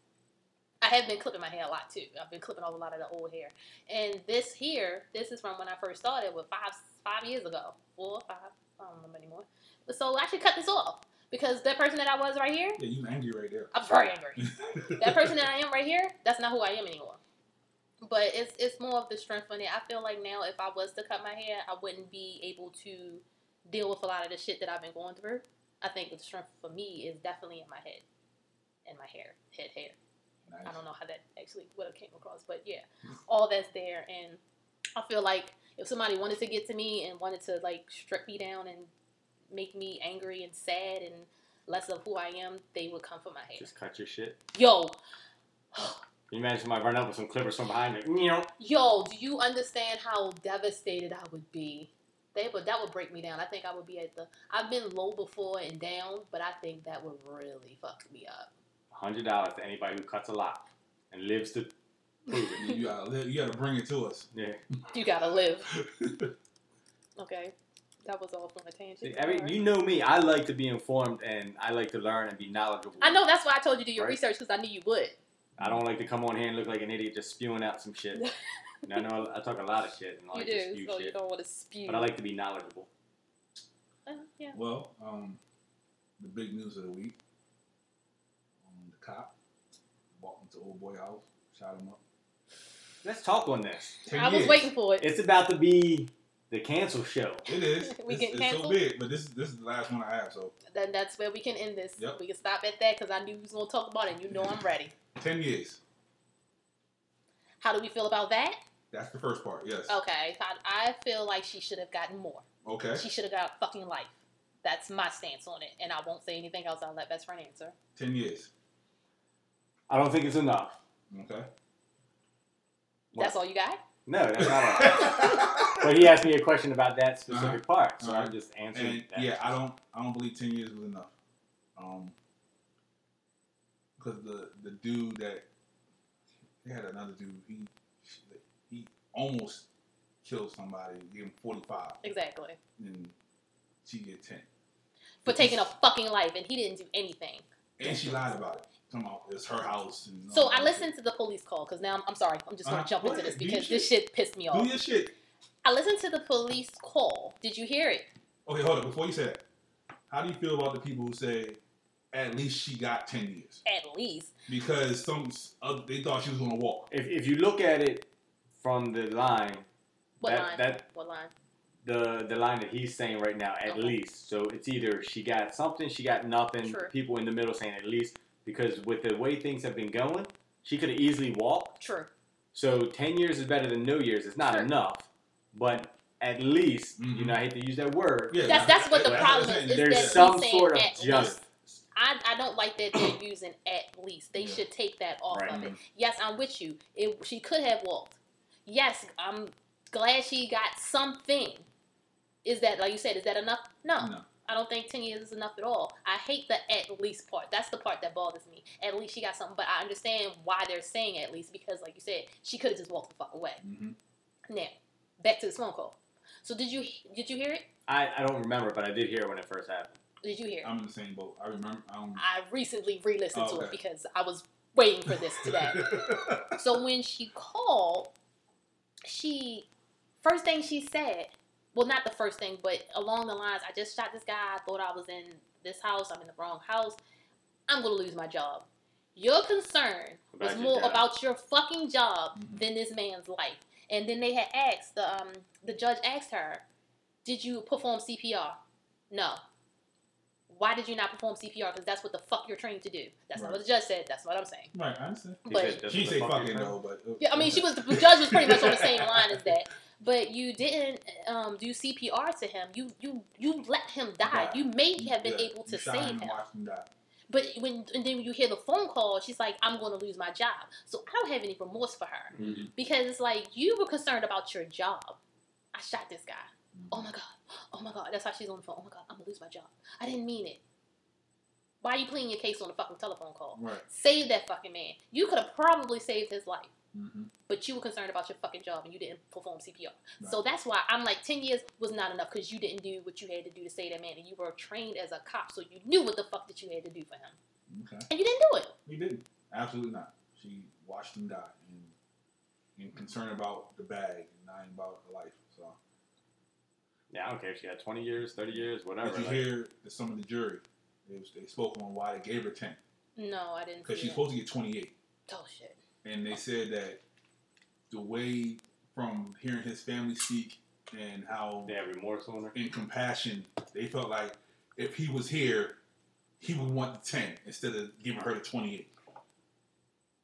Speaker 3: I have been clipping my hair a lot too. I've been clipping off a lot of the old hair, and this here, this is from when I first started with five five years ago, four five. I don't remember anymore. But so I should cut this off because that person that I was right here,
Speaker 4: Yeah, you angry right there.
Speaker 3: I'm very angry. that person that I am right here, that's not who I am anymore. But it's it's more of the strength in it. I feel like now if I was to cut my hair, I wouldn't be able to deal with a lot of the shit that I've been going through. I think the strength for me is definitely in my head. And my hair. Head hair.
Speaker 4: Nice.
Speaker 3: I don't know how that actually would have came across, but yeah, all that's there, and I feel like if somebody wanted to get to me and wanted to like strip me down and make me angry and sad and less of who I am, they would come for my hair.
Speaker 2: Just cut your shit.
Speaker 3: Yo,
Speaker 2: Can you imagine somebody running up with some clippers from behind me? You know,
Speaker 3: yo, do you understand how devastated I would be? They would that would break me down. I think I would be at the. I've been low before and down, but I think that would really fuck me up.
Speaker 2: hundred dollars to anybody who cuts a lot and lives to prove it.
Speaker 4: You, you gotta, li- you gotta bring it to us.
Speaker 2: Yeah.
Speaker 3: You gotta live. Okay, that was all from a
Speaker 2: See,
Speaker 3: tangent.
Speaker 2: every, you know me. I like to be informed and I like to learn and be knowledgeable.
Speaker 3: I know that's why I told you to do your
Speaker 2: Right.
Speaker 3: research because I knew you would.
Speaker 2: I don't like to come on here and look like an idiot just spewing out some shit. and I know I, I talk a lot of shit and I
Speaker 3: You
Speaker 2: like to
Speaker 3: do,
Speaker 2: spew
Speaker 3: so you
Speaker 2: shit,
Speaker 3: don't want to spew.
Speaker 2: but I like to be knowledgeable.
Speaker 3: Uh, yeah.
Speaker 4: Well, um, the big news of the week. Um, the cop walked into old boy house, shot him up.
Speaker 2: Let's talk on this.
Speaker 4: Ten
Speaker 3: I was
Speaker 4: years.
Speaker 3: waiting for it.
Speaker 2: It's about to be the cancel show.
Speaker 4: It is.
Speaker 3: We
Speaker 4: it's,
Speaker 3: get
Speaker 4: it's so
Speaker 3: canceled?
Speaker 4: big, but this this is the last one I have. So
Speaker 3: Then that's where we can end this.
Speaker 4: Yep.
Speaker 3: We can stop at that because I knew we was gonna talk about it. and You know I'm ready.
Speaker 4: ten years.
Speaker 3: How do we feel about that?
Speaker 4: That's the first part. Yes.
Speaker 3: Okay, I, I feel like she should have gotten more.
Speaker 4: Okay.
Speaker 3: She should have got a fucking life. That's my stance on it, and I won't say anything else. I'll let best friend answer.
Speaker 4: Ten years.
Speaker 2: I don't think it's enough.
Speaker 4: Okay.
Speaker 2: What?
Speaker 3: That's all you got.
Speaker 2: No, that's not all. but he asked me a question about that specific part, so
Speaker 4: Uh-huh. Alright.
Speaker 2: I just answered
Speaker 4: and
Speaker 2: that.
Speaker 4: yeah, I don't I don't believe ten years was enough. Um, because the the dude that they had another dude he he almost killed somebody, gave him forty five,
Speaker 3: Exactly.
Speaker 4: and she get ten,
Speaker 3: For taking a fucking life, and he didn't do anything.
Speaker 4: and she lied about it. Come on, it's her house. And
Speaker 3: So
Speaker 4: all
Speaker 3: I
Speaker 4: that
Speaker 3: listened to the police call because now I'm, I'm sorry. I'm just gonna
Speaker 4: Uh,
Speaker 3: jump
Speaker 4: what?
Speaker 3: into this
Speaker 4: Do your
Speaker 3: because this shit pissed me
Speaker 4: shit.
Speaker 3: off.
Speaker 4: Do your shit.
Speaker 3: I listened to the police call. Did you hear it?
Speaker 4: Okay, hold up. Before you say that, how do you feel about the people who say at least she got ten years
Speaker 3: At least.
Speaker 4: because some other, they thought she was gonna walk?
Speaker 2: If, if you look at it from the line,
Speaker 3: What
Speaker 2: that,
Speaker 3: line?
Speaker 2: that
Speaker 3: What line?
Speaker 2: the the line that he's saying right now, at
Speaker 3: Okay.
Speaker 2: least. So it's either she got something, she got nothing.
Speaker 3: True.
Speaker 2: People in the middle saying at least because with the way things have been going, she could have easily walked.
Speaker 3: True.
Speaker 2: So ten years is better than no years. It's not
Speaker 3: Sure.
Speaker 2: enough, but at least
Speaker 4: Mhm.
Speaker 2: you know I hate to use that word.
Speaker 4: Yeah,
Speaker 3: That's that's what the
Speaker 4: that's
Speaker 3: problem
Speaker 4: I'm
Speaker 3: is.
Speaker 4: saying.
Speaker 3: is
Speaker 2: There's
Speaker 3: that
Speaker 2: some
Speaker 3: he's saying
Speaker 2: sort of
Speaker 3: at
Speaker 2: justice.
Speaker 3: Least. I, I don't like that they're using at least. They
Speaker 4: Yeah.
Speaker 3: should take that off
Speaker 2: Right.
Speaker 3: of it. Yes, I'm with you. It, she could have walked. Yes, I'm glad she got something. Is that like you said? Is that enough? No.
Speaker 4: No.
Speaker 3: I don't think ten years is enough at all. I hate the at least part. That's the part that bothers me. At least she got something, but I understand why they're saying at least because, like you said, she could have just walked the fuck away.
Speaker 4: Mhm.
Speaker 3: Now, back to this phone call. So did you did you hear it?
Speaker 2: I, I don't remember, but I did hear it when it first happened.
Speaker 3: Did you hear it?
Speaker 4: I'm in the same boat. I remember. I don't.
Speaker 3: I recently re-listened
Speaker 4: Oh,
Speaker 3: to it
Speaker 4: Um, okay.
Speaker 3: because I was waiting for this today. so when she called, she first thing she said, well, not the first thing, but along the lines, I just shot this guy. I thought I was in this house. I'm in the wrong house. I'm gonna lose my job. Your concern
Speaker 2: About
Speaker 3: was
Speaker 2: your
Speaker 3: more
Speaker 2: job.
Speaker 3: about your fucking job
Speaker 4: Mhm.
Speaker 3: than this man's life. And then they had asked the um the judge asked her, "Did you perform CPR?" No. Why did you not perform CPR? Because that's what the fuck you're trained to do. That's not
Speaker 4: Right.
Speaker 3: what the judge said. That's what I'm saying.
Speaker 4: Right, I understand.
Speaker 2: He
Speaker 3: But-
Speaker 2: said, "That's
Speaker 4: She
Speaker 2: what
Speaker 4: say
Speaker 2: the
Speaker 4: fucking
Speaker 2: you
Speaker 4: no, but uh,
Speaker 3: Yeah, I mean, she was the judge was pretty much on the same line as that. But you didn't um, do CPR to him. You you you let him die.
Speaker 4: Right.
Speaker 3: You may have been
Speaker 4: Yeah,
Speaker 3: able
Speaker 4: you
Speaker 3: to
Speaker 4: shot
Speaker 3: save
Speaker 4: and
Speaker 3: him.
Speaker 4: watched him die.
Speaker 3: But when and then you hear the phone call, she's like, "I'm going to lose my job." So I don't have any remorse for her
Speaker 4: Mm.
Speaker 2: Mhm.
Speaker 3: because it's like you were concerned about your job. I shot this guy.
Speaker 4: Mm-hmm.
Speaker 3: Oh my god. Oh my god. That's how she's on the phone. Oh my god. I'm gonna lose my job. I didn't mean it. Why are you pleading your case on a fucking telephone call?
Speaker 4: Right.
Speaker 3: Save that fucking man. You could have probably saved his life,
Speaker 4: Mm-hmm.
Speaker 3: but you were concerned about your fucking job and you didn't perform CPR.
Speaker 4: Right.
Speaker 3: So that's why I'm like, 10 years was not enough because you didn't do what you had to do to save that man. And you were trained as a cop, so you knew what the fuck that you had to do for him.
Speaker 4: Okay.
Speaker 3: And you didn't do it.
Speaker 4: He didn't. Absolutely not. She watched him die and, and concerned about the bag and not about her life. So
Speaker 2: Yeah, I don't care if she had 20 years, 30 years, whatever.
Speaker 4: did you
Speaker 2: like-
Speaker 4: hear that some of the jury they, was- they spoke on why they gave her ten
Speaker 3: No, I didn't.
Speaker 4: because
Speaker 3: see
Speaker 4: she's
Speaker 3: it.
Speaker 4: supposed to get twenty eight.
Speaker 3: Oh, shit.
Speaker 4: and they said that the way from hearing his family speak and how
Speaker 2: they have remorse on her.
Speaker 4: in compassion they felt like if he was here he would want the 10 instead of giving her the 28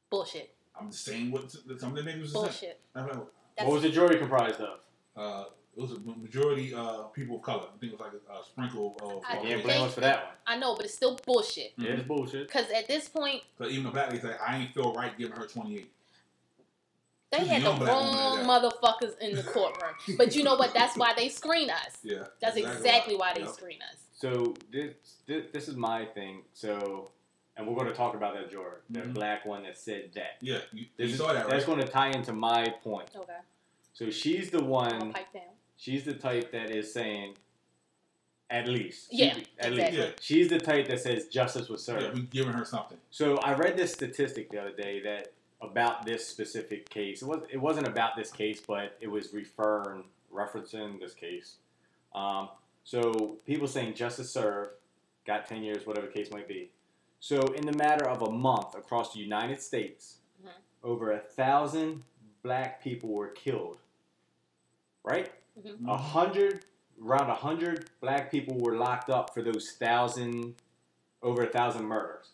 Speaker 3: Bullshit.
Speaker 4: i'm just saying what some of the niggas was saying
Speaker 3: Bullshit.
Speaker 4: I'm like,
Speaker 3: That's-
Speaker 2: what was the jury comprised of?
Speaker 4: uh, it was a majority uh, people of color i think it was like a, a sprinkle of
Speaker 3: I
Speaker 2: You
Speaker 4: Caucasian.
Speaker 2: can't blame us for that one.
Speaker 3: I know, but it's still bullshit.
Speaker 4: Mhm.
Speaker 2: Yeah, it's bullshit.
Speaker 3: Because at this point,
Speaker 4: so even the black lady's like i ain't feel right giving her 28
Speaker 3: they
Speaker 4: She's
Speaker 3: had
Speaker 4: a
Speaker 3: the
Speaker 4: young black woman
Speaker 3: wrong
Speaker 4: at
Speaker 3: motherfuckers in the courtroom. but you know what? That's why they screen us.
Speaker 4: yeah
Speaker 3: That's exactly why
Speaker 4: why.
Speaker 3: they
Speaker 4: Yep.
Speaker 3: screen us.
Speaker 2: So this, this this is my thing. So, and we're going to talk about that juror, the
Speaker 4: Mhm.
Speaker 2: black one that said that.
Speaker 4: yeah you,
Speaker 2: This
Speaker 4: you
Speaker 2: is-
Speaker 4: saw that
Speaker 2: That's
Speaker 4: right
Speaker 2: going to tie into my point.
Speaker 3: Okay.
Speaker 2: So she's the
Speaker 3: I'm going
Speaker 2: one.
Speaker 3: to pipe down.
Speaker 2: She's the type that is saying, at least. She-
Speaker 3: Yeah,
Speaker 2: at
Speaker 3: exactly.
Speaker 2: least. She's the type that says justice was served.
Speaker 4: yeah, we giving her something
Speaker 2: So I read this statistic the other day that about this specific case. It was it wasn't about this case, but it was referring referencing this case. Um, so people saying justice served, got ten years, whatever the case might be. So in the matter of a month across the United States,
Speaker 3: Mhm.
Speaker 2: over a thousand black people were killed. Right, a hundred around a hundred black people were locked up for those thousand over a thousand murders.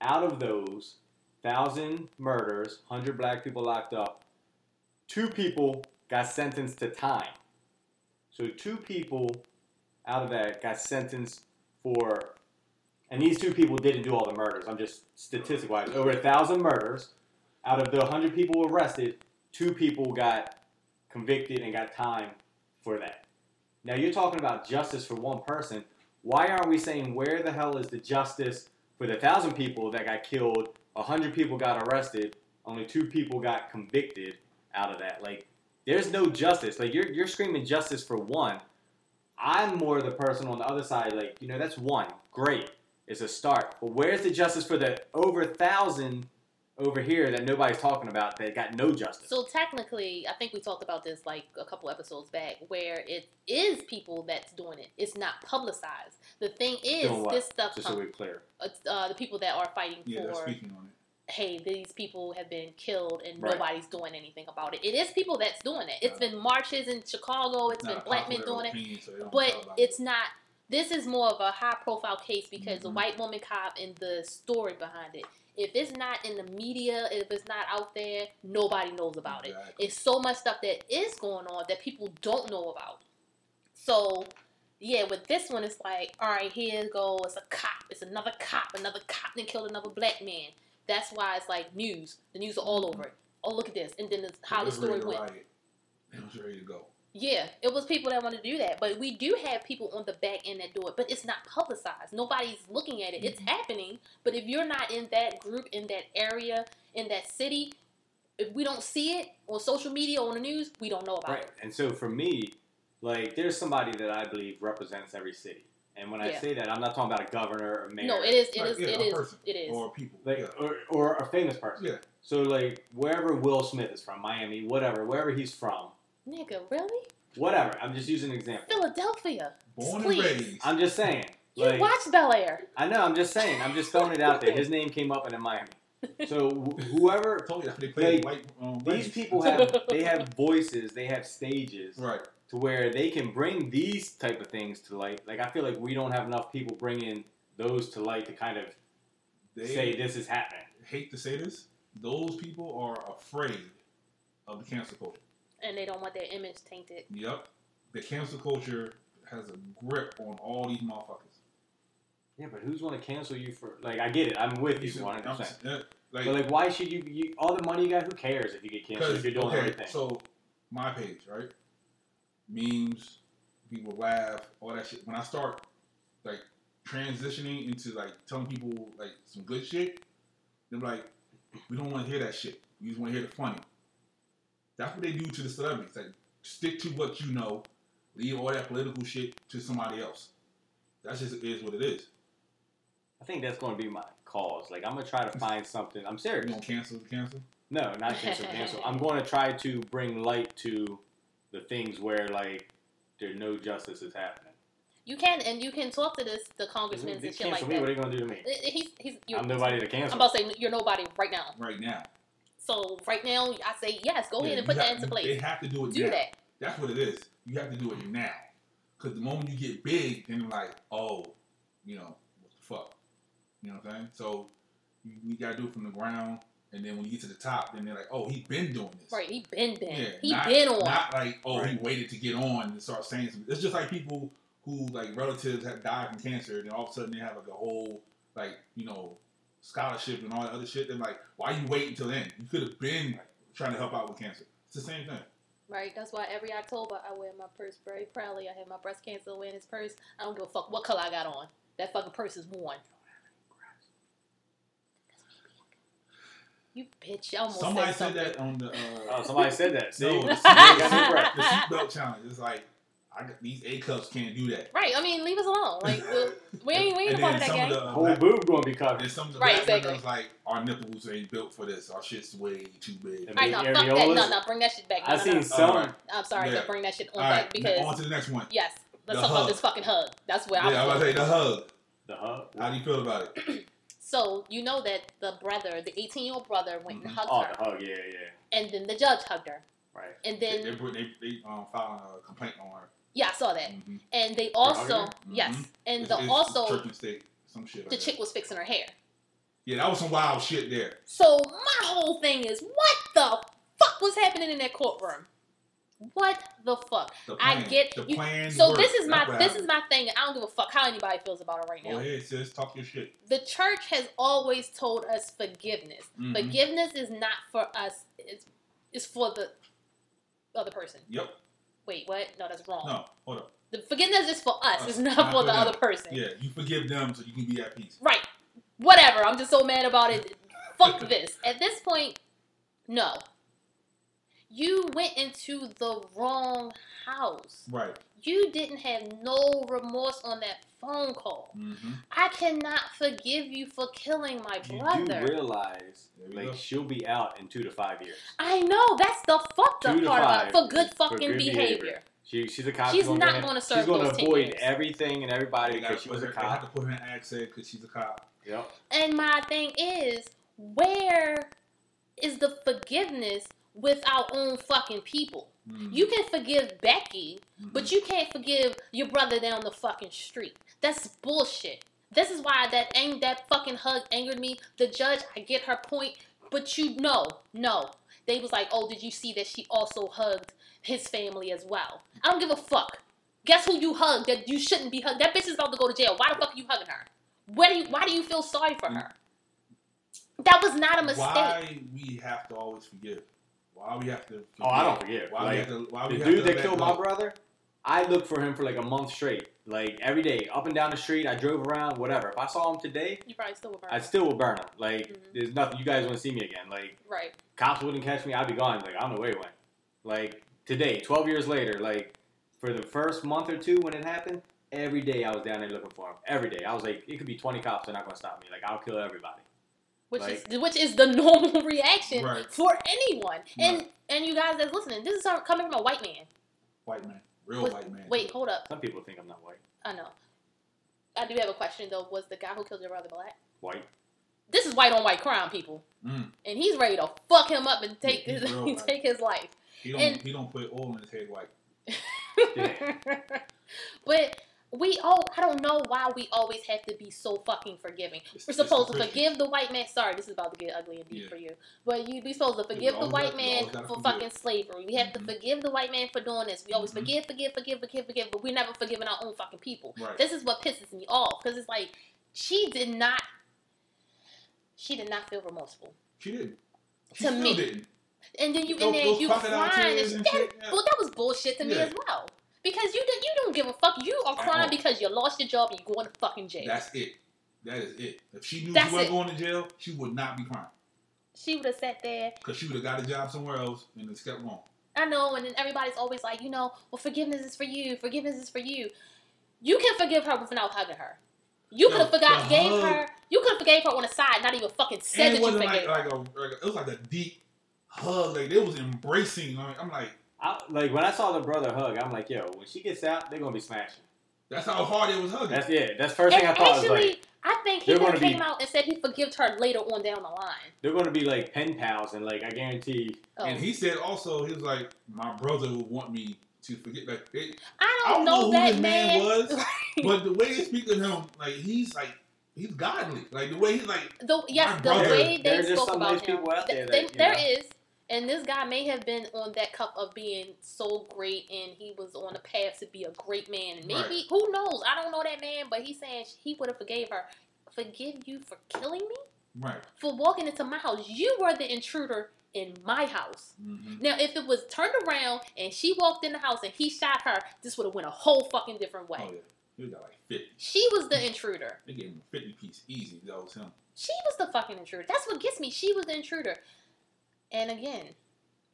Speaker 2: Out of those thousand murders, hundred black people locked up, two people got sentenced to time. So two people out of that got sentenced for, and these two people didn't do all the murders. I'm just statistic wise. Over a thousand murders, out of the hundred people arrested, two people got convicted and got time for that. Now you're talking about justice for one person. Why aren't we saying where the hell is the justice for the thousand people that got killed, a hundred people got arrested, only two people got convicted out of that? Like, there's no justice. Like you're you're screaming justice for one. I'm more the person on the other side. Like you know that's one great. It's a start. But where's the justice for the over thousand over here that nobody's talking about that got no justice?
Speaker 3: So technically, I think we talked about this like a couple episodes back, where it is people that's doing it. It's not publicized. The thing is,
Speaker 2: Doing what?
Speaker 3: this stuff
Speaker 2: Just so
Speaker 3: comes.
Speaker 2: we're clear.
Speaker 3: uh, the people that are fighting
Speaker 4: yeah they're
Speaker 3: for,
Speaker 4: speaking on it
Speaker 3: hey, these people have been killed and
Speaker 2: Right.
Speaker 3: nobody's doing anything about it. It is people that's doing it. It's
Speaker 4: Right.
Speaker 3: been marches in Chicago. It's
Speaker 4: not
Speaker 3: been
Speaker 4: a
Speaker 3: black men
Speaker 4: popular
Speaker 3: doing it.
Speaker 4: opinion, so they don't talk
Speaker 3: But
Speaker 4: about
Speaker 3: it's not. This is more of a high profile case because the
Speaker 4: Mhm.
Speaker 3: white woman cop and the story behind it. If it's not in the media, if it's not out there, nobody knows about it.
Speaker 4: Exactly.
Speaker 3: It's so much stuff that is going on that people don't know about. So, yeah, with this one, it's like, all right, here go. It's a cop. It's another cop. Another cop then killed another black man. That's why it's like news. The news are all over it. Oh, look at this. And then it's
Speaker 4: They
Speaker 3: how the
Speaker 4: was ready
Speaker 3: story
Speaker 4: to
Speaker 3: went.
Speaker 4: riot. They was ready to go.
Speaker 3: Yeah, it was people that want to do that, but we do have people on the back end that do it, but it's not publicized. Nobody's looking at it. It's
Speaker 4: Mhm.
Speaker 3: happening, but if you're not in that group, in that area, in that city, if we don't see it on social media, on the news, we don't know about
Speaker 2: Right.
Speaker 3: it.
Speaker 2: And so for me, like there's somebody that I believe represents every city. And when I
Speaker 3: Yeah.
Speaker 2: say that, I'm not talking about a governor or mayor.
Speaker 3: No, it is. It
Speaker 4: Like,
Speaker 3: is.
Speaker 4: yeah,
Speaker 3: It
Speaker 4: a
Speaker 3: is.
Speaker 4: person
Speaker 3: It is.
Speaker 4: Or people.
Speaker 2: Like
Speaker 4: yeah.
Speaker 2: or, or a famous person.
Speaker 4: Yeah.
Speaker 2: So like wherever Will Smith is from, Miami, whatever, wherever he's from,
Speaker 3: Nigga, really?
Speaker 2: whatever. I'm just using an example.
Speaker 3: Philadelphia.
Speaker 4: Born
Speaker 3: please.
Speaker 4: and raised.
Speaker 2: I'm just saying.
Speaker 3: You
Speaker 2: Like
Speaker 3: watch Bel Air.
Speaker 2: I know, I'm just saying. I'm just throwing it out there. His name came up in a Miami. So wh- whoever
Speaker 4: I told you they
Speaker 2: They-
Speaker 4: played white. Um,
Speaker 2: these
Speaker 4: race.
Speaker 2: people have they have voices, they have stages.
Speaker 4: Right.
Speaker 2: to where they can bring these type of things to light. Like I feel like we don't have enough people bringing those to light to kind of
Speaker 4: They
Speaker 2: say this is happening.
Speaker 4: hate to say this. Those people are afraid of the cancel culture.
Speaker 3: And they don't want their image tainted.
Speaker 4: Yep. The cancel culture has a grip on all these motherfuckers.
Speaker 2: Yeah, but who's going to cancel you for? Like I get it, I'm with you
Speaker 4: see what
Speaker 2: 100.
Speaker 4: I'm
Speaker 2: percent
Speaker 4: saying? Yeah,
Speaker 2: But
Speaker 4: Like,
Speaker 2: like, why should you, you? All the money you got, who cares if you get canceled if
Speaker 4: because
Speaker 2: you're doing
Speaker 4: okay,
Speaker 2: the right thing?
Speaker 4: so my page, right? Memes, people laugh, all that shit. When I start like transitioning into like telling people like some good shit, they're like, we don't want to hear that shit. We just want to hear the funny. That's what they do to the celebrities. Like, stick to what you know. Leave all that political shit to somebody else. That's just is what it is.
Speaker 2: I think that's going to be my cause. Like, I'm going to try to find something. I'm
Speaker 4: You
Speaker 2: serious.
Speaker 4: gonna cancel the cancel?
Speaker 2: No, not cancel, cancel. I'm going to try to bring light to the things where, like, there no justice is happening.
Speaker 3: You can and you can talk to this the congressmen
Speaker 2: They
Speaker 3: and shit like
Speaker 2: cancel me. What
Speaker 3: that.
Speaker 2: are they going to do to me?
Speaker 3: He's he's you
Speaker 2: I'm nobody to
Speaker 3: I'm
Speaker 2: cancel.
Speaker 3: about to say you're nobody right now.
Speaker 4: Right now.
Speaker 3: So right now, I say yes. Go
Speaker 4: Yeah,
Speaker 3: ahead and
Speaker 4: you
Speaker 3: Oh, put
Speaker 4: have-
Speaker 3: that into
Speaker 4: They
Speaker 3: place.
Speaker 4: have to do it
Speaker 3: Do
Speaker 4: now.
Speaker 3: that.
Speaker 4: That's what it is. You have to do it now. Because the moment you get big, then you're like, oh, you know, what the fuck? You know what I'm saying? So you, you got to do it from the ground. And then when you get to the top, then they're like, oh, he been doing this.
Speaker 3: Right. He been been.
Speaker 4: Yeah,
Speaker 3: he
Speaker 4: not-
Speaker 3: been on.
Speaker 4: Not like, oh, he waited to get on and start saying something. It's just like people who, like, relatives have died from cancer, and then all of a sudden they have, like, a whole, like, you know, scholarship and all that other shit. They're like, why you wait until then? You could have been trying to help out with cancer. It's the same thing.
Speaker 3: Right. That's why every October I wear my purse very proudly. I have my breast cancer awareness purse. I don't give a fuck what color I got on. That fucking purse is worn. You bitch. I almost
Speaker 4: Somebody
Speaker 3: said,
Speaker 4: said
Speaker 3: something.
Speaker 4: that on the.
Speaker 2: Oh,
Speaker 4: Uh,
Speaker 2: somebody said that. See?
Speaker 4: no, the
Speaker 2: Got me
Speaker 4: seatbelt
Speaker 2: prepped.
Speaker 4: the seatbelt challenge. It's like, I got, these A cups can't do that.
Speaker 3: Right. I mean, leave us alone. Like we- we ain't we ain't a
Speaker 4: And
Speaker 3: part
Speaker 4: then
Speaker 3: of that
Speaker 4: some
Speaker 3: game.
Speaker 4: of the
Speaker 2: Whole
Speaker 4: black-
Speaker 2: boob going to be covered.
Speaker 4: and some of the
Speaker 3: Right,
Speaker 4: black
Speaker 3: exactly.
Speaker 4: women was like, our nipples ain't built for this. Our shit's way too big.
Speaker 2: And
Speaker 3: All right, no, fuck
Speaker 2: areolas.
Speaker 3: that. No, no, bring that shit back. No,
Speaker 2: I
Speaker 3: no,
Speaker 2: seen
Speaker 3: no.
Speaker 2: some.
Speaker 4: Alright.
Speaker 3: I'm sorry,
Speaker 4: Yeah.
Speaker 3: but bring that shit on
Speaker 4: All right,
Speaker 3: back because
Speaker 4: on to the next one.
Speaker 3: yes, let's
Speaker 4: The
Speaker 3: talk
Speaker 4: hug.
Speaker 3: about this fucking hug. That's where
Speaker 4: Yeah, I
Speaker 3: I
Speaker 4: was
Speaker 3: was.
Speaker 4: about to say the hug.
Speaker 2: The hub.
Speaker 4: How do you feel about it?
Speaker 3: So you know that the brother, the 18 year old brother, went
Speaker 4: Mhm.
Speaker 3: and hugged
Speaker 2: Oh,
Speaker 3: her,
Speaker 2: the hug. Yeah, yeah.
Speaker 3: and then the judge hugged her,
Speaker 2: Right.
Speaker 3: and
Speaker 4: They,
Speaker 3: then
Speaker 4: they, put- they, they um, filing a complaint on her.
Speaker 3: yeah, I saw that,
Speaker 4: Mhm.
Speaker 3: and they also
Speaker 2: hugging
Speaker 4: her?
Speaker 3: yes,
Speaker 4: Mhm.
Speaker 3: and
Speaker 4: It's-
Speaker 3: the
Speaker 4: it's
Speaker 3: also
Speaker 4: Turkey steak, some shit. Like
Speaker 3: the
Speaker 4: that.
Speaker 3: chick was fixing her hair.
Speaker 4: Yeah, that was some wild shit there.
Speaker 3: So my whole thing is, what the fuck was happening in that courtroom? What the fuck?
Speaker 4: The
Speaker 3: I
Speaker 4: plan,
Speaker 3: get-
Speaker 4: the
Speaker 3: you-
Speaker 4: plan.
Speaker 3: So
Speaker 4: worked.
Speaker 3: this is
Speaker 4: That's
Speaker 3: my
Speaker 4: what
Speaker 3: this is
Speaker 4: happened.
Speaker 3: my thing. and I don't give a fuck how anybody feels about it right now.
Speaker 4: Go ahead, sis. Talk your shit.
Speaker 3: the church has always told us forgiveness.
Speaker 4: Mhm.
Speaker 3: Forgiveness is not for us. It's, it's for the other person.
Speaker 4: Yep.
Speaker 3: Wait, what? No, that's wrong.
Speaker 4: No, hold up.
Speaker 3: The forgiveness is for us.
Speaker 4: Us,
Speaker 3: It's not,
Speaker 4: not
Speaker 3: for
Speaker 4: for
Speaker 3: the
Speaker 4: them.
Speaker 3: other person.
Speaker 4: Yeah, you forgive them so you can be at peace.
Speaker 3: Right. Whatever. I'm just so mad about it. Fuck this. At this point, no. You went into the wrong house.
Speaker 4: Right.
Speaker 3: You didn't have no remorse on that phone call.
Speaker 4: Mm-hmm.
Speaker 3: I cannot forgive you for killing my
Speaker 2: You
Speaker 3: brother.
Speaker 2: do realize,
Speaker 4: There we
Speaker 2: like,
Speaker 4: go.
Speaker 2: she'll be out in two to five years.
Speaker 3: I know that's the fucked
Speaker 2: Two
Speaker 3: up
Speaker 2: to
Speaker 3: part about it.
Speaker 2: five
Speaker 3: For good
Speaker 2: for
Speaker 3: fucking
Speaker 2: good
Speaker 3: behavior.
Speaker 2: behavior. She, she's a cop.
Speaker 3: She's
Speaker 2: gonna
Speaker 3: not
Speaker 2: get in-
Speaker 3: gonna serve
Speaker 2: She's gonna
Speaker 3: those 10
Speaker 2: avoid
Speaker 3: years.
Speaker 2: everything and everybody
Speaker 4: They, gotta
Speaker 2: because she
Speaker 4: put
Speaker 2: was
Speaker 4: her,
Speaker 2: a
Speaker 4: they have
Speaker 2: cop.
Speaker 4: to put her in ag seg because she's a cop.
Speaker 2: Yep.
Speaker 3: And my thing is, where is the forgiveness with our own fucking people?
Speaker 4: Hmm.
Speaker 3: You can forgive Becky, but you can't forgive your brother down the fucking street. That's bullshit. This is why that ang- that fucking hug angered me. The judge, I get her point, but you know, no. They was like, oh, did you see that she also hugged his family as well? I don't give a fuck. Guess who you hugged that you shouldn't be hugged? That bitch is about to go to jail. Why the fuck are you hugging her? Where do you, why do you feel sorry for her? That was not a mistake.
Speaker 4: Why we have to always forgive? Why we have to? Forgive?
Speaker 2: Oh, I don't forgive.
Speaker 4: Why we
Speaker 2: Like,
Speaker 4: have to? Why
Speaker 2: The
Speaker 4: we have
Speaker 2: dude
Speaker 4: to
Speaker 2: that
Speaker 4: let
Speaker 2: killed
Speaker 4: go?
Speaker 2: my brother, I looked for him for like a month straight. Like every day, up and down the street, I drove around, whatever. If I saw him today,
Speaker 3: You probably still were
Speaker 2: I
Speaker 3: burning.
Speaker 2: still would burn him. Like
Speaker 3: Mhm.
Speaker 2: there's nothing. You guys wouldn't see me again. Like
Speaker 3: Right.
Speaker 2: cops wouldn't catch me. I'd be gone. Like I don't know where he went. Like today, 12 years later, like for the first month or two when it happened, every day I was down there looking for him. Every day I was like, it could be 20 cops. They're not gonna stop me. Like I'll kill everybody.
Speaker 3: which
Speaker 2: Like-
Speaker 3: is which is the normal reaction
Speaker 4: Right.
Speaker 3: for anyone. And and you guys that's listening, this is our- coming from a white man.
Speaker 4: White man, real
Speaker 3: Was-
Speaker 4: white man.
Speaker 3: Wait, hold up.
Speaker 2: Some people think I'm not white.
Speaker 3: I know. I do have a question though. Was the guy who killed your brother black?
Speaker 2: White.
Speaker 3: This is white on white crime, people,
Speaker 4: Mm.
Speaker 3: and he's ready to fuck him up and take
Speaker 4: He's
Speaker 3: his
Speaker 4: real white.
Speaker 3: take his life.
Speaker 4: He don't.
Speaker 3: And-
Speaker 4: he don't put oil in his head. White.
Speaker 2: Yeah.
Speaker 3: but we all I don't know why we always have to be so fucking forgiving.
Speaker 4: It's-
Speaker 3: We're
Speaker 4: it's the
Speaker 3: supposed to
Speaker 4: Christian.
Speaker 3: forgive the white man. Sorry, this is about to get ugly and deep
Speaker 4: Yeah.
Speaker 3: for you. But you be supposed to forgive the
Speaker 4: always
Speaker 3: white
Speaker 4: got- we
Speaker 3: man
Speaker 4: always gotta
Speaker 3: for
Speaker 4: forgive.
Speaker 3: fucking slavery. We have
Speaker 4: Mhm.
Speaker 3: to forgive the white man for doing this. We always
Speaker 4: Mhm.
Speaker 3: forgive, forgive, forgive, forgive, forgive, but we're never forgiving our own fucking people.
Speaker 4: Right.
Speaker 3: This is what pisses me off because it's like she did not, she did not feel remorseful.
Speaker 4: She didn't. She
Speaker 3: To
Speaker 4: still
Speaker 3: me.
Speaker 4: didn't.
Speaker 3: And then you
Speaker 4: Those-
Speaker 3: and then
Speaker 4: those
Speaker 3: you
Speaker 4: crocodile
Speaker 3: crying.
Speaker 4: tears
Speaker 3: And
Speaker 4: and
Speaker 3: that,
Speaker 4: shit, yeah.
Speaker 3: well, that was bullshit to me
Speaker 4: Yeah.
Speaker 3: as well. Because you don't, you don't give a fuck. You are
Speaker 4: At
Speaker 3: crying
Speaker 4: all.
Speaker 3: because you lost your job and you're going to fucking jail.
Speaker 4: That's it. That is it. If she knew
Speaker 3: That's
Speaker 4: she wasn't
Speaker 3: it.
Speaker 4: going to jail, she would not be crying
Speaker 3: she would have sat there
Speaker 4: because she would have got a job somewhere else and it's kept wrong.
Speaker 3: I know, and then everybody's always like, you know, well, forgiveness is for you. Forgiveness is for you. You can forgive her without hugging her. You
Speaker 4: The-
Speaker 3: could have forgot,
Speaker 4: the
Speaker 3: gave
Speaker 4: hug-
Speaker 3: her. You could have forgave her on the side, not even fucking said that
Speaker 4: And it
Speaker 3: you
Speaker 4: wasn't
Speaker 3: forgave.
Speaker 4: like,
Speaker 3: her.
Speaker 4: like, a, like a- it was like a deep hug. Like they was embracing. I mean, I'm like,
Speaker 2: I, like when I saw the brother hug, I'm like, yo, when she gets out, they're gonna be smashing.
Speaker 4: that's how hard it was hugging.
Speaker 2: That's it. That's the first
Speaker 3: and
Speaker 2: thing I thought.
Speaker 3: actually,
Speaker 2: was like,
Speaker 3: I think he
Speaker 2: they're
Speaker 3: could have
Speaker 2: gonna be-
Speaker 3: came out and said he forgived her later on down the line.
Speaker 2: they're gonna be like pen pals, and like I guarantee.
Speaker 3: Oh.
Speaker 4: And he said also, he was like, my brother would want me to forget. Like, they,
Speaker 3: I
Speaker 4: I
Speaker 3: don't,
Speaker 4: don't
Speaker 3: know,
Speaker 4: know who
Speaker 3: that
Speaker 4: the
Speaker 3: man.
Speaker 4: man was. but the way they speak to him, like he's like he's godly. Like the way he's like,
Speaker 3: The, yes, the
Speaker 4: brother.
Speaker 3: way
Speaker 2: There
Speaker 3: they
Speaker 2: are just
Speaker 3: spoke
Speaker 2: some
Speaker 3: about
Speaker 2: nice
Speaker 3: him.
Speaker 2: people out there
Speaker 3: Th- they-
Speaker 2: that, you
Speaker 3: there
Speaker 2: know.
Speaker 3: is, and this guy may have been on that cup of being so great, and he was on a path to be a great man. And maybe
Speaker 4: Right.
Speaker 3: who knows? I don't know that man, but he's saying he would have forgave her. Forgive you for killing me
Speaker 4: right.
Speaker 3: for walking into my house. You were the intruder in my house.
Speaker 4: hmm
Speaker 3: Now, if it was turned around and she walked in the house and he shot her, this would have went a whole fucking different way.
Speaker 4: Oh yeah, he got like fifty.
Speaker 3: She was the intruder.
Speaker 4: They gave him a fifty piece easy. That was him.
Speaker 3: She was the fucking intruder. That's what gets me. She was the intruder. And again,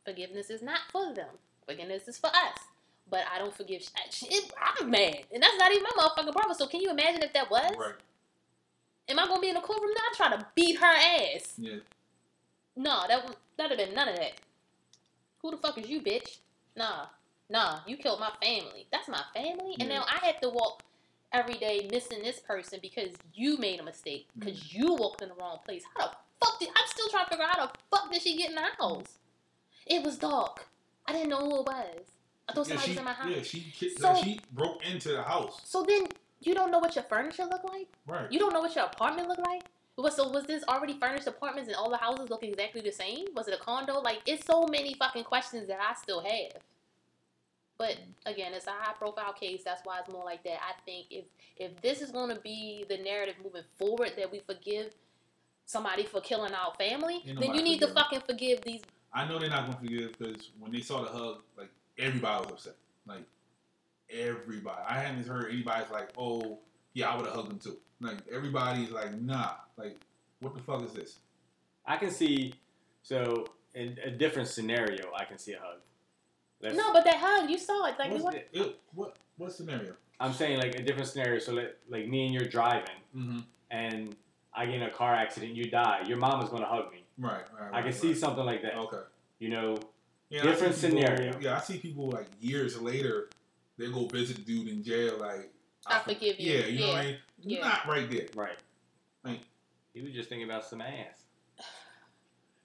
Speaker 3: forgiveness is not for them. Forgiveness is for us. But I don't forgive. Sh- I- sh- it- I'm mad, and that's not even my motherfucking brother. So can you imagine if that was?
Speaker 4: Right.
Speaker 3: Am I gonna be in a courtroom now? I'm trying to beat her ass.
Speaker 4: Yeah.
Speaker 3: No, that wouldn't- that'd have been none of that. Who the fuck is you, bitch? Nah, nah, you killed my family. That's my family, and
Speaker 4: Yeah.
Speaker 3: now I have to walk every day missing this person because you made a mistake
Speaker 4: Mm.
Speaker 3: because you walked in the wrong place. How the fuck did I'm still trying to figure out how the fuck did she get in the house? It was dark. I didn't know who it was. I thought
Speaker 4: yeah,
Speaker 3: somebody
Speaker 4: she,
Speaker 3: was in my house.
Speaker 4: yeah, she kicked,
Speaker 3: So-
Speaker 4: like, she broke into the house.
Speaker 3: So then you don't know what your furniture looked like.
Speaker 4: Right.
Speaker 3: You don't know what your apartment looked like? Was so was this already furnished apartments and all the houses look exactly the same? Was it a condo? Like it's so many fucking questions that I still have. But again, it's a high profile case, that's why it's more like that. I think if if this is gonna be the narrative moving forward that we forgive somebody for killing our family,
Speaker 4: Ain't
Speaker 3: then
Speaker 4: nobody
Speaker 3: you need to
Speaker 4: forgiving.
Speaker 3: fucking forgive these
Speaker 4: I know they're not gonna forgive because when they saw the hug, like everybody was upset. Like everybody. I haven't heard anybody's like, oh yeah, I would have hugged him too. Like everybody's like, nah. Like what the fuck is this?
Speaker 2: I can see. So in a different scenario, I can see a hug. Let's-
Speaker 3: No, but that hug, you saw it. Like
Speaker 4: What's
Speaker 3: what
Speaker 2: the-
Speaker 4: Ew, what what scenario?
Speaker 2: I'm saying like a different scenario. So like, like me and you're driving,
Speaker 4: Mm-hmm.
Speaker 2: and I get in a car accident, you die. Your mom is gonna hug me.
Speaker 4: Right, right, right.
Speaker 2: I can
Speaker 4: right.
Speaker 2: see something like that.
Speaker 4: Okay.
Speaker 2: You know,
Speaker 4: Yeah,
Speaker 2: Different
Speaker 4: I see people-
Speaker 2: scenario.
Speaker 4: Yeah, I see people like years later, they go visit the dude in jail. Like,
Speaker 3: I forgive you.
Speaker 4: Yeah, you know what I mean.
Speaker 3: Yeah.
Speaker 4: Not right there.
Speaker 2: right?
Speaker 4: Right.
Speaker 2: He was just thinking about some ass.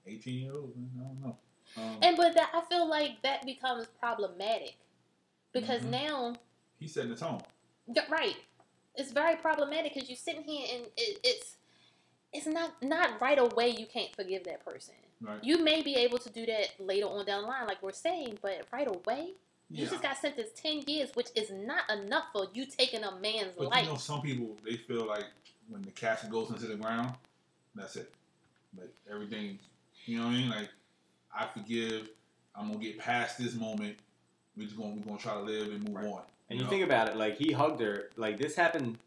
Speaker 4: Eighteen year old. man, I don't know. Um,
Speaker 3: and but that I feel like that becomes problematic. Because
Speaker 4: Mhm.
Speaker 3: now
Speaker 4: he's setting the tone.
Speaker 3: Yeah, right. It's very problematic because you're sitting here and it, it's it's not not right away. You can't forgive that person.
Speaker 4: Right.
Speaker 3: You may be able to do that later on down the line, like we're saying, but right away, you
Speaker 4: Yeah.
Speaker 3: just got sentenced ten years, which is not enough for you taking a man's
Speaker 4: But
Speaker 3: life.
Speaker 4: you know, some people they feel like when the casket goes into the ground, that's it. Like everything, you know what I mean? Like I forgive. I'm gonna get past this moment. We just gonna we gonna try to live and move
Speaker 2: Right.
Speaker 4: on.
Speaker 2: And you
Speaker 4: know?
Speaker 2: think about it, like he hugged her. Like this happened.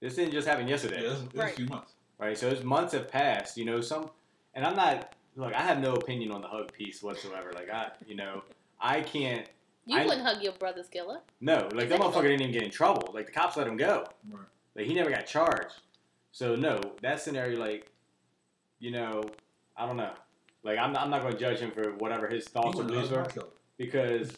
Speaker 2: This didn't just happen
Speaker 4: yeah,
Speaker 2: yesterday,
Speaker 4: that's, that's
Speaker 3: Right.
Speaker 4: a few months.
Speaker 2: right? So it's months have passed. You know, some. And I'm not. Look, I have no opinion on the hug piece whatsoever. Like I, you know, I can't.
Speaker 3: you
Speaker 2: I-
Speaker 3: wouldn't hug your brother's killer.
Speaker 2: No, like that motherfucker didn't even get in trouble. Like the cops let him go.
Speaker 4: Right.
Speaker 2: Like he never got charged. So no, that scenario, like, you know, I don't know. Like I'm, I'm not going to judge him for whatever his thoughts or
Speaker 4: You wouldn't
Speaker 2: beliefs
Speaker 4: hug my
Speaker 2: were
Speaker 4: killer.
Speaker 2: because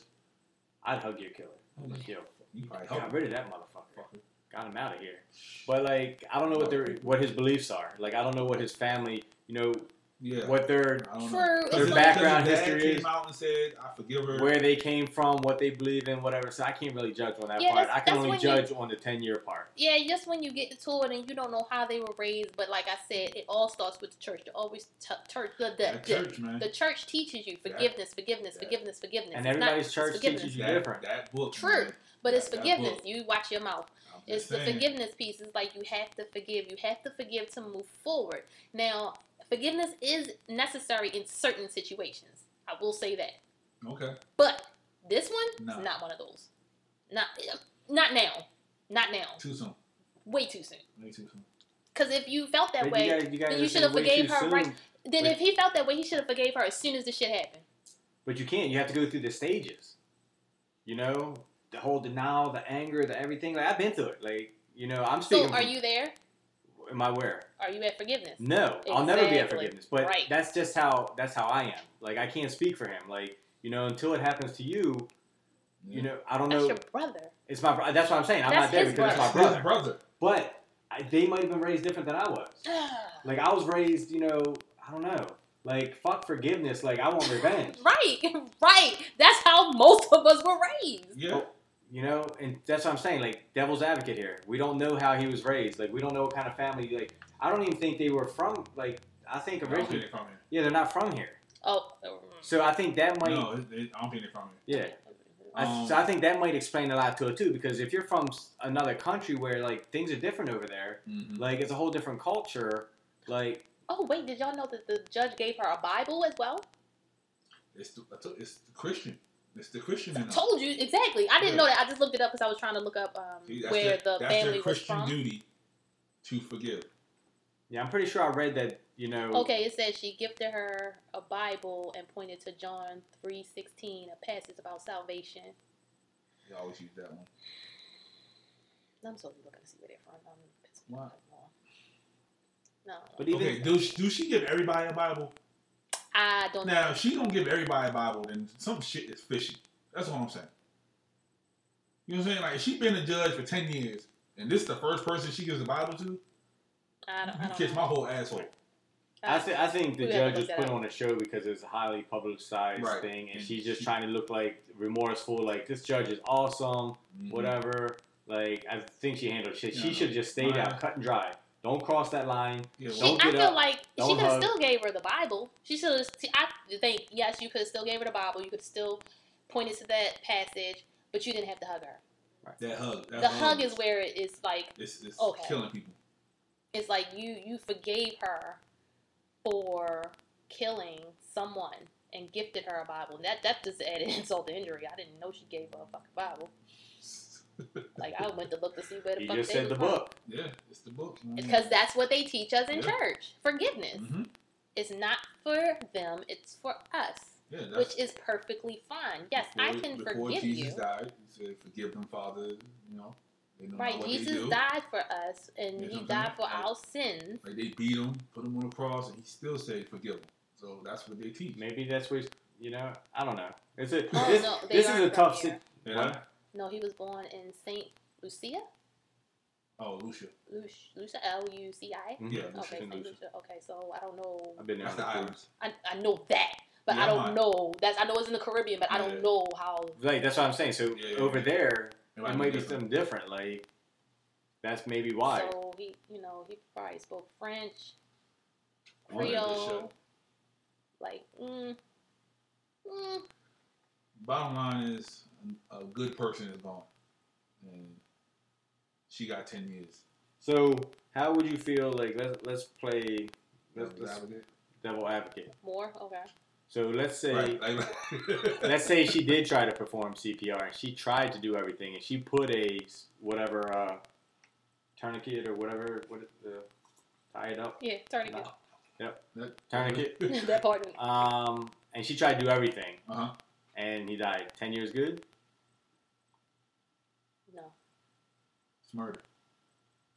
Speaker 2: I'd hug your killer. I'm like, yo,
Speaker 4: You probably help
Speaker 2: got rid of that motherfucker.
Speaker 4: Fucker.
Speaker 2: Got him out of here. But like, I don't know what their what his beliefs are. Like I don't know what his family, you know,
Speaker 4: Yeah.
Speaker 2: what their
Speaker 4: I don't
Speaker 3: True.
Speaker 4: know.
Speaker 2: Their
Speaker 3: it's
Speaker 4: Because
Speaker 3: like-
Speaker 2: background
Speaker 4: because
Speaker 2: history
Speaker 4: dad came
Speaker 2: is-
Speaker 4: out and said, "I forgive her."
Speaker 2: where they came from, what they believe in, whatever. So I can't really judge on that
Speaker 3: Yeah,
Speaker 2: part.
Speaker 3: that's-
Speaker 2: I can
Speaker 3: that's
Speaker 2: only
Speaker 3: when you-
Speaker 2: judge on the ten year part.
Speaker 3: Yeah, just when you get to it and you don't know how they were raised, but like I said, it all starts with the church. They always t- church the, the,
Speaker 4: That
Speaker 3: the,
Speaker 4: church, man.
Speaker 3: The church teaches you forgiveness, forgiveness,
Speaker 4: Yeah.
Speaker 3: forgiveness, forgiveness.
Speaker 2: And
Speaker 3: It's not-
Speaker 2: everybody's
Speaker 3: it's
Speaker 2: church
Speaker 3: forgiveness.
Speaker 2: teaches you
Speaker 4: that,
Speaker 2: different.
Speaker 4: That book.
Speaker 3: True.
Speaker 4: man.
Speaker 3: But it's
Speaker 4: That- that
Speaker 3: forgiveness.
Speaker 4: book.
Speaker 3: You watch your mouth.
Speaker 4: I'm just
Speaker 3: It's the
Speaker 4: saying.
Speaker 3: forgiveness piece. It's like you have to forgive. You have to forgive to move forward. Now, forgiveness is necessary in certain situations. I will say that.
Speaker 4: Okay.
Speaker 3: But this one
Speaker 4: No.
Speaker 3: is not one of those. Not uh, not now. Not now.
Speaker 4: Too soon.
Speaker 3: Way too soon.
Speaker 4: Way too soon.
Speaker 3: Because if you felt that
Speaker 2: But
Speaker 3: way,
Speaker 2: gotta- gotta
Speaker 3: then you
Speaker 2: understand
Speaker 3: should have
Speaker 2: way
Speaker 3: forgave
Speaker 2: too
Speaker 3: her
Speaker 2: soon.
Speaker 3: right- then
Speaker 2: Wait.
Speaker 3: if he felt that way, he should have forgave her as soon as the shit happened.
Speaker 2: But you can't. You have to go through the stages. You know, the whole denial, the anger, the everything. Like I've been through it. Like you know, I'm
Speaker 3: So
Speaker 2: speaking.
Speaker 3: are
Speaker 2: from-
Speaker 3: you there?
Speaker 2: Am I where?
Speaker 3: Are you at forgiveness?
Speaker 2: No, I'll never be at
Speaker 3: Exactly.
Speaker 2: forgiveness. But
Speaker 3: Right.
Speaker 2: that's just how that's how I am. Like I can't speak for him. Like you know, until it happens to you, you know, I don't
Speaker 3: That's
Speaker 2: know.
Speaker 3: your brother.
Speaker 2: It's my. bro- That's what I'm saying. I'm
Speaker 3: That's
Speaker 2: not there
Speaker 3: his
Speaker 2: because it's my
Speaker 4: brother.
Speaker 2: brother.
Speaker 4: brother.
Speaker 2: But I, they might have been raised different than I was. Like I was raised, you know, I don't know. Like fuck forgiveness. Like I want revenge.
Speaker 3: right, right. That's how most of us were raised.
Speaker 4: Yeah.
Speaker 2: You know, and that's what I'm saying. Like devil's advocate here. We don't know how he was raised. Like we don't know what kind of family. Like I don't even think they were from. Like I think
Speaker 4: I don't think
Speaker 2: originally,
Speaker 4: they're from here.
Speaker 2: yeah, they're not from here.
Speaker 3: Oh,
Speaker 2: So I think that might.
Speaker 4: No, it- it- I don't think they're from here.
Speaker 2: Yeah. I,
Speaker 4: Um,
Speaker 2: so I think that might explain a lot to it too, because if you're from s- another country where like things are different over there,
Speaker 4: Mhm.
Speaker 2: like it's a whole different culture. Like
Speaker 3: oh wait, did y'all know that the judge gave her a Bible as well?
Speaker 4: It's, the, I told- it's the Christian. It's the Christian in them.
Speaker 3: Told you exactly. I didn't
Speaker 4: Yeah.
Speaker 3: know that. I just looked it up because I was trying to look up um,
Speaker 4: See, that's
Speaker 3: where
Speaker 4: their-
Speaker 3: the
Speaker 4: that's
Speaker 3: family
Speaker 4: their
Speaker 3: was
Speaker 4: Christian
Speaker 3: from.
Speaker 4: duty to forgive.
Speaker 2: yeah, I'm pretty sure I read that. You know.
Speaker 3: Okay, it says she gifted her a Bible and pointed to John three sixteen, a passage about salvation.
Speaker 4: They always use that one.
Speaker 3: I'm totally looking to see where they're from. I'm pissed
Speaker 4: Why?
Speaker 3: off. No,
Speaker 2: But even
Speaker 4: okay, do, she- do she give everybody a Bible?
Speaker 3: I don't.
Speaker 4: Now, if she don't give everybody a Bible, then some shit is fishy. That's all I'm saying. You know what I'm saying? Like, if she been a judge for 10 years, and this is the first person she gives the Bible to,
Speaker 3: I don't. I
Speaker 4: you
Speaker 3: don't
Speaker 4: kiss
Speaker 3: know.
Speaker 4: my whole asshole.
Speaker 2: I, th- I think the
Speaker 3: We gotta
Speaker 2: judge
Speaker 3: look
Speaker 2: is
Speaker 3: that
Speaker 2: putting
Speaker 3: up.
Speaker 2: on a show because it's a highly publicized
Speaker 4: Right. Mm-hmm.
Speaker 2: thing, and
Speaker 4: And
Speaker 2: she's just
Speaker 4: she-
Speaker 2: trying to look like remorseful, like this judge is awesome,
Speaker 4: Mm-hmm.
Speaker 2: whatever. Like I think she handled shit. She
Speaker 4: No,
Speaker 2: should have just stayed
Speaker 4: Maya-
Speaker 2: out, cut and dry. Don't cross that line.
Speaker 4: Yeah,
Speaker 3: She,
Speaker 2: Don't
Speaker 3: I
Speaker 2: get
Speaker 3: feel
Speaker 2: up.
Speaker 3: like she
Speaker 2: Don't
Speaker 3: could have
Speaker 2: hug.
Speaker 3: still gave her the Bible. She should have. I think yes, you could have still gave her the Bible. You could have still pointed to that passage, but you didn't have to hug her.
Speaker 4: that hug. That
Speaker 3: the hug is where it is like
Speaker 4: It's, it's
Speaker 3: Okay.
Speaker 4: killing people.
Speaker 3: it's like you you forgave her for killing someone and gifted her a Bible. That that just added insult to injury. I didn't know she gave her a fucking Bible. Like I went to look to see where the
Speaker 2: You
Speaker 3: fuck
Speaker 2: just
Speaker 3: they
Speaker 2: said the
Speaker 3: was from.
Speaker 2: book.
Speaker 4: Yeah, it's the book.
Speaker 3: because that's what they teach us in
Speaker 4: Yeah.
Speaker 3: church. Forgiveness.
Speaker 2: Mm-hmm.
Speaker 4: hmm
Speaker 3: It's not for them. It's for us.
Speaker 4: Yeah, that's
Speaker 3: which is perfectly fine. Yes, I
Speaker 4: before-
Speaker 3: can
Speaker 4: before
Speaker 3: forgive
Speaker 4: Jesus
Speaker 3: you.
Speaker 4: died, he said, "Forgive them, Father." You know, they know not
Speaker 3: Right,
Speaker 4: what they
Speaker 3: Jesus
Speaker 4: do.
Speaker 3: died for us and
Speaker 4: Yes,
Speaker 3: he
Speaker 4: I'm
Speaker 3: died
Speaker 4: saying.
Speaker 3: for
Speaker 4: Like-
Speaker 3: our sins.
Speaker 4: Like they beat him, put him on the cross, and he still said, "Forgive them." So that's what they teach.
Speaker 2: Maybe that's what you know. I don't know. It's a
Speaker 3: Oh
Speaker 2: this,
Speaker 3: no, they
Speaker 2: this
Speaker 3: are
Speaker 2: is a tough. Si-
Speaker 3: from here.
Speaker 4: And
Speaker 2: What?
Speaker 4: I-
Speaker 3: No, he was born in Saint Lucia.
Speaker 4: oh, Lucia,
Speaker 3: Lu- Lucia L U C I.
Speaker 2: Mhm.
Speaker 4: Yeah, Lucia,
Speaker 3: Okay, Saint
Speaker 4: Lucia.
Speaker 3: Lucia. Okay, so I don't know
Speaker 2: I've been there.
Speaker 4: that's the
Speaker 2: before.
Speaker 4: islands.
Speaker 3: I, I know that. But
Speaker 4: Yeah,
Speaker 3: I
Speaker 4: I'm
Speaker 3: don't
Speaker 4: not-
Speaker 3: know. That's I know it's in the Caribbean, but I
Speaker 4: Yeah.
Speaker 3: don't know how
Speaker 2: Like that's what I'm saying. So
Speaker 4: Yeah, yeah,
Speaker 2: over
Speaker 4: yeah.
Speaker 2: there,
Speaker 4: It
Speaker 2: it might be
Speaker 4: different.
Speaker 2: something different. Like that's maybe why.
Speaker 3: so he you know, he probably spoke French,
Speaker 4: I wanna give it a
Speaker 3: Creole.
Speaker 4: shot.
Speaker 3: Like, mm, mm,
Speaker 4: Bottom line is, a a good person is gone, and she got ten years.
Speaker 2: So, how would you feel? Like, let's let's play let's, let's
Speaker 4: Advocate.
Speaker 2: devil advocate.
Speaker 3: more? Okay.
Speaker 2: So let's say
Speaker 4: Right, like-
Speaker 2: let's say she did try to perform CPR and she tried to do everything and she put a s- whatever uh, tourniquet or whatever what it- the tie it up
Speaker 3: Yeah, turn again.
Speaker 2: tourniquet.
Speaker 3: that part of me.
Speaker 2: Um, and she tried to do everything
Speaker 4: Uh-huh.
Speaker 2: and he died. Ten years good.
Speaker 3: No.
Speaker 4: It's murder.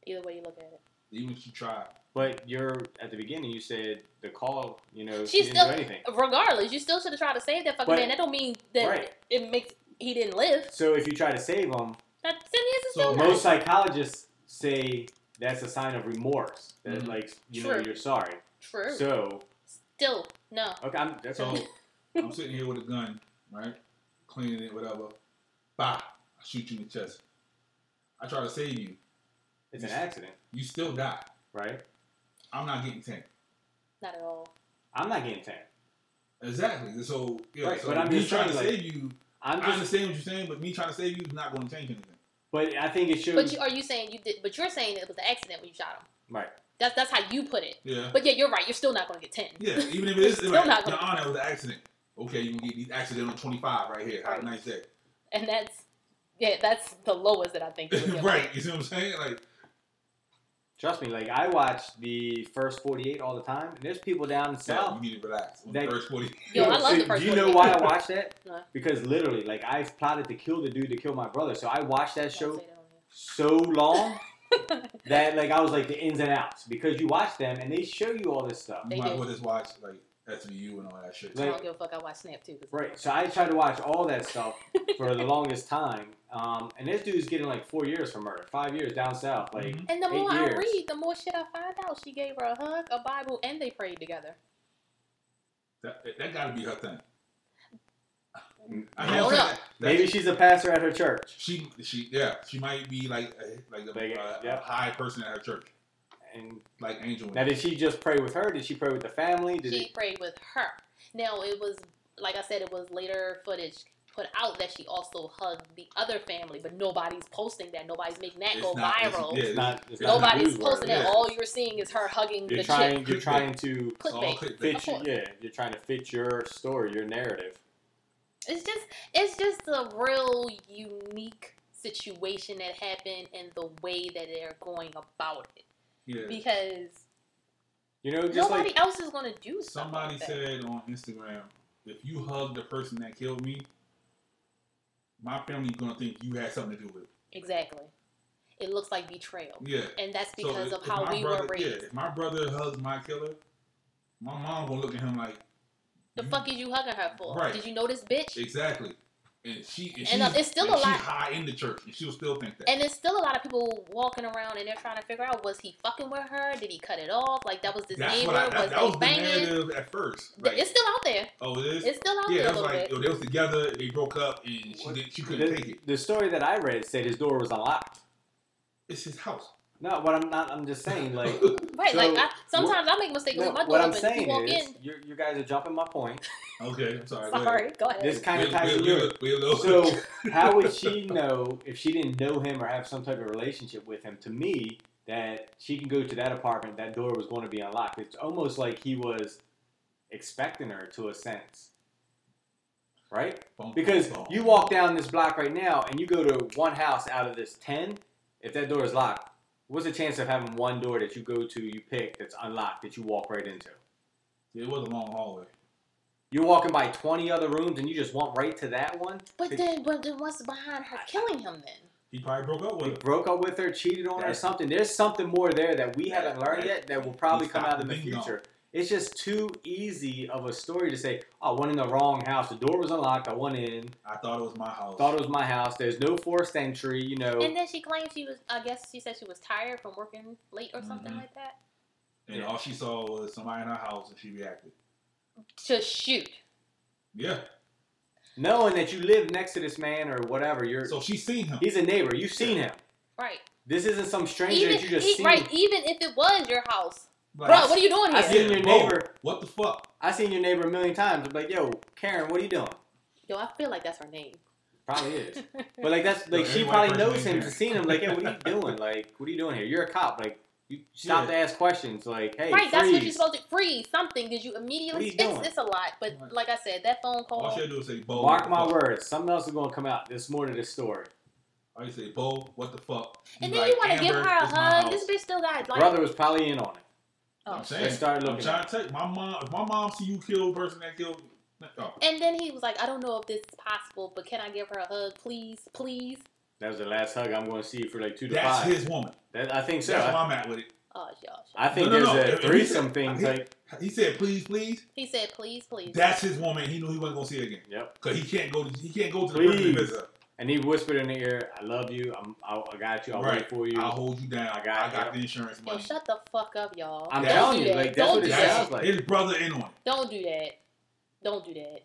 Speaker 3: Either way you look at it.
Speaker 4: Even if she tried.
Speaker 2: But you're at the beginning. You said the call. You know she
Speaker 3: She's
Speaker 2: didn't
Speaker 3: still-
Speaker 2: do anything.
Speaker 3: Regardless, you still should have tried to save that fucking
Speaker 2: But-
Speaker 3: man. That don't mean that
Speaker 2: Right.
Speaker 3: it makes he didn't live.
Speaker 2: So if you try to save him,
Speaker 3: That ten years is
Speaker 4: So
Speaker 3: still
Speaker 2: most
Speaker 3: not.
Speaker 2: psychologists say that's a sign of remorse that
Speaker 4: Mhm.
Speaker 2: like you know
Speaker 3: Mm-hmm. True.
Speaker 2: you're sorry
Speaker 3: True.
Speaker 2: so
Speaker 3: still, no.
Speaker 2: okay i'm that's
Speaker 4: So
Speaker 2: all.
Speaker 4: I'm sitting here with a gun, right? Cleaning it, whatever. Bah! I shoot you in the chest. I try to save you.
Speaker 2: it's an accident
Speaker 4: You still die.
Speaker 2: right
Speaker 4: I'm not getting ten.
Speaker 3: Not at all.
Speaker 2: i'm not getting 10
Speaker 4: Exactly. So yeah.
Speaker 2: Right,
Speaker 4: so
Speaker 2: but I'm
Speaker 4: me
Speaker 2: just
Speaker 4: trying to
Speaker 2: saying, like,
Speaker 4: save you.
Speaker 2: i'm
Speaker 4: I
Speaker 2: just
Speaker 4: understand what you're saying, but me trying to save you is not going to change anything.
Speaker 2: but i think it shows
Speaker 3: But you, are you saying you did but you're saying it was an accident when you shot him.
Speaker 2: right
Speaker 3: That's that's how you put it.
Speaker 4: Yeah.
Speaker 3: But yeah, you're right, you're still not gonna get ten.
Speaker 4: Yeah. Even if it is
Speaker 3: Still
Speaker 4: like,
Speaker 3: not
Speaker 4: your
Speaker 3: gonna-
Speaker 4: honor, it was an accident. Okay, you can get these accidental 25 right here. Have a
Speaker 3: Right.
Speaker 4: nice day.
Speaker 3: And that's Yeah, that's the lowest that I think. it would get.
Speaker 4: right. You see what I'm saying? Like,
Speaker 2: Trust me, like I watch the first 48 all the time, and there's people down in
Speaker 4: no,
Speaker 2: South.
Speaker 4: you need to relax. On
Speaker 2: They-
Speaker 4: the first 40,
Speaker 3: Yo, I love
Speaker 2: See,
Speaker 3: the first
Speaker 2: Do you
Speaker 3: one.
Speaker 2: know why I watch that?
Speaker 3: No.
Speaker 2: Because literally, like I've plotted to kill the dude to kill my brother, so I watched that
Speaker 3: Don't
Speaker 2: show
Speaker 3: say that on here.
Speaker 2: so long that like I was like the ins and outs because you watch them and they show you all this stuff.
Speaker 3: They
Speaker 4: you might
Speaker 3: do.
Speaker 4: as well just watch like SVU and all that shit.
Speaker 3: I
Speaker 2: Like-
Speaker 3: don't give a fuck. I watch Snap too. 'cause-
Speaker 2: Right. So I tried to watch all that stuff for the longest time. Um, and this dude's getting like four years for murder, five years down south. Like
Speaker 4: Mhm.
Speaker 3: And the
Speaker 2: Eight
Speaker 3: more I
Speaker 2: years.
Speaker 3: read, the more shit I find out. She gave her a hug, a Bible, and they prayed together.
Speaker 4: That, that gotta be her thing.
Speaker 3: I don't
Speaker 4: saying
Speaker 3: know.
Speaker 4: that- that-
Speaker 2: maybe she's a pastor at her church.
Speaker 4: she she yeah she might be like a, like a,
Speaker 2: Like,
Speaker 4: a- a
Speaker 2: yeah.
Speaker 4: high person at her church
Speaker 2: And
Speaker 4: like Angel.
Speaker 2: now, did she just pray with her? Did she pray with the family? Did
Speaker 3: She
Speaker 2: it,
Speaker 3: prayed with her. Now it was like I said, it was later footage put out that she also hugged the other family, but nobody's posting that. Nobody's making that
Speaker 4: It's
Speaker 3: go
Speaker 4: not- it's-
Speaker 3: viral.
Speaker 4: yeah,
Speaker 2: it's not, it's not
Speaker 3: Nobody's
Speaker 2: newsworthy.
Speaker 3: posting that.
Speaker 4: yeah.
Speaker 3: All you're seeing is her hugging
Speaker 2: You're
Speaker 3: the
Speaker 2: trying.
Speaker 3: chick.
Speaker 2: You're trying to
Speaker 4: It's all
Speaker 3: clickbait.
Speaker 4: clickbait.
Speaker 2: fit.
Speaker 3: Of
Speaker 2: Your,
Speaker 3: course.
Speaker 2: yeah, you're trying to fit your story, your narrative.
Speaker 3: It's just, it's just a real unique situation that happened and the way that they're going about it
Speaker 4: Yeah.
Speaker 3: because
Speaker 2: You know, just
Speaker 3: nobody
Speaker 2: like
Speaker 3: else is gonna do something
Speaker 4: Somebody
Speaker 3: like that.
Speaker 4: said on Instagram, if you hug the person that killed me, my family's gonna think you had something to do with it.
Speaker 3: exactly. It looks like betrayal,
Speaker 4: Yeah.
Speaker 3: and that's
Speaker 4: So
Speaker 3: because
Speaker 4: if-
Speaker 3: of
Speaker 4: if
Speaker 3: how
Speaker 4: my
Speaker 3: we
Speaker 4: brother,
Speaker 3: were raised.
Speaker 4: Yeah, if my brother hugs my killer, my mom gonna look at him like
Speaker 3: The
Speaker 4: you-
Speaker 3: fuck is you hugging her for?
Speaker 4: Right.
Speaker 3: Did you know this bitch?
Speaker 4: Exactly. And she and,
Speaker 3: And, uh,
Speaker 4: she's-
Speaker 3: it's still
Speaker 4: and
Speaker 3: a
Speaker 4: she's
Speaker 3: lot-
Speaker 4: high in the church and she'll still think that.
Speaker 3: And there's still a lot of people walking around and they're trying to figure out was he fucking with her? Did he cut it off? Like that was his
Speaker 4: That's
Speaker 3: neighbor?
Speaker 4: what I that, that
Speaker 3: was they
Speaker 4: was the
Speaker 3: banging?
Speaker 4: narrative at first.
Speaker 3: Th-
Speaker 4: Like,
Speaker 3: it's still out there.
Speaker 4: oh, it is.
Speaker 3: It's still out
Speaker 4: yeah,
Speaker 3: there a
Speaker 4: that was
Speaker 3: little
Speaker 4: like
Speaker 3: bit.
Speaker 4: yo, they was together. They broke up, and she
Speaker 2: What-
Speaker 4: didn't. She couldn't take
Speaker 2: the,
Speaker 4: it.
Speaker 2: the story that I read said his door was unlocked.
Speaker 4: It's his house.
Speaker 2: No, what I'm not. I'm just saying, like
Speaker 3: Right.
Speaker 2: So,
Speaker 3: like I, sometimes I make mistakes
Speaker 2: No,
Speaker 3: with my
Speaker 2: what
Speaker 3: door
Speaker 2: I'm
Speaker 3: open. You
Speaker 2: saying
Speaker 3: walk
Speaker 2: is,
Speaker 3: in.
Speaker 2: you you guys are jumping my point.
Speaker 4: okay, I'm sorry. go ahead.
Speaker 3: Sorry, go ahead.
Speaker 2: This kind of
Speaker 4: We-
Speaker 2: ties
Speaker 4: we-
Speaker 2: to
Speaker 4: we-
Speaker 2: yours.
Speaker 4: we a little-
Speaker 2: So, how would she know if she didn't know him or have some type of relationship with him? To me, that she can go to that apartment, that door was going to be unlocked. It's almost like he was expecting her to a sense, right?
Speaker 4: Bum,
Speaker 2: Because
Speaker 4: bum, bum.
Speaker 2: you walk down this block right now and you go to one house out of this 10, if that door is locked, what's the chance of having one door that you go to, you pick, that's unlocked, that you walk right into?
Speaker 4: Yeah, it was a long hallway.
Speaker 2: You're walking by 20 other rooms and you just want right to that one?
Speaker 3: but then, but then what's behind her killing him then?
Speaker 4: He probably broke up
Speaker 2: He
Speaker 4: with her.
Speaker 2: broke up with her, cheated on her,
Speaker 4: That's-
Speaker 2: something. There's something more there that we
Speaker 4: That-
Speaker 2: haven't learned
Speaker 4: that-
Speaker 2: yet that will probably
Speaker 4: he's
Speaker 2: come
Speaker 4: got
Speaker 2: out in the
Speaker 4: the bingo.
Speaker 2: future. It's just too easy of a story to say, I went in the wrong house. The door was unlocked. I went in.
Speaker 4: I thought it was my house.
Speaker 2: Thought it was my house. There's no forced entry, you know.
Speaker 3: And then she claimed she was, I guess she said she was tired from working late or something
Speaker 4: Mhm.
Speaker 3: like that.
Speaker 4: and all she saw was somebody in her house, and she reacted.
Speaker 3: To shoot.
Speaker 4: Yeah.
Speaker 2: Knowing that you live next to this man or whatever, you're
Speaker 4: So she seen him.
Speaker 2: he's a neighbor. You've seen him.
Speaker 3: Right.
Speaker 2: This isn't some stranger
Speaker 3: Even,
Speaker 2: that you just
Speaker 3: e-
Speaker 2: seen.
Speaker 3: right, even if it was your house.
Speaker 4: Like,
Speaker 3: Bro, what are you doing
Speaker 2: I
Speaker 3: here?
Speaker 2: see- Seen your
Speaker 4: bro,
Speaker 2: neighbor.
Speaker 4: What the fuck?
Speaker 2: I seen your neighbor a million times. I'm like, yo, Karen, what are you doing?
Speaker 3: Yo, I feel like that's her name.
Speaker 2: Probably is. But like that's
Speaker 4: Yo,
Speaker 2: like she
Speaker 4: every white
Speaker 2: probably
Speaker 4: person
Speaker 2: knows
Speaker 4: in
Speaker 2: him,
Speaker 4: here.
Speaker 2: seen him. Like, hey, what are you doing? Like, what are you doing here? You're a cop. Like, you stop
Speaker 4: Yeah.
Speaker 2: to ask questions. Like, hey,
Speaker 3: right, that's what you're
Speaker 2: freeze.
Speaker 3: supposed to free something. Did you immediately?
Speaker 2: What are you
Speaker 3: It's,
Speaker 2: doing?
Speaker 3: it's a lot, but
Speaker 4: Right.
Speaker 3: like I said, that phone
Speaker 4: All
Speaker 3: call.
Speaker 4: she had to do was say, "Bo."
Speaker 2: Mark
Speaker 4: what
Speaker 2: my
Speaker 4: the fuck?
Speaker 2: words. Something else is gonna come out. There's more to this story.
Speaker 4: All you say, "Bo, what the fuck?"
Speaker 3: and
Speaker 4: You
Speaker 3: then
Speaker 4: like,
Speaker 3: you want to give
Speaker 4: "Amber,
Speaker 3: her a
Speaker 4: it's my
Speaker 3: hug. This
Speaker 4: house."
Speaker 3: bitch still got like.
Speaker 2: Brother was probably in on it.
Speaker 3: oh,
Speaker 4: I'm
Speaker 3: shit.
Speaker 4: saying,
Speaker 2: They started
Speaker 4: I'm
Speaker 2: looking.
Speaker 4: trying to take my mom. If my mom see you kill a person that killed, oh,
Speaker 3: And then he was like, "I don't know if this is possible, but can I give her a hug, please, please?"
Speaker 2: That was the last hug I'm gonna see for like two to
Speaker 4: that's
Speaker 2: five.
Speaker 4: his woman.
Speaker 2: That, I think so.
Speaker 4: That's where
Speaker 2: I,
Speaker 4: I'm at with it.
Speaker 3: Oh, y'all. shit.
Speaker 2: I think
Speaker 4: No, no, no.
Speaker 2: there's
Speaker 4: If-
Speaker 2: a
Speaker 4: if you
Speaker 2: threesome
Speaker 4: said-
Speaker 2: thing.
Speaker 4: I-
Speaker 2: Like,
Speaker 4: He said, "Please, please."
Speaker 3: He said, "Please, please."
Speaker 4: That's his woman. He knew he wasn't gonna see her again
Speaker 2: yep.
Speaker 4: because he can't go. To, he can't go to the prison
Speaker 2: Please.
Speaker 4: to visit her.
Speaker 2: And he whispered in the ear, "I love you. I'm. I, I got you. I'll
Speaker 4: Right.
Speaker 2: wait for you."
Speaker 4: I'll hold you down.
Speaker 2: I
Speaker 4: I
Speaker 2: got
Speaker 4: got,
Speaker 2: you.
Speaker 4: the insurance
Speaker 3: Yo,
Speaker 4: money.
Speaker 3: shut the fuck up, y'all.
Speaker 2: I'm
Speaker 3: don't
Speaker 2: telling
Speaker 3: do
Speaker 2: you,
Speaker 3: that.
Speaker 2: like that's
Speaker 3: don't
Speaker 2: what
Speaker 3: do
Speaker 2: it
Speaker 4: That's-
Speaker 2: sounds like.
Speaker 4: His brother in on it.
Speaker 3: Don't do that. Don't do that.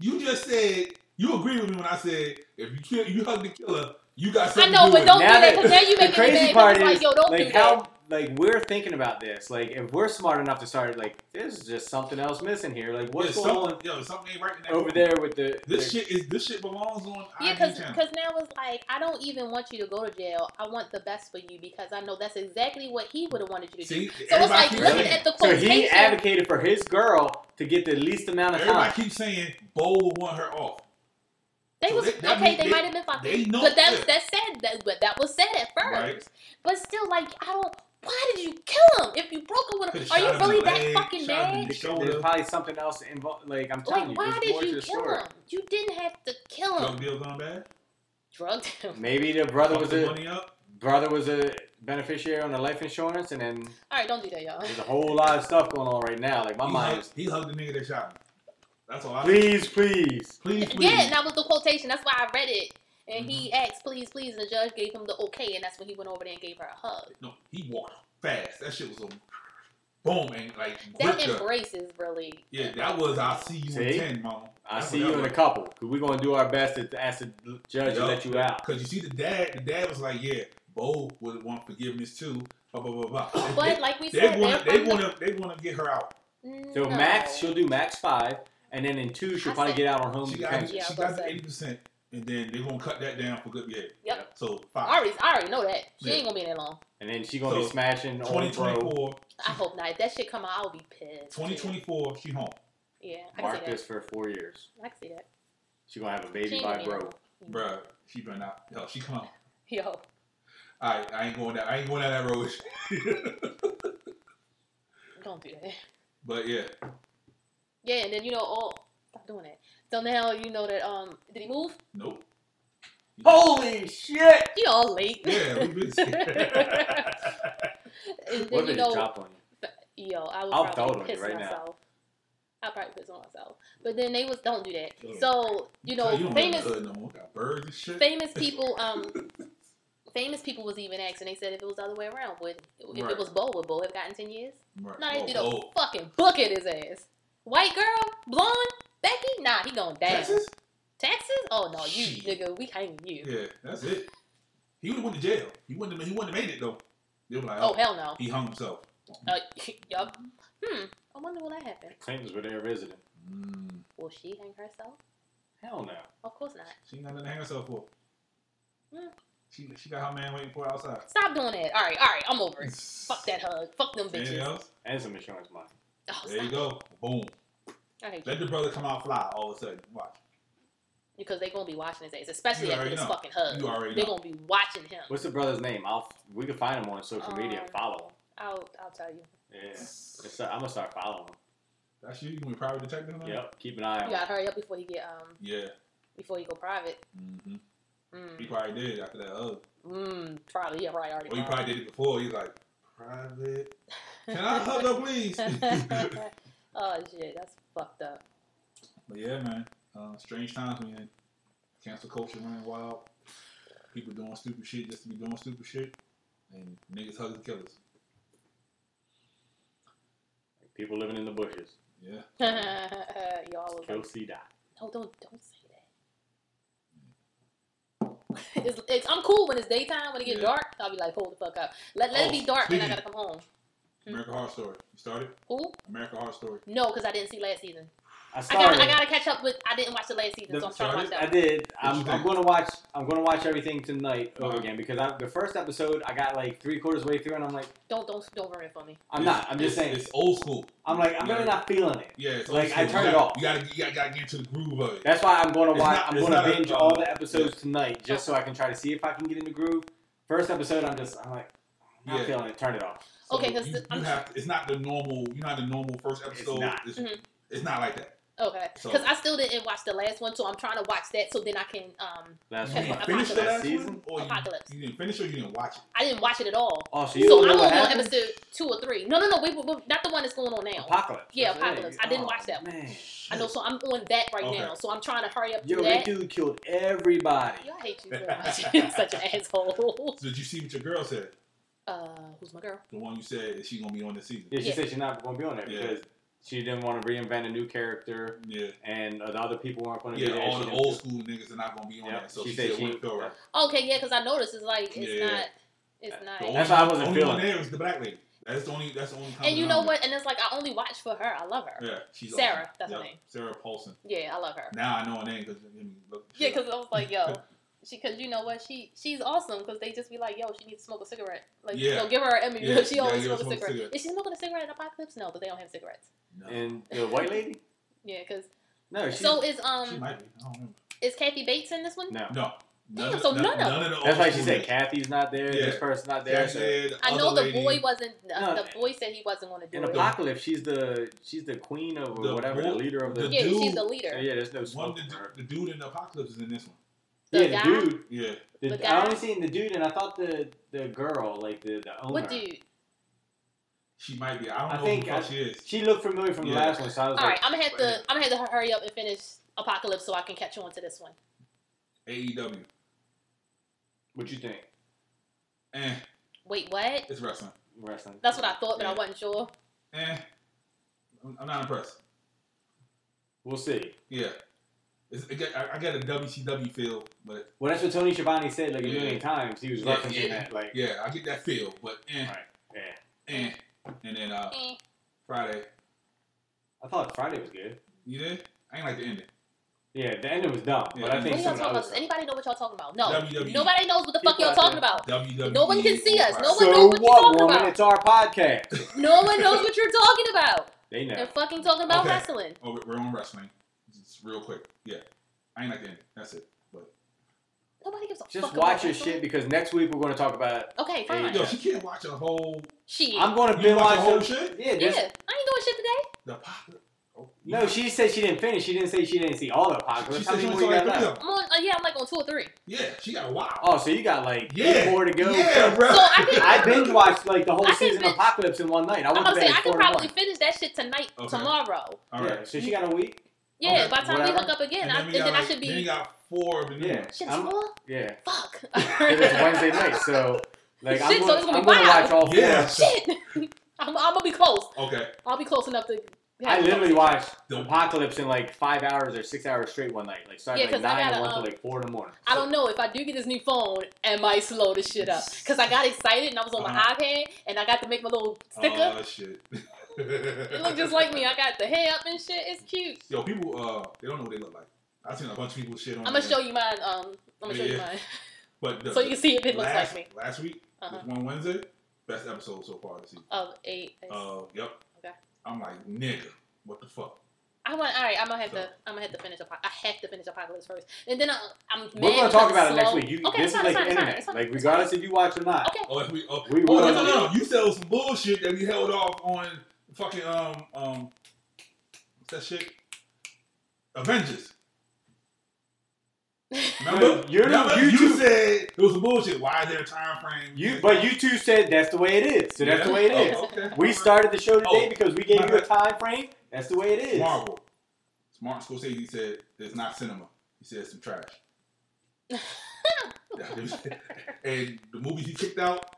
Speaker 4: You just said you agree with me when I said if you kill, you hug the killer, you got
Speaker 3: I
Speaker 4: something.
Speaker 3: know,
Speaker 4: to do
Speaker 3: but
Speaker 4: with
Speaker 3: don't
Speaker 4: it.
Speaker 3: do
Speaker 2: Now
Speaker 3: that
Speaker 2: that-
Speaker 3: because now you
Speaker 2: the
Speaker 3: make it
Speaker 2: crazy
Speaker 3: bad.
Speaker 2: part
Speaker 3: Part
Speaker 2: is
Speaker 3: like, yo, don't
Speaker 2: like
Speaker 3: do
Speaker 2: how
Speaker 3: that.
Speaker 2: like we're thinking about this. Like if we're smart enough to start like there's just something else missing here. Like what's
Speaker 4: Yeah,
Speaker 2: going
Speaker 4: something, yo, something ain't right in that
Speaker 2: on over
Speaker 4: room.
Speaker 2: there with the
Speaker 4: This
Speaker 2: the-
Speaker 4: shit is this shit belongs on
Speaker 3: Yeah,
Speaker 4: IG
Speaker 3: because
Speaker 4: channel.
Speaker 3: now it's like I don't even want you to go to jail. I want the best for you because I know that's exactly what he would have wanted you to do.
Speaker 4: See,
Speaker 3: So it's
Speaker 4: everybody
Speaker 3: like
Speaker 4: keeps
Speaker 3: looking
Speaker 4: saying,
Speaker 3: at the
Speaker 2: So
Speaker 3: quotation.
Speaker 2: he advocated for his girl to get the least amount of time.
Speaker 4: everybody keeps saying Bo will want her off.
Speaker 3: They
Speaker 4: So
Speaker 3: was
Speaker 4: they- that
Speaker 3: okay.
Speaker 4: means
Speaker 3: they
Speaker 4: they-
Speaker 3: might have been fucking.
Speaker 4: they know
Speaker 3: but that
Speaker 4: it.
Speaker 3: was that said. That, but that was said at first.
Speaker 4: Right.
Speaker 3: But still, like I don't. Why did you kill him? If you broke up with him,
Speaker 4: Could've
Speaker 3: are
Speaker 4: shot
Speaker 3: you
Speaker 4: him in
Speaker 3: really
Speaker 4: the
Speaker 3: that
Speaker 4: leg,
Speaker 3: fucking
Speaker 4: shot him in
Speaker 3: mad?
Speaker 4: the
Speaker 2: There's probably something else involved. Like I'm telling
Speaker 3: Like,
Speaker 2: you,
Speaker 3: why
Speaker 2: there's more
Speaker 3: did
Speaker 2: to
Speaker 3: you
Speaker 2: the
Speaker 3: kill
Speaker 2: story.
Speaker 3: him? You didn't have to kill
Speaker 4: Drug
Speaker 3: him.
Speaker 4: deal gone bad.
Speaker 3: Drugged him.
Speaker 2: Maybe the brother
Speaker 4: Fuck
Speaker 2: was
Speaker 4: the
Speaker 2: a
Speaker 4: money up.
Speaker 2: brother was a beneficiary on the life insurance, and then
Speaker 3: All right, don't do that, y'all.
Speaker 2: there's a whole lot of stuff going on right now. Like Oh my
Speaker 4: he,
Speaker 2: mind
Speaker 4: hugged,
Speaker 2: is,
Speaker 4: he hugged the nigga that shot him. That's all I.
Speaker 2: please, please.
Speaker 4: please, please. Mm-hmm.
Speaker 3: Yeah, and that was the quotation. That's why I read it. And he asked, please, please, and the judge gave him the okay, and that's when he went over there and gave her a hug.
Speaker 4: No, he walked fast. That shit was a boom and like
Speaker 3: That
Speaker 4: gripped her.
Speaker 3: embrace is really
Speaker 4: Yeah, that was I see you
Speaker 2: See?
Speaker 4: in ten, mama.
Speaker 2: I see you in a couple. Cause we're gonna do our best to, to ask the judge to
Speaker 4: Yup.
Speaker 2: let you out.
Speaker 4: Cause you see the dad, the dad was like, yeah, Bo would want forgiveness too. Blah blah blah blah. They-
Speaker 3: But like we
Speaker 4: they,
Speaker 3: said,
Speaker 4: want,
Speaker 3: they're
Speaker 4: they
Speaker 3: from
Speaker 4: want to, they want to get her out.
Speaker 3: the-
Speaker 2: So
Speaker 3: No.
Speaker 2: max, she'll do max five, and then in two she'll
Speaker 3: I
Speaker 2: probably
Speaker 3: said-
Speaker 2: get out on home
Speaker 4: She got,
Speaker 2: detention.
Speaker 3: Yeah,
Speaker 4: Um, she
Speaker 3: well
Speaker 4: got the
Speaker 3: said.
Speaker 4: eighty percent, and then they're gonna cut that down for good. Yeah.
Speaker 3: Yep.
Speaker 4: So
Speaker 3: I
Speaker 4: five.
Speaker 3: already, I already know that she
Speaker 4: Yeah.
Speaker 3: ain't gonna be in there long.
Speaker 2: And then she gonna be
Speaker 4: So,
Speaker 2: smashing on bro.
Speaker 4: 2024,
Speaker 3: I hope not. If that shit come out, I'll be pissed.
Speaker 4: 2024, she home,
Speaker 3: Yeah, I can
Speaker 2: Mark
Speaker 3: see that.
Speaker 2: this for four years.
Speaker 3: I can see that.
Speaker 2: She gonna have a
Speaker 3: She
Speaker 2: baby
Speaker 3: ain't
Speaker 2: by
Speaker 3: gonna be in
Speaker 2: bro.
Speaker 3: there long.
Speaker 4: bruh. She been out. Hell, she come home.
Speaker 3: Yo,
Speaker 4: All right, I ain't going down. I ain't going down that road.
Speaker 3: don't do that.
Speaker 4: but yeah,
Speaker 3: Yeah, and then you know, oh, stop doing that. So now you know that um, did he move?
Speaker 4: nope.
Speaker 2: Holy shit!
Speaker 3: He all late.
Speaker 4: Yeah, we busy.
Speaker 3: And then
Speaker 2: What if
Speaker 3: you
Speaker 2: it
Speaker 3: know,
Speaker 2: just drop on you?
Speaker 3: Yo, I would
Speaker 2: I'll throw it
Speaker 3: probably
Speaker 2: on you
Speaker 3: piss
Speaker 2: right now.
Speaker 3: myself. I'll probably piss on myself. But then they was don't do that.
Speaker 4: Yeah.
Speaker 3: So you know,
Speaker 4: So you don't live in the
Speaker 3: famous
Speaker 4: hood no more. Got birds and shit.
Speaker 3: famous people um famous people was even asked and they said if it was the other way around would if
Speaker 4: Right.
Speaker 3: it was Bo would Bo have gotten ten years?
Speaker 4: Right.
Speaker 3: No, they
Speaker 4: Oh,
Speaker 3: did a
Speaker 4: oh.
Speaker 3: fucking book at his ass. White girl, blonde, Becky, nah, he going down. Texas?
Speaker 4: Texas?
Speaker 3: Oh no, you
Speaker 4: Shit.
Speaker 3: nigga, we hanging you.
Speaker 4: Yeah, that's it. He would have went to jail. He wouldn't. Have, he wouldn't have made it though. They were like,
Speaker 3: Oh
Speaker 4: oh,
Speaker 3: hell no.
Speaker 4: he hung himself.
Speaker 3: Uh, yup. Hmm. I wonder will that happen.
Speaker 2: Clintons were there visiting.
Speaker 4: Mm,
Speaker 3: Will she hang herself?
Speaker 2: Hell no.
Speaker 3: Of course not.
Speaker 4: she ain't got nothing to hang herself for.
Speaker 3: Hmm.
Speaker 4: She she got her man waiting for her outside.
Speaker 3: Stop doing that. All right, all right, I'm over it. Fuck that hug. Fuck them bitches.
Speaker 4: Anything else?
Speaker 2: And some insurance money.
Speaker 3: Oh,
Speaker 4: There you
Speaker 3: stop.
Speaker 4: go. Boom.
Speaker 3: I hate
Speaker 4: Let
Speaker 3: you.
Speaker 4: the brother come out fly all of a sudden. Watch.
Speaker 3: Because they're going to be watching his ass, especially
Speaker 4: You
Speaker 3: after
Speaker 4: already
Speaker 3: this
Speaker 4: know.
Speaker 3: fucking hug.
Speaker 4: You already
Speaker 3: They're
Speaker 4: know.
Speaker 3: going to be watching him.
Speaker 2: What's the brother's name? I'll we can find him on social media and
Speaker 3: Um,
Speaker 2: follow
Speaker 3: I'll, I'll tell you.
Speaker 2: him. Yeah. It's- I'm gonna start following him.
Speaker 4: That's you. You gonna be private detective? now?
Speaker 2: Yep. Keep an eye
Speaker 3: You
Speaker 2: on
Speaker 3: got to
Speaker 2: him.
Speaker 3: hurry up before he get, um,
Speaker 4: Yeah.
Speaker 3: before he go private.
Speaker 4: hmm He
Speaker 3: Mm,
Speaker 4: probably did after that hug.
Speaker 3: mm probably. Yeah, right, already.
Speaker 4: Or he probably did it before. He's like, private. Can I hug her, please? but
Speaker 3: oh, shit, that's fucked up.
Speaker 4: yeah, man. Um, strange times, man. Cancel culture running wild. People doing stupid shit just to be doing stupid shit. And niggas hugging killers.
Speaker 2: People living in the bushes.
Speaker 4: Yeah.
Speaker 3: Y'all was
Speaker 2: Go
Speaker 3: like,
Speaker 2: see that.
Speaker 3: no, don't, don't say that. it's, it's, I'm cool when it's daytime. When it get
Speaker 4: Yeah.
Speaker 3: dark, I'll be like, hold the fuck up. Let, let
Speaker 4: Oh,
Speaker 3: it be dark, and I
Speaker 4: speaking-
Speaker 3: gotta come home. Hmm.
Speaker 4: American Horror Story. You started?
Speaker 3: Who?
Speaker 4: American Horror Story.
Speaker 3: No, because I didn't see last season.
Speaker 2: I
Speaker 3: I gotta,
Speaker 2: started.
Speaker 3: I gotta catch up with. I didn't watch the last season, so I'm trying to watch that.
Speaker 2: I
Speaker 3: one.
Speaker 2: did. I'm,
Speaker 4: you
Speaker 2: I'm
Speaker 4: think?
Speaker 2: gonna watch. I'm gonna watch everything tonight over
Speaker 4: Uh-huh.
Speaker 2: again because I, the first episode I got like three quarters way through and I'm like,
Speaker 3: Don't don't don't ruin it for me.
Speaker 2: I'm
Speaker 4: It's-
Speaker 2: not. I'm just
Speaker 4: it's-
Speaker 2: saying.
Speaker 4: It's old school.
Speaker 2: I'm like, I'm really not feeling it.
Speaker 4: Yeah, it's
Speaker 2: Like,
Speaker 4: old
Speaker 2: I
Speaker 4: school.
Speaker 2: turned
Speaker 4: you
Speaker 2: it
Speaker 4: gotta,
Speaker 2: off.
Speaker 4: You gotta, you gotta, gotta get into the groove of it.
Speaker 2: That's why I'm going to
Speaker 4: It's
Speaker 2: watch.
Speaker 4: not-
Speaker 2: I'm
Speaker 4: it's
Speaker 2: going
Speaker 4: not
Speaker 2: to
Speaker 4: a-
Speaker 2: binge
Speaker 4: uh,
Speaker 2: all the episodes tonight just so I can try to see if I can get in the groove. First episode, I'm just. I'm like, I'm not
Speaker 4: Yeah.
Speaker 2: feeling it. Turn it off.
Speaker 3: Okay, 'cause
Speaker 4: you,
Speaker 3: the- I'm-
Speaker 4: you have to, it's not the normal. You're not the normal first episode.
Speaker 2: not.
Speaker 4: It's,
Speaker 3: Mhm.
Speaker 4: it's not like that.
Speaker 3: Okay,
Speaker 4: So-
Speaker 3: because I still didn't watch the last one, so I'm trying to watch that so then I can. Um,
Speaker 2: Last
Speaker 4: you
Speaker 3: Okay,
Speaker 4: didn't
Speaker 3: well,
Speaker 2: one.
Speaker 4: finish the
Speaker 3: Apocalypse.
Speaker 4: last
Speaker 2: Season?
Speaker 4: season, or you,
Speaker 3: Apocalypse.
Speaker 4: you didn't finish, or you didn't watch it.
Speaker 3: I didn't watch it at all.
Speaker 2: Oh, so you
Speaker 3: So
Speaker 2: don't know
Speaker 3: I'm
Speaker 2: what
Speaker 3: only on
Speaker 2: happened?
Speaker 3: episode two or three. No, no, no. Wait, wait, wait, not the one that's going on now.
Speaker 2: Apocalypse.
Speaker 3: Yeah,
Speaker 2: That's it.
Speaker 3: Apocalypse. I didn't watch that one.
Speaker 2: Man.
Speaker 3: I know, so I'm on that right
Speaker 4: Okay.
Speaker 3: now. So I'm trying to hurry up
Speaker 2: Yo,
Speaker 3: through
Speaker 2: that
Speaker 3: that.
Speaker 2: dude killed everybody.
Speaker 3: Yo, I hate you so much. You're such an asshole.
Speaker 4: So did you see what your girl said?
Speaker 3: Uh, who's my girl?
Speaker 4: The one you said is she gonna be on this season?
Speaker 2: Yeah, she
Speaker 3: Yeah.
Speaker 2: said she's not going to be on there
Speaker 4: Yeah.
Speaker 2: because she didn't want to reinvent a new character
Speaker 4: Yeah,
Speaker 2: and uh, the other people weren't going to
Speaker 4: yeah.
Speaker 2: be there.
Speaker 4: all
Speaker 2: She
Speaker 4: the
Speaker 2: didn't-
Speaker 4: old school niggas are not gonna be on
Speaker 2: Yep,
Speaker 4: that. So
Speaker 2: she
Speaker 4: she,
Speaker 2: said
Speaker 4: said,
Speaker 2: she-
Speaker 4: "Went through her."
Speaker 3: Okay, yeah, because I noticed it's like it's
Speaker 4: Yeah.
Speaker 3: not, it's not.
Speaker 4: The only-
Speaker 2: That's why I wasn't
Speaker 4: only
Speaker 2: feeling
Speaker 4: one
Speaker 2: it.
Speaker 4: there is the black lady. That's the only. That's the only.
Speaker 3: And
Speaker 4: common
Speaker 3: you know
Speaker 4: denominator.
Speaker 3: what? And it's like I only watch for her. I love her.
Speaker 4: Yeah, she's
Speaker 3: Sarah,
Speaker 4: awesome.
Speaker 3: that's her
Speaker 4: Yep,
Speaker 3: name.
Speaker 4: Sarah Paulson.
Speaker 3: Yeah, I love her.
Speaker 4: Now I know her name because look.
Speaker 3: Yeah, because I was like, yo, she, because you know what, she she's awesome because they just be like, yo, she needs to smoke a cigarette. Like,
Speaker 4: Yeah.
Speaker 3: yo, give her an Emmy
Speaker 4: Yeah,
Speaker 3: because she
Speaker 4: yeah,
Speaker 3: always
Speaker 4: give her
Speaker 3: smokes a
Speaker 4: smoke a
Speaker 3: cigarette.
Speaker 4: cigarette.
Speaker 3: Is she smoking a cigarette in Apocalypse? No, but they don't have cigarettes.
Speaker 4: no,
Speaker 2: And the white lady?
Speaker 3: Yeah, because
Speaker 2: No, she's.
Speaker 3: so is
Speaker 4: she
Speaker 3: um
Speaker 4: might be. I don't remember.
Speaker 3: Is Kathy Bates in this one?
Speaker 2: No.
Speaker 4: No.
Speaker 3: Damn, so none of
Speaker 4: the
Speaker 2: That's
Speaker 4: old
Speaker 2: like she
Speaker 4: school
Speaker 2: said,
Speaker 4: niggas.
Speaker 2: Kathy's not there,
Speaker 4: Yeah.
Speaker 2: this person's not there.
Speaker 4: That's
Speaker 2: So.
Speaker 4: it,
Speaker 3: I
Speaker 4: other
Speaker 3: know the
Speaker 4: lady,
Speaker 3: boy wasn't. Uh,
Speaker 2: No.
Speaker 3: the boy said he wasn't going to do
Speaker 2: In
Speaker 3: it.
Speaker 2: Apocalypse, she's the she's the queen of or
Speaker 4: The
Speaker 2: whatever, the
Speaker 4: bull-
Speaker 2: leader of the.
Speaker 4: the
Speaker 3: yeah,
Speaker 4: dude-
Speaker 3: she's the
Speaker 2: yeah,
Speaker 3: leader.
Speaker 2: yeah, there's no
Speaker 4: One
Speaker 2: smoke.
Speaker 4: of the,
Speaker 2: from
Speaker 4: du-
Speaker 2: her.
Speaker 4: the dude in the apocalypse is in this one.
Speaker 3: The
Speaker 2: yeah,
Speaker 3: guy?
Speaker 2: the dude.
Speaker 4: Yeah.
Speaker 2: The,
Speaker 3: The
Speaker 2: I
Speaker 3: guy?
Speaker 2: only seen the dude, and I thought the the girl, like the the owner.
Speaker 3: What dude?
Speaker 4: She might be. I don't
Speaker 2: I
Speaker 4: know
Speaker 2: think
Speaker 4: who the fuck
Speaker 2: I-
Speaker 4: she is.
Speaker 2: She looked familiar from the
Speaker 4: Yeah.
Speaker 2: last one, so I was
Speaker 3: All right,
Speaker 2: like,
Speaker 3: I'm gonna have
Speaker 2: wait a
Speaker 3: to.
Speaker 2: minute.
Speaker 3: I'm gonna have to hurry up and finish Apocalypse so I can catch on to this one.
Speaker 4: AEW.
Speaker 2: "What you think?"
Speaker 4: Eh,
Speaker 3: Wait, what?
Speaker 4: it's wrestling.
Speaker 2: Wrestling.
Speaker 3: That's what I thought, but I
Speaker 4: Yeah.
Speaker 3: wasn't sure.
Speaker 4: Eh, I'm, I'm not impressed.
Speaker 2: We'll see.
Speaker 4: Yeah. It's, it got, I, I got a WCW feel, but
Speaker 2: Well, that's what Tony Schiavone said, like a
Speaker 4: Yeah.
Speaker 2: million times. He was
Speaker 4: Yeah,
Speaker 2: referencing
Speaker 4: yeah.
Speaker 2: that, like,
Speaker 4: yeah, I get that feel, but eh,
Speaker 2: Right. yeah.
Speaker 4: eh. And then uh,
Speaker 3: Eh.
Speaker 4: Friday,
Speaker 2: I thought Friday was good.
Speaker 4: you did? I ain't like the ending.
Speaker 2: Yeah, the ending was dumb, but I
Speaker 4: Yeah.
Speaker 3: What are
Speaker 2: think some
Speaker 3: y'all
Speaker 2: of
Speaker 3: talking
Speaker 2: the other
Speaker 3: about? Does
Speaker 2: stuff-
Speaker 3: anybody know what y'all talking about? No,
Speaker 4: WWE.
Speaker 3: nobody knows what the fuck
Speaker 2: People
Speaker 3: y'all
Speaker 2: out
Speaker 3: talking
Speaker 2: there.
Speaker 3: about.
Speaker 4: WWE.
Speaker 3: No one can see us.
Speaker 4: Friday.
Speaker 3: No one knows
Speaker 2: So
Speaker 3: what you're
Speaker 2: what,
Speaker 3: talking
Speaker 2: woman?
Speaker 3: about.
Speaker 2: It's our podcast.
Speaker 3: No one knows what you're talking about.
Speaker 2: They know.
Speaker 3: They're fucking talking about
Speaker 4: Okay.
Speaker 3: wrestling.
Speaker 4: Oh, we- we're on wrestling. Just real quick. Yeah. I ain't like the ending. That's it. But
Speaker 3: Nobody gives a fuck
Speaker 2: Just
Speaker 3: about
Speaker 2: watch your
Speaker 3: wrestling.
Speaker 2: shit because next week we're going to talk about.
Speaker 3: Okay,
Speaker 2: There you
Speaker 3: fine.
Speaker 4: yo,
Speaker 2: go.
Speaker 4: she can't watch a whole.
Speaker 3: Shit.
Speaker 2: I'm going to
Speaker 4: You
Speaker 2: binge
Speaker 4: watch
Speaker 2: watch
Speaker 4: the whole
Speaker 2: the-
Speaker 4: shit?
Speaker 2: Yeah,
Speaker 3: yeah, I
Speaker 2: just
Speaker 3: ain't doing shit today.
Speaker 4: The apocalypse. Oh,
Speaker 2: no. She said she didn't finish. She didn't say she didn't see all the apocalypse.
Speaker 4: She
Speaker 2: How
Speaker 4: said she
Speaker 2: many
Speaker 4: only
Speaker 2: more
Speaker 4: saw
Speaker 2: you
Speaker 4: like
Speaker 2: got
Speaker 4: three of
Speaker 2: left?
Speaker 4: them.
Speaker 3: I'm on. Uh, yeah, I'm like on two or three.
Speaker 4: Yeah, she got wild.
Speaker 2: Oh, so you got like
Speaker 4: Yeah.
Speaker 2: eight more to go.
Speaker 4: Yeah, bro.
Speaker 3: So I can-
Speaker 2: I binge watched like the whole
Speaker 3: I can
Speaker 2: season of
Speaker 3: binge-
Speaker 2: Apocalypse in one night. I
Speaker 3: I'm
Speaker 2: went
Speaker 3: about
Speaker 2: to
Speaker 3: to say
Speaker 2: bed
Speaker 3: I
Speaker 2: at four
Speaker 3: could
Speaker 2: to
Speaker 3: probably
Speaker 2: one.
Speaker 3: finish that shit tonight,
Speaker 4: Okay.
Speaker 3: tomorrow.
Speaker 4: All right.
Speaker 2: Yeah, so she got a week.
Speaker 3: Yeah,
Speaker 2: Okay,
Speaker 3: by the time
Speaker 2: whatever.
Speaker 3: we hook up again, I,
Speaker 4: we
Speaker 3: and then
Speaker 4: got,
Speaker 3: I should
Speaker 4: Then you
Speaker 3: be.
Speaker 4: got four of the new
Speaker 2: Yeah.
Speaker 4: ones.
Speaker 3: Shit's
Speaker 2: I'm-
Speaker 3: full.
Speaker 2: Yeah,
Speaker 3: Fuck.
Speaker 2: it was Wednesday night, so like I'm
Speaker 3: Shit, so
Speaker 2: gonna,
Speaker 3: it's gonna
Speaker 2: I'm
Speaker 3: be
Speaker 2: gonna
Speaker 3: wild.
Speaker 2: watch all four.
Speaker 4: Yeah.
Speaker 3: Shit. I'm, I'm gonna be close.
Speaker 4: Okay.
Speaker 3: I'll be close enough to.
Speaker 2: I literally watched
Speaker 4: The-
Speaker 2: Apocalypse in like five hours or six hours straight one night. Like started
Speaker 3: Yeah,
Speaker 2: like
Speaker 3: 'cause I
Speaker 2: nine
Speaker 3: gotta,
Speaker 2: and one till
Speaker 3: um,
Speaker 2: like four in the morning.
Speaker 3: I don't know if I do get this new phone, am I slow the shit up? Because I got excited and I was on my
Speaker 4: Uh-huh.
Speaker 3: iPad and I got to make my little sticker.
Speaker 4: Oh shit.
Speaker 3: it looked just like me. I got the hair up and shit. It's cute.
Speaker 4: Yo, people, uh, they don't know what they look like. I've seen a bunch of people shit on.
Speaker 3: I'm gonna
Speaker 2: Uh-huh.
Speaker 4: there.
Speaker 3: show you mine. Um, I'm gonna show you
Speaker 4: Yeah.
Speaker 3: mine
Speaker 4: But the,
Speaker 3: so you can see if it looks
Speaker 4: last,
Speaker 3: like me.
Speaker 4: Last week,
Speaker 3: Uh-huh.
Speaker 4: was one Wednesday, best episode so far this season.
Speaker 3: Of eight.
Speaker 4: Uh, yep.
Speaker 3: Okay.
Speaker 4: I'm like, nigga, what the fuck?
Speaker 3: I want. All right. I'm gonna have
Speaker 4: so-
Speaker 3: to. I'm gonna have to finish. Apo- I have to finish Apocalypse first, and then I, I'm. mad
Speaker 2: We're gonna
Speaker 3: because
Speaker 2: talk
Speaker 3: it's
Speaker 2: about it next
Speaker 3: slow.
Speaker 2: week. You,
Speaker 3: okay,
Speaker 2: this is
Speaker 3: it's fine,
Speaker 2: like the
Speaker 3: it's fine, it's fine,
Speaker 2: internet.
Speaker 3: it's fine,
Speaker 2: like
Speaker 3: it's
Speaker 2: regardless if you watch or not.
Speaker 3: Okay.
Speaker 4: Oh, if we, oh,
Speaker 2: We
Speaker 4: oh, no,
Speaker 2: will.
Speaker 4: no, no, no. You sell some bullshit that we held off on fucking um um what's that shit? Avengers. Remember?
Speaker 2: But you're-
Speaker 4: Remember?
Speaker 2: you
Speaker 4: You,
Speaker 2: two-
Speaker 4: said it was some bullshit. Why is there a time frame?
Speaker 2: You, but you two said that's the way it is. So that's the
Speaker 4: Yeah.
Speaker 2: way it is.
Speaker 4: Oh, okay.
Speaker 2: We started the show today
Speaker 4: Oh,
Speaker 2: because we gave
Speaker 4: my
Speaker 2: you a
Speaker 4: bad.
Speaker 2: time frame. That's the way it is.
Speaker 4: Marvel. Martin Scorsese said it's not cinema. He said some trash. and the movie he kicked out,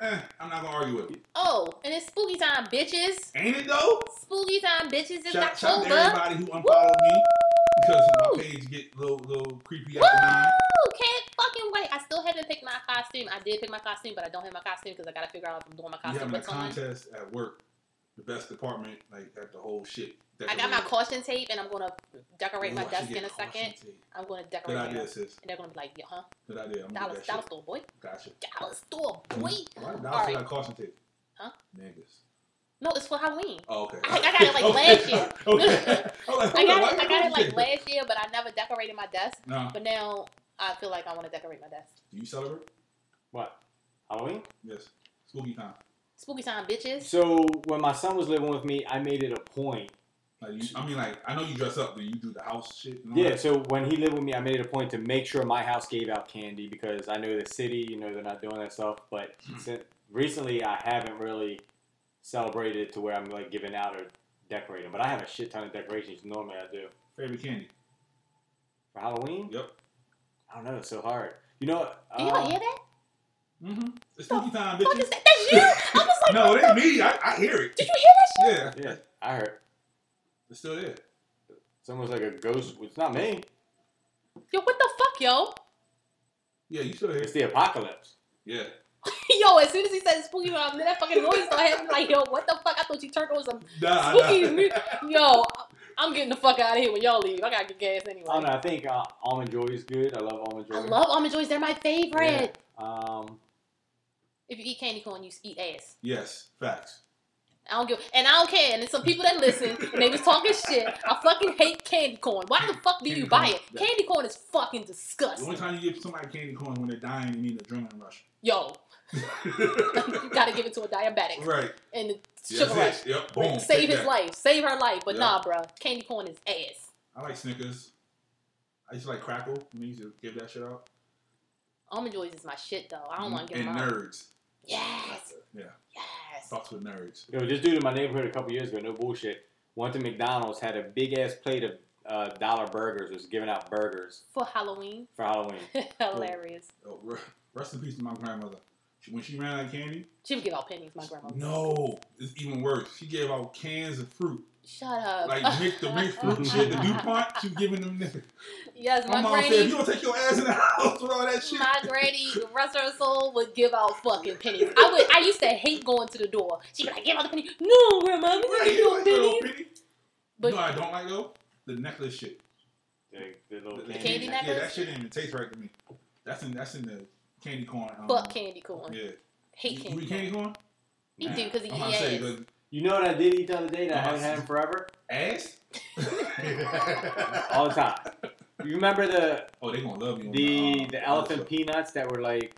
Speaker 4: eh, I'm not gonna argue with. Him.
Speaker 3: Oh, and it's spooky time, bitches.
Speaker 4: Ain't it though?
Speaker 3: Spooky time, bitches. It's
Speaker 4: Shout, shout out to
Speaker 3: October.
Speaker 4: everybody who unfollowed me because my page get little little creepy after nine.
Speaker 3: Woo! Can't fucking wait. I still haven't picked my costume. I did pick my costume, but I don't have my costume because I gotta figure out if I'm doing my
Speaker 4: We
Speaker 3: costume
Speaker 4: having a
Speaker 3: what's on.
Speaker 4: contest at work. The best department, like at the whole shit.
Speaker 3: I got my caution tape, and I'm gonna decorate
Speaker 4: Ooh,
Speaker 3: my
Speaker 4: I should
Speaker 3: desk
Speaker 4: get
Speaker 3: in a
Speaker 4: caution
Speaker 3: second.
Speaker 4: tape.
Speaker 3: I'm gonna
Speaker 4: Good
Speaker 3: decorate it,
Speaker 4: idea,
Speaker 3: and
Speaker 4: sis.
Speaker 3: they're gonna be like, yeah, huh?
Speaker 4: Good idea. I'm gonna
Speaker 3: Dollar,
Speaker 4: get
Speaker 3: dollar
Speaker 4: that
Speaker 3: store boy,
Speaker 4: shit. Gotcha.
Speaker 3: dollar store boy.
Speaker 4: Why dollar
Speaker 3: All
Speaker 4: store
Speaker 3: right.
Speaker 4: got caution tape?
Speaker 3: Huh?
Speaker 4: Niggas.
Speaker 3: No, it's for Halloween.
Speaker 4: Oh, okay.
Speaker 3: I- I got it, like, last year.
Speaker 4: okay. I, was like,
Speaker 3: I
Speaker 4: hold
Speaker 3: got
Speaker 4: up,
Speaker 3: it.
Speaker 4: Oh,
Speaker 3: I
Speaker 4: why
Speaker 3: got it
Speaker 4: caution
Speaker 3: like
Speaker 4: tape?
Speaker 3: last year, but I never decorated my desk.
Speaker 4: No.
Speaker 3: But now I feel like I want to decorate my desk.
Speaker 4: Do you celebrate?
Speaker 2: What? Halloween?
Speaker 4: Yes. Spooky time.
Speaker 3: Spooky time, bitches.
Speaker 2: So when my son was living with me, I made it a point.
Speaker 4: Like you, I mean, like I know you dress up, but you do the house shit. And all
Speaker 2: Yeah.
Speaker 4: That.
Speaker 2: So when he lived with me, I made it a point to make sure my house gave out candy because I know the city. You know they're not doing that stuff. But
Speaker 4: Hmm.
Speaker 2: since recently, I haven't really celebrated to where I'm like giving out or decorating. But I have a shit ton of decorations. Normally, I do
Speaker 4: Favorite candy.
Speaker 2: for Halloween.
Speaker 4: Yep.
Speaker 2: I don't know. It's so hard. You know. what?
Speaker 3: Do you
Speaker 2: Uh,
Speaker 3: hear that?
Speaker 4: Mm-hmm. It's spooky time,
Speaker 3: Fuck is
Speaker 4: bitches.
Speaker 3: that? That's you. I was like,
Speaker 4: No, it ain't me. I, I hear it.
Speaker 3: did you hear that?
Speaker 4: Yeah,
Speaker 2: yeah, I heard.
Speaker 4: it's still there.
Speaker 2: It's almost like a ghost. It's not me.
Speaker 3: shit? Yo, what the fuck, yo?
Speaker 4: Yeah, you still hear
Speaker 2: It's
Speaker 4: it.
Speaker 2: the apocalypse.
Speaker 4: Yeah.
Speaker 3: Yo, as soon as he said spooky time, then that fucking noise started happening. Like, yo, what the fuck? I thought you turned on some.
Speaker 4: Nah,
Speaker 3: Spooky
Speaker 4: nah.
Speaker 3: mu- Yo, I'm getting the fuck out of here when y'all leave. I gotta get gas anyway.
Speaker 2: I don't know. I think uh, almond joy is good. I love almond joy.
Speaker 3: I love almond joys. They're my favorite.
Speaker 2: Yeah. Um,
Speaker 3: If you eat candy corn, you eat ass.
Speaker 4: Yes, facts.
Speaker 3: I don't give, and I don't care. And there's some people that listen, and they was talking shit. I fucking hate candy corn. Why the fuck do you
Speaker 4: Candy
Speaker 3: buy
Speaker 4: corn.
Speaker 3: it? Candy corn is fucking
Speaker 4: The only
Speaker 3: disgusting.
Speaker 4: time you give somebody candy corn when they're dying, you need adrenaline rush.
Speaker 3: Yo, you gotta give it to a diabetic
Speaker 4: right.
Speaker 3: and the sugar
Speaker 4: That's
Speaker 3: rush.
Speaker 4: it. Yep. Boom.
Speaker 3: Save
Speaker 4: Take
Speaker 3: his
Speaker 4: that.
Speaker 3: life. Save her life. But
Speaker 4: Yeah.
Speaker 3: nah, bruh. Candy corn is ass.
Speaker 4: I like Snickers. I used to like Crackle. I mean, you used to give that shit out.
Speaker 3: Almond joys is my shit though. I don't want to give
Speaker 4: Mm, And
Speaker 3: them up.
Speaker 4: nerds.
Speaker 3: Yes.
Speaker 4: Yeah.
Speaker 3: Yes.
Speaker 4: Fucks with nerds.
Speaker 2: Yo, this dude in my neighborhood a couple years ago, no bullshit, went to McDonald's, had a big ass plate of uh, dollar burgers, was giving out burgers
Speaker 3: For Halloween.
Speaker 2: for Halloween.
Speaker 3: Hilarious.
Speaker 4: Oh, re- rest in peace to my grandmother. She, when she ran out of candy,
Speaker 3: She would give out pennies, my grandma.
Speaker 4: no, it's even worse. She gave out cans of fruit,
Speaker 3: Shut up.
Speaker 4: like Nick the Rick fruit shit, the DuPont. She giving them niggas.
Speaker 3: yes,
Speaker 4: My
Speaker 3: my,
Speaker 4: mom said, "If
Speaker 3: granny.
Speaker 4: you don't take your ass in the house with all that shit."
Speaker 3: My granny, rest her soul, would give out fucking pennies. I would. I used to hate going to the door. She'd be like, "Give out the penny." No, grandma, I'm not
Speaker 4: Right,
Speaker 3: give
Speaker 4: you
Speaker 3: no
Speaker 4: like little
Speaker 3: pennies.
Speaker 4: penny?
Speaker 3: But
Speaker 4: no, I don't like though the necklace shit.
Speaker 2: The, the little
Speaker 4: The
Speaker 2: candy
Speaker 3: candy
Speaker 4: Yeah, that
Speaker 3: necklace?
Speaker 4: shit didn't even taste right to me. That's in that's in the candy corn. Um,
Speaker 3: fuck candy corn.
Speaker 4: Yeah,
Speaker 3: Hate
Speaker 4: you,
Speaker 3: candy
Speaker 4: you eat
Speaker 3: corn.
Speaker 4: candy corn.
Speaker 3: He do because he
Speaker 4: I'm about
Speaker 3: eat
Speaker 4: to say,
Speaker 3: ass.
Speaker 4: but
Speaker 2: You know what I did eat the other day that I haven't had in
Speaker 4: Awesome.
Speaker 2: forever?
Speaker 4: ass.
Speaker 2: All the time. You remember the
Speaker 4: oh, they gonna love you. on
Speaker 2: the
Speaker 4: um,
Speaker 2: the elephant
Speaker 4: the,
Speaker 2: peanuts that were like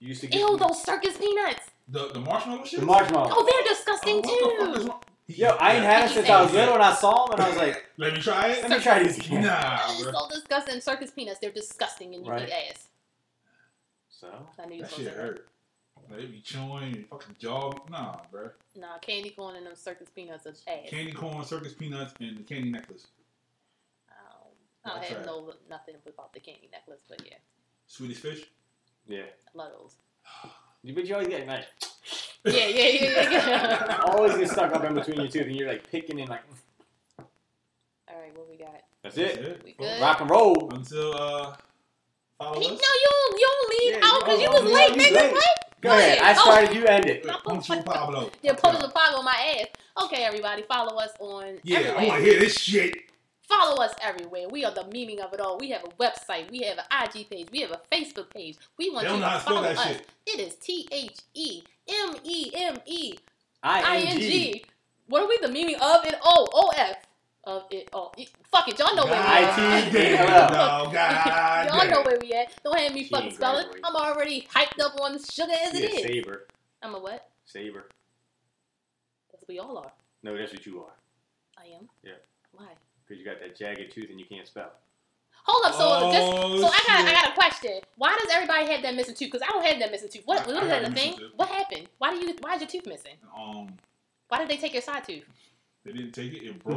Speaker 2: you used to get
Speaker 3: Ew, those circus peanuts.
Speaker 4: the marshmallow shit.
Speaker 2: the marshmallow.
Speaker 3: Oh, they're disgusting
Speaker 4: Oh, what the fuck is
Speaker 3: too.
Speaker 4: wrong-
Speaker 2: Yo, I ain't had it since I was little, and I saw them, and I was like,
Speaker 4: Let me try
Speaker 2: let
Speaker 4: it.
Speaker 2: me try these again.
Speaker 4: Nah,
Speaker 3: That is
Speaker 4: bro.
Speaker 3: so disgusting. Circus peanuts, they're disgusting and you
Speaker 2: Right.
Speaker 3: eat ass.
Speaker 2: So
Speaker 3: I knew you were
Speaker 4: That
Speaker 3: supposed
Speaker 4: shit
Speaker 3: to.
Speaker 4: hurt. They be chewing and fucking jaw. Nah, bro.
Speaker 3: Nah, candy corn and them circus peanuts are ass.
Speaker 4: Candy corn, circus peanuts, and the candy necklace.
Speaker 3: Um, I don't, I
Speaker 4: That's
Speaker 3: don't have
Speaker 4: right.
Speaker 3: no nothing about the candy necklace, but yeah,
Speaker 4: Swedish fish.
Speaker 2: yeah,
Speaker 3: I love those.
Speaker 2: you but you always get like
Speaker 3: Yeah, yeah, yeah, yeah. yeah.
Speaker 2: always get stuck up in between your tooth, and you're like picking and like
Speaker 3: All right, what we got?
Speaker 2: that's
Speaker 4: That's
Speaker 2: it.
Speaker 4: it.
Speaker 3: We good?
Speaker 2: Rock and roll.
Speaker 4: Until uh, follow
Speaker 3: He- no,
Speaker 4: us.
Speaker 3: you don't, you don't leave
Speaker 2: Yeah,
Speaker 3: out because
Speaker 2: oh,
Speaker 3: you
Speaker 2: oh,
Speaker 3: was
Speaker 2: yeah,
Speaker 3: late,
Speaker 2: you
Speaker 3: nigga.
Speaker 2: late.
Speaker 3: What?
Speaker 2: Go ahead.
Speaker 3: oh.
Speaker 2: I started. You end it.
Speaker 4: Punctual Pablo.
Speaker 3: You're putting the fog on my ass. Okay, everybody, follow us on.
Speaker 4: Yeah, I
Speaker 3: everywhere.
Speaker 4: want to hear this shit.
Speaker 3: Follow us everywhere. We are the meaning of it all. We have a website. We have an IG page. We have a Facebook page. We
Speaker 4: They
Speaker 3: want you
Speaker 4: don't know
Speaker 3: to
Speaker 4: how to spell
Speaker 3: follow
Speaker 4: that
Speaker 3: us.
Speaker 4: shit.
Speaker 3: It is T H E M E M E
Speaker 2: I
Speaker 3: I N G. What are we the meaning of it all? O F of it all. Y- Fuck it, y'all know where we at.
Speaker 4: God
Speaker 2: IT
Speaker 4: damn,
Speaker 2: damn.
Speaker 4: dog. God
Speaker 3: Y'all know
Speaker 4: damn.
Speaker 3: where we at. Don't have me
Speaker 2: She
Speaker 3: fucking
Speaker 2: ain't
Speaker 3: spell it.
Speaker 2: graduating.
Speaker 3: I'm already hyped up on sugar as
Speaker 2: Yeah,
Speaker 3: it is.
Speaker 2: saber,
Speaker 3: I'm a what?
Speaker 2: saber.
Speaker 3: As we all are.
Speaker 2: No, that's what you are.
Speaker 3: I am.
Speaker 2: Yeah.
Speaker 3: Why?
Speaker 2: Because you got that jagged tooth and you can't spell.
Speaker 3: Hold up. So just
Speaker 4: Oh,
Speaker 3: so I got I
Speaker 4: shit.
Speaker 3: got a question. Why does everybody have that missing tooth? Because I don't have that missing tooth. What
Speaker 4: I-
Speaker 3: was
Speaker 4: I got
Speaker 3: that
Speaker 4: a
Speaker 3: the
Speaker 4: missing
Speaker 3: thing?
Speaker 4: tooth.
Speaker 3: What happened? Why do you why is your tooth missing?
Speaker 4: Um,
Speaker 3: Why did they take your side tooth?
Speaker 4: they didn't take it. It broke.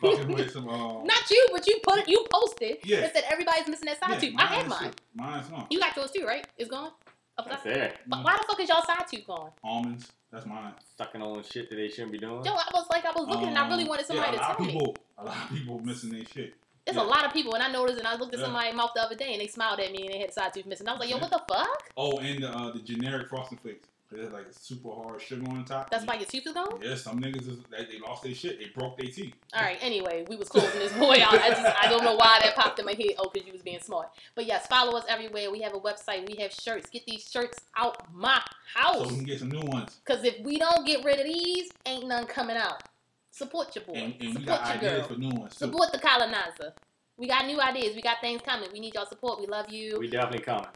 Speaker 4: fucking with some. Um,
Speaker 3: Not you, but you put it you posted
Speaker 4: Yeah.
Speaker 3: and said everybody's missing that side
Speaker 4: yeah,
Speaker 3: tooth. I have
Speaker 4: mine's
Speaker 3: mine.
Speaker 4: shit. Mine's not.
Speaker 3: You got yours too, right? It's gone? Okay.
Speaker 2: that's there.
Speaker 3: But why the fuck is y'all side tooth gone?
Speaker 4: Almonds. That's mine.
Speaker 2: Sucking on shit that they shouldn't be doing.
Speaker 3: Yo, I was like, I was looking and I really
Speaker 4: Um,
Speaker 3: wanted somebody
Speaker 4: yeah, a lot
Speaker 3: to tell me.
Speaker 4: of people, A lot of people missing their shit.
Speaker 3: There's
Speaker 4: yeah.
Speaker 3: a lot of people, and I noticed, and I looked at
Speaker 4: Yeah.
Speaker 3: somebody's mouth the other day, and they smiled at me, and they had a side tooth missing. I was like, yo, what the fuck?
Speaker 4: Oh, and the, uh, the generic frosting flakes. They had like super hard sugar on top.
Speaker 3: That's why your tooth is gone?
Speaker 4: Yeah, some niggas is, they, they lost their shit. They broke their teeth.
Speaker 3: All right, anyway, we was closing this boy out. I, just, I don't know why that popped in my head. Oh, because you was being smart. But yes, follow us everywhere. We have a website. We have shirts. Get these shirts out my
Speaker 4: So we
Speaker 3: house.
Speaker 4: can get some new ones.
Speaker 3: Because if we don't get rid of these, ain't none coming out. Support your boy.
Speaker 4: And, and we
Speaker 3: Support
Speaker 4: got
Speaker 3: your
Speaker 4: ideas
Speaker 3: girl.
Speaker 4: for new ones. Too.
Speaker 3: Support the colonizer. We got new ideas. We got things coming. We need y'all support. We love you.
Speaker 2: We definitely coming.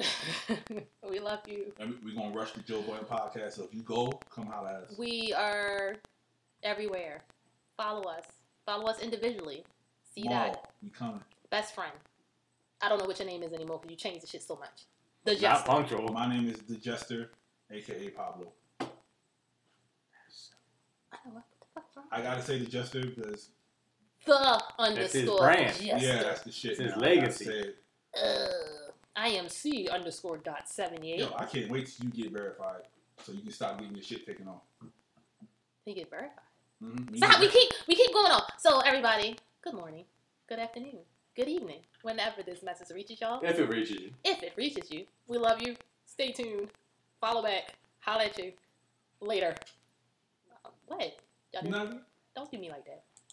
Speaker 3: we love you.
Speaker 4: And we- we're going to rush the Joe Budden podcast. So if you go, come holler at us.
Speaker 3: We are everywhere. Follow us. Follow us individually. See that
Speaker 4: Maul, we coming.
Speaker 3: best friend. I don't know what your name is anymore because you changed the shit so much. The
Speaker 2: Not
Speaker 3: just
Speaker 2: punctual.
Speaker 4: My name is The Jester, a.k.a. Pablo.
Speaker 3: I don't know Oh, what the fuck is wrong.
Speaker 4: I got to say The Jester because,
Speaker 3: the
Speaker 2: That's his
Speaker 3: underscore
Speaker 2: brand.
Speaker 3: Jester.
Speaker 4: yeah, that's the shit.
Speaker 2: It's his
Speaker 4: now. I gotta
Speaker 2: legacy.
Speaker 4: say it.
Speaker 3: Ugh. I am C underscore dot seventy eight.
Speaker 4: Yo, I can't wait till you get verified so you can stop getting your shit taken off.
Speaker 3: He get verified.
Speaker 4: Mm-hmm.
Speaker 3: Stop. We keep we keep going on. So everybody, good morning, good afternoon, good evening. Whenever this message reaches y'all,
Speaker 2: If it reaches you.
Speaker 3: if it reaches you, we love you. Stay tuned. Follow back. Holla at you later. Uh, What? Y'all didn't-
Speaker 4: Nothing.
Speaker 3: Don't do me like that.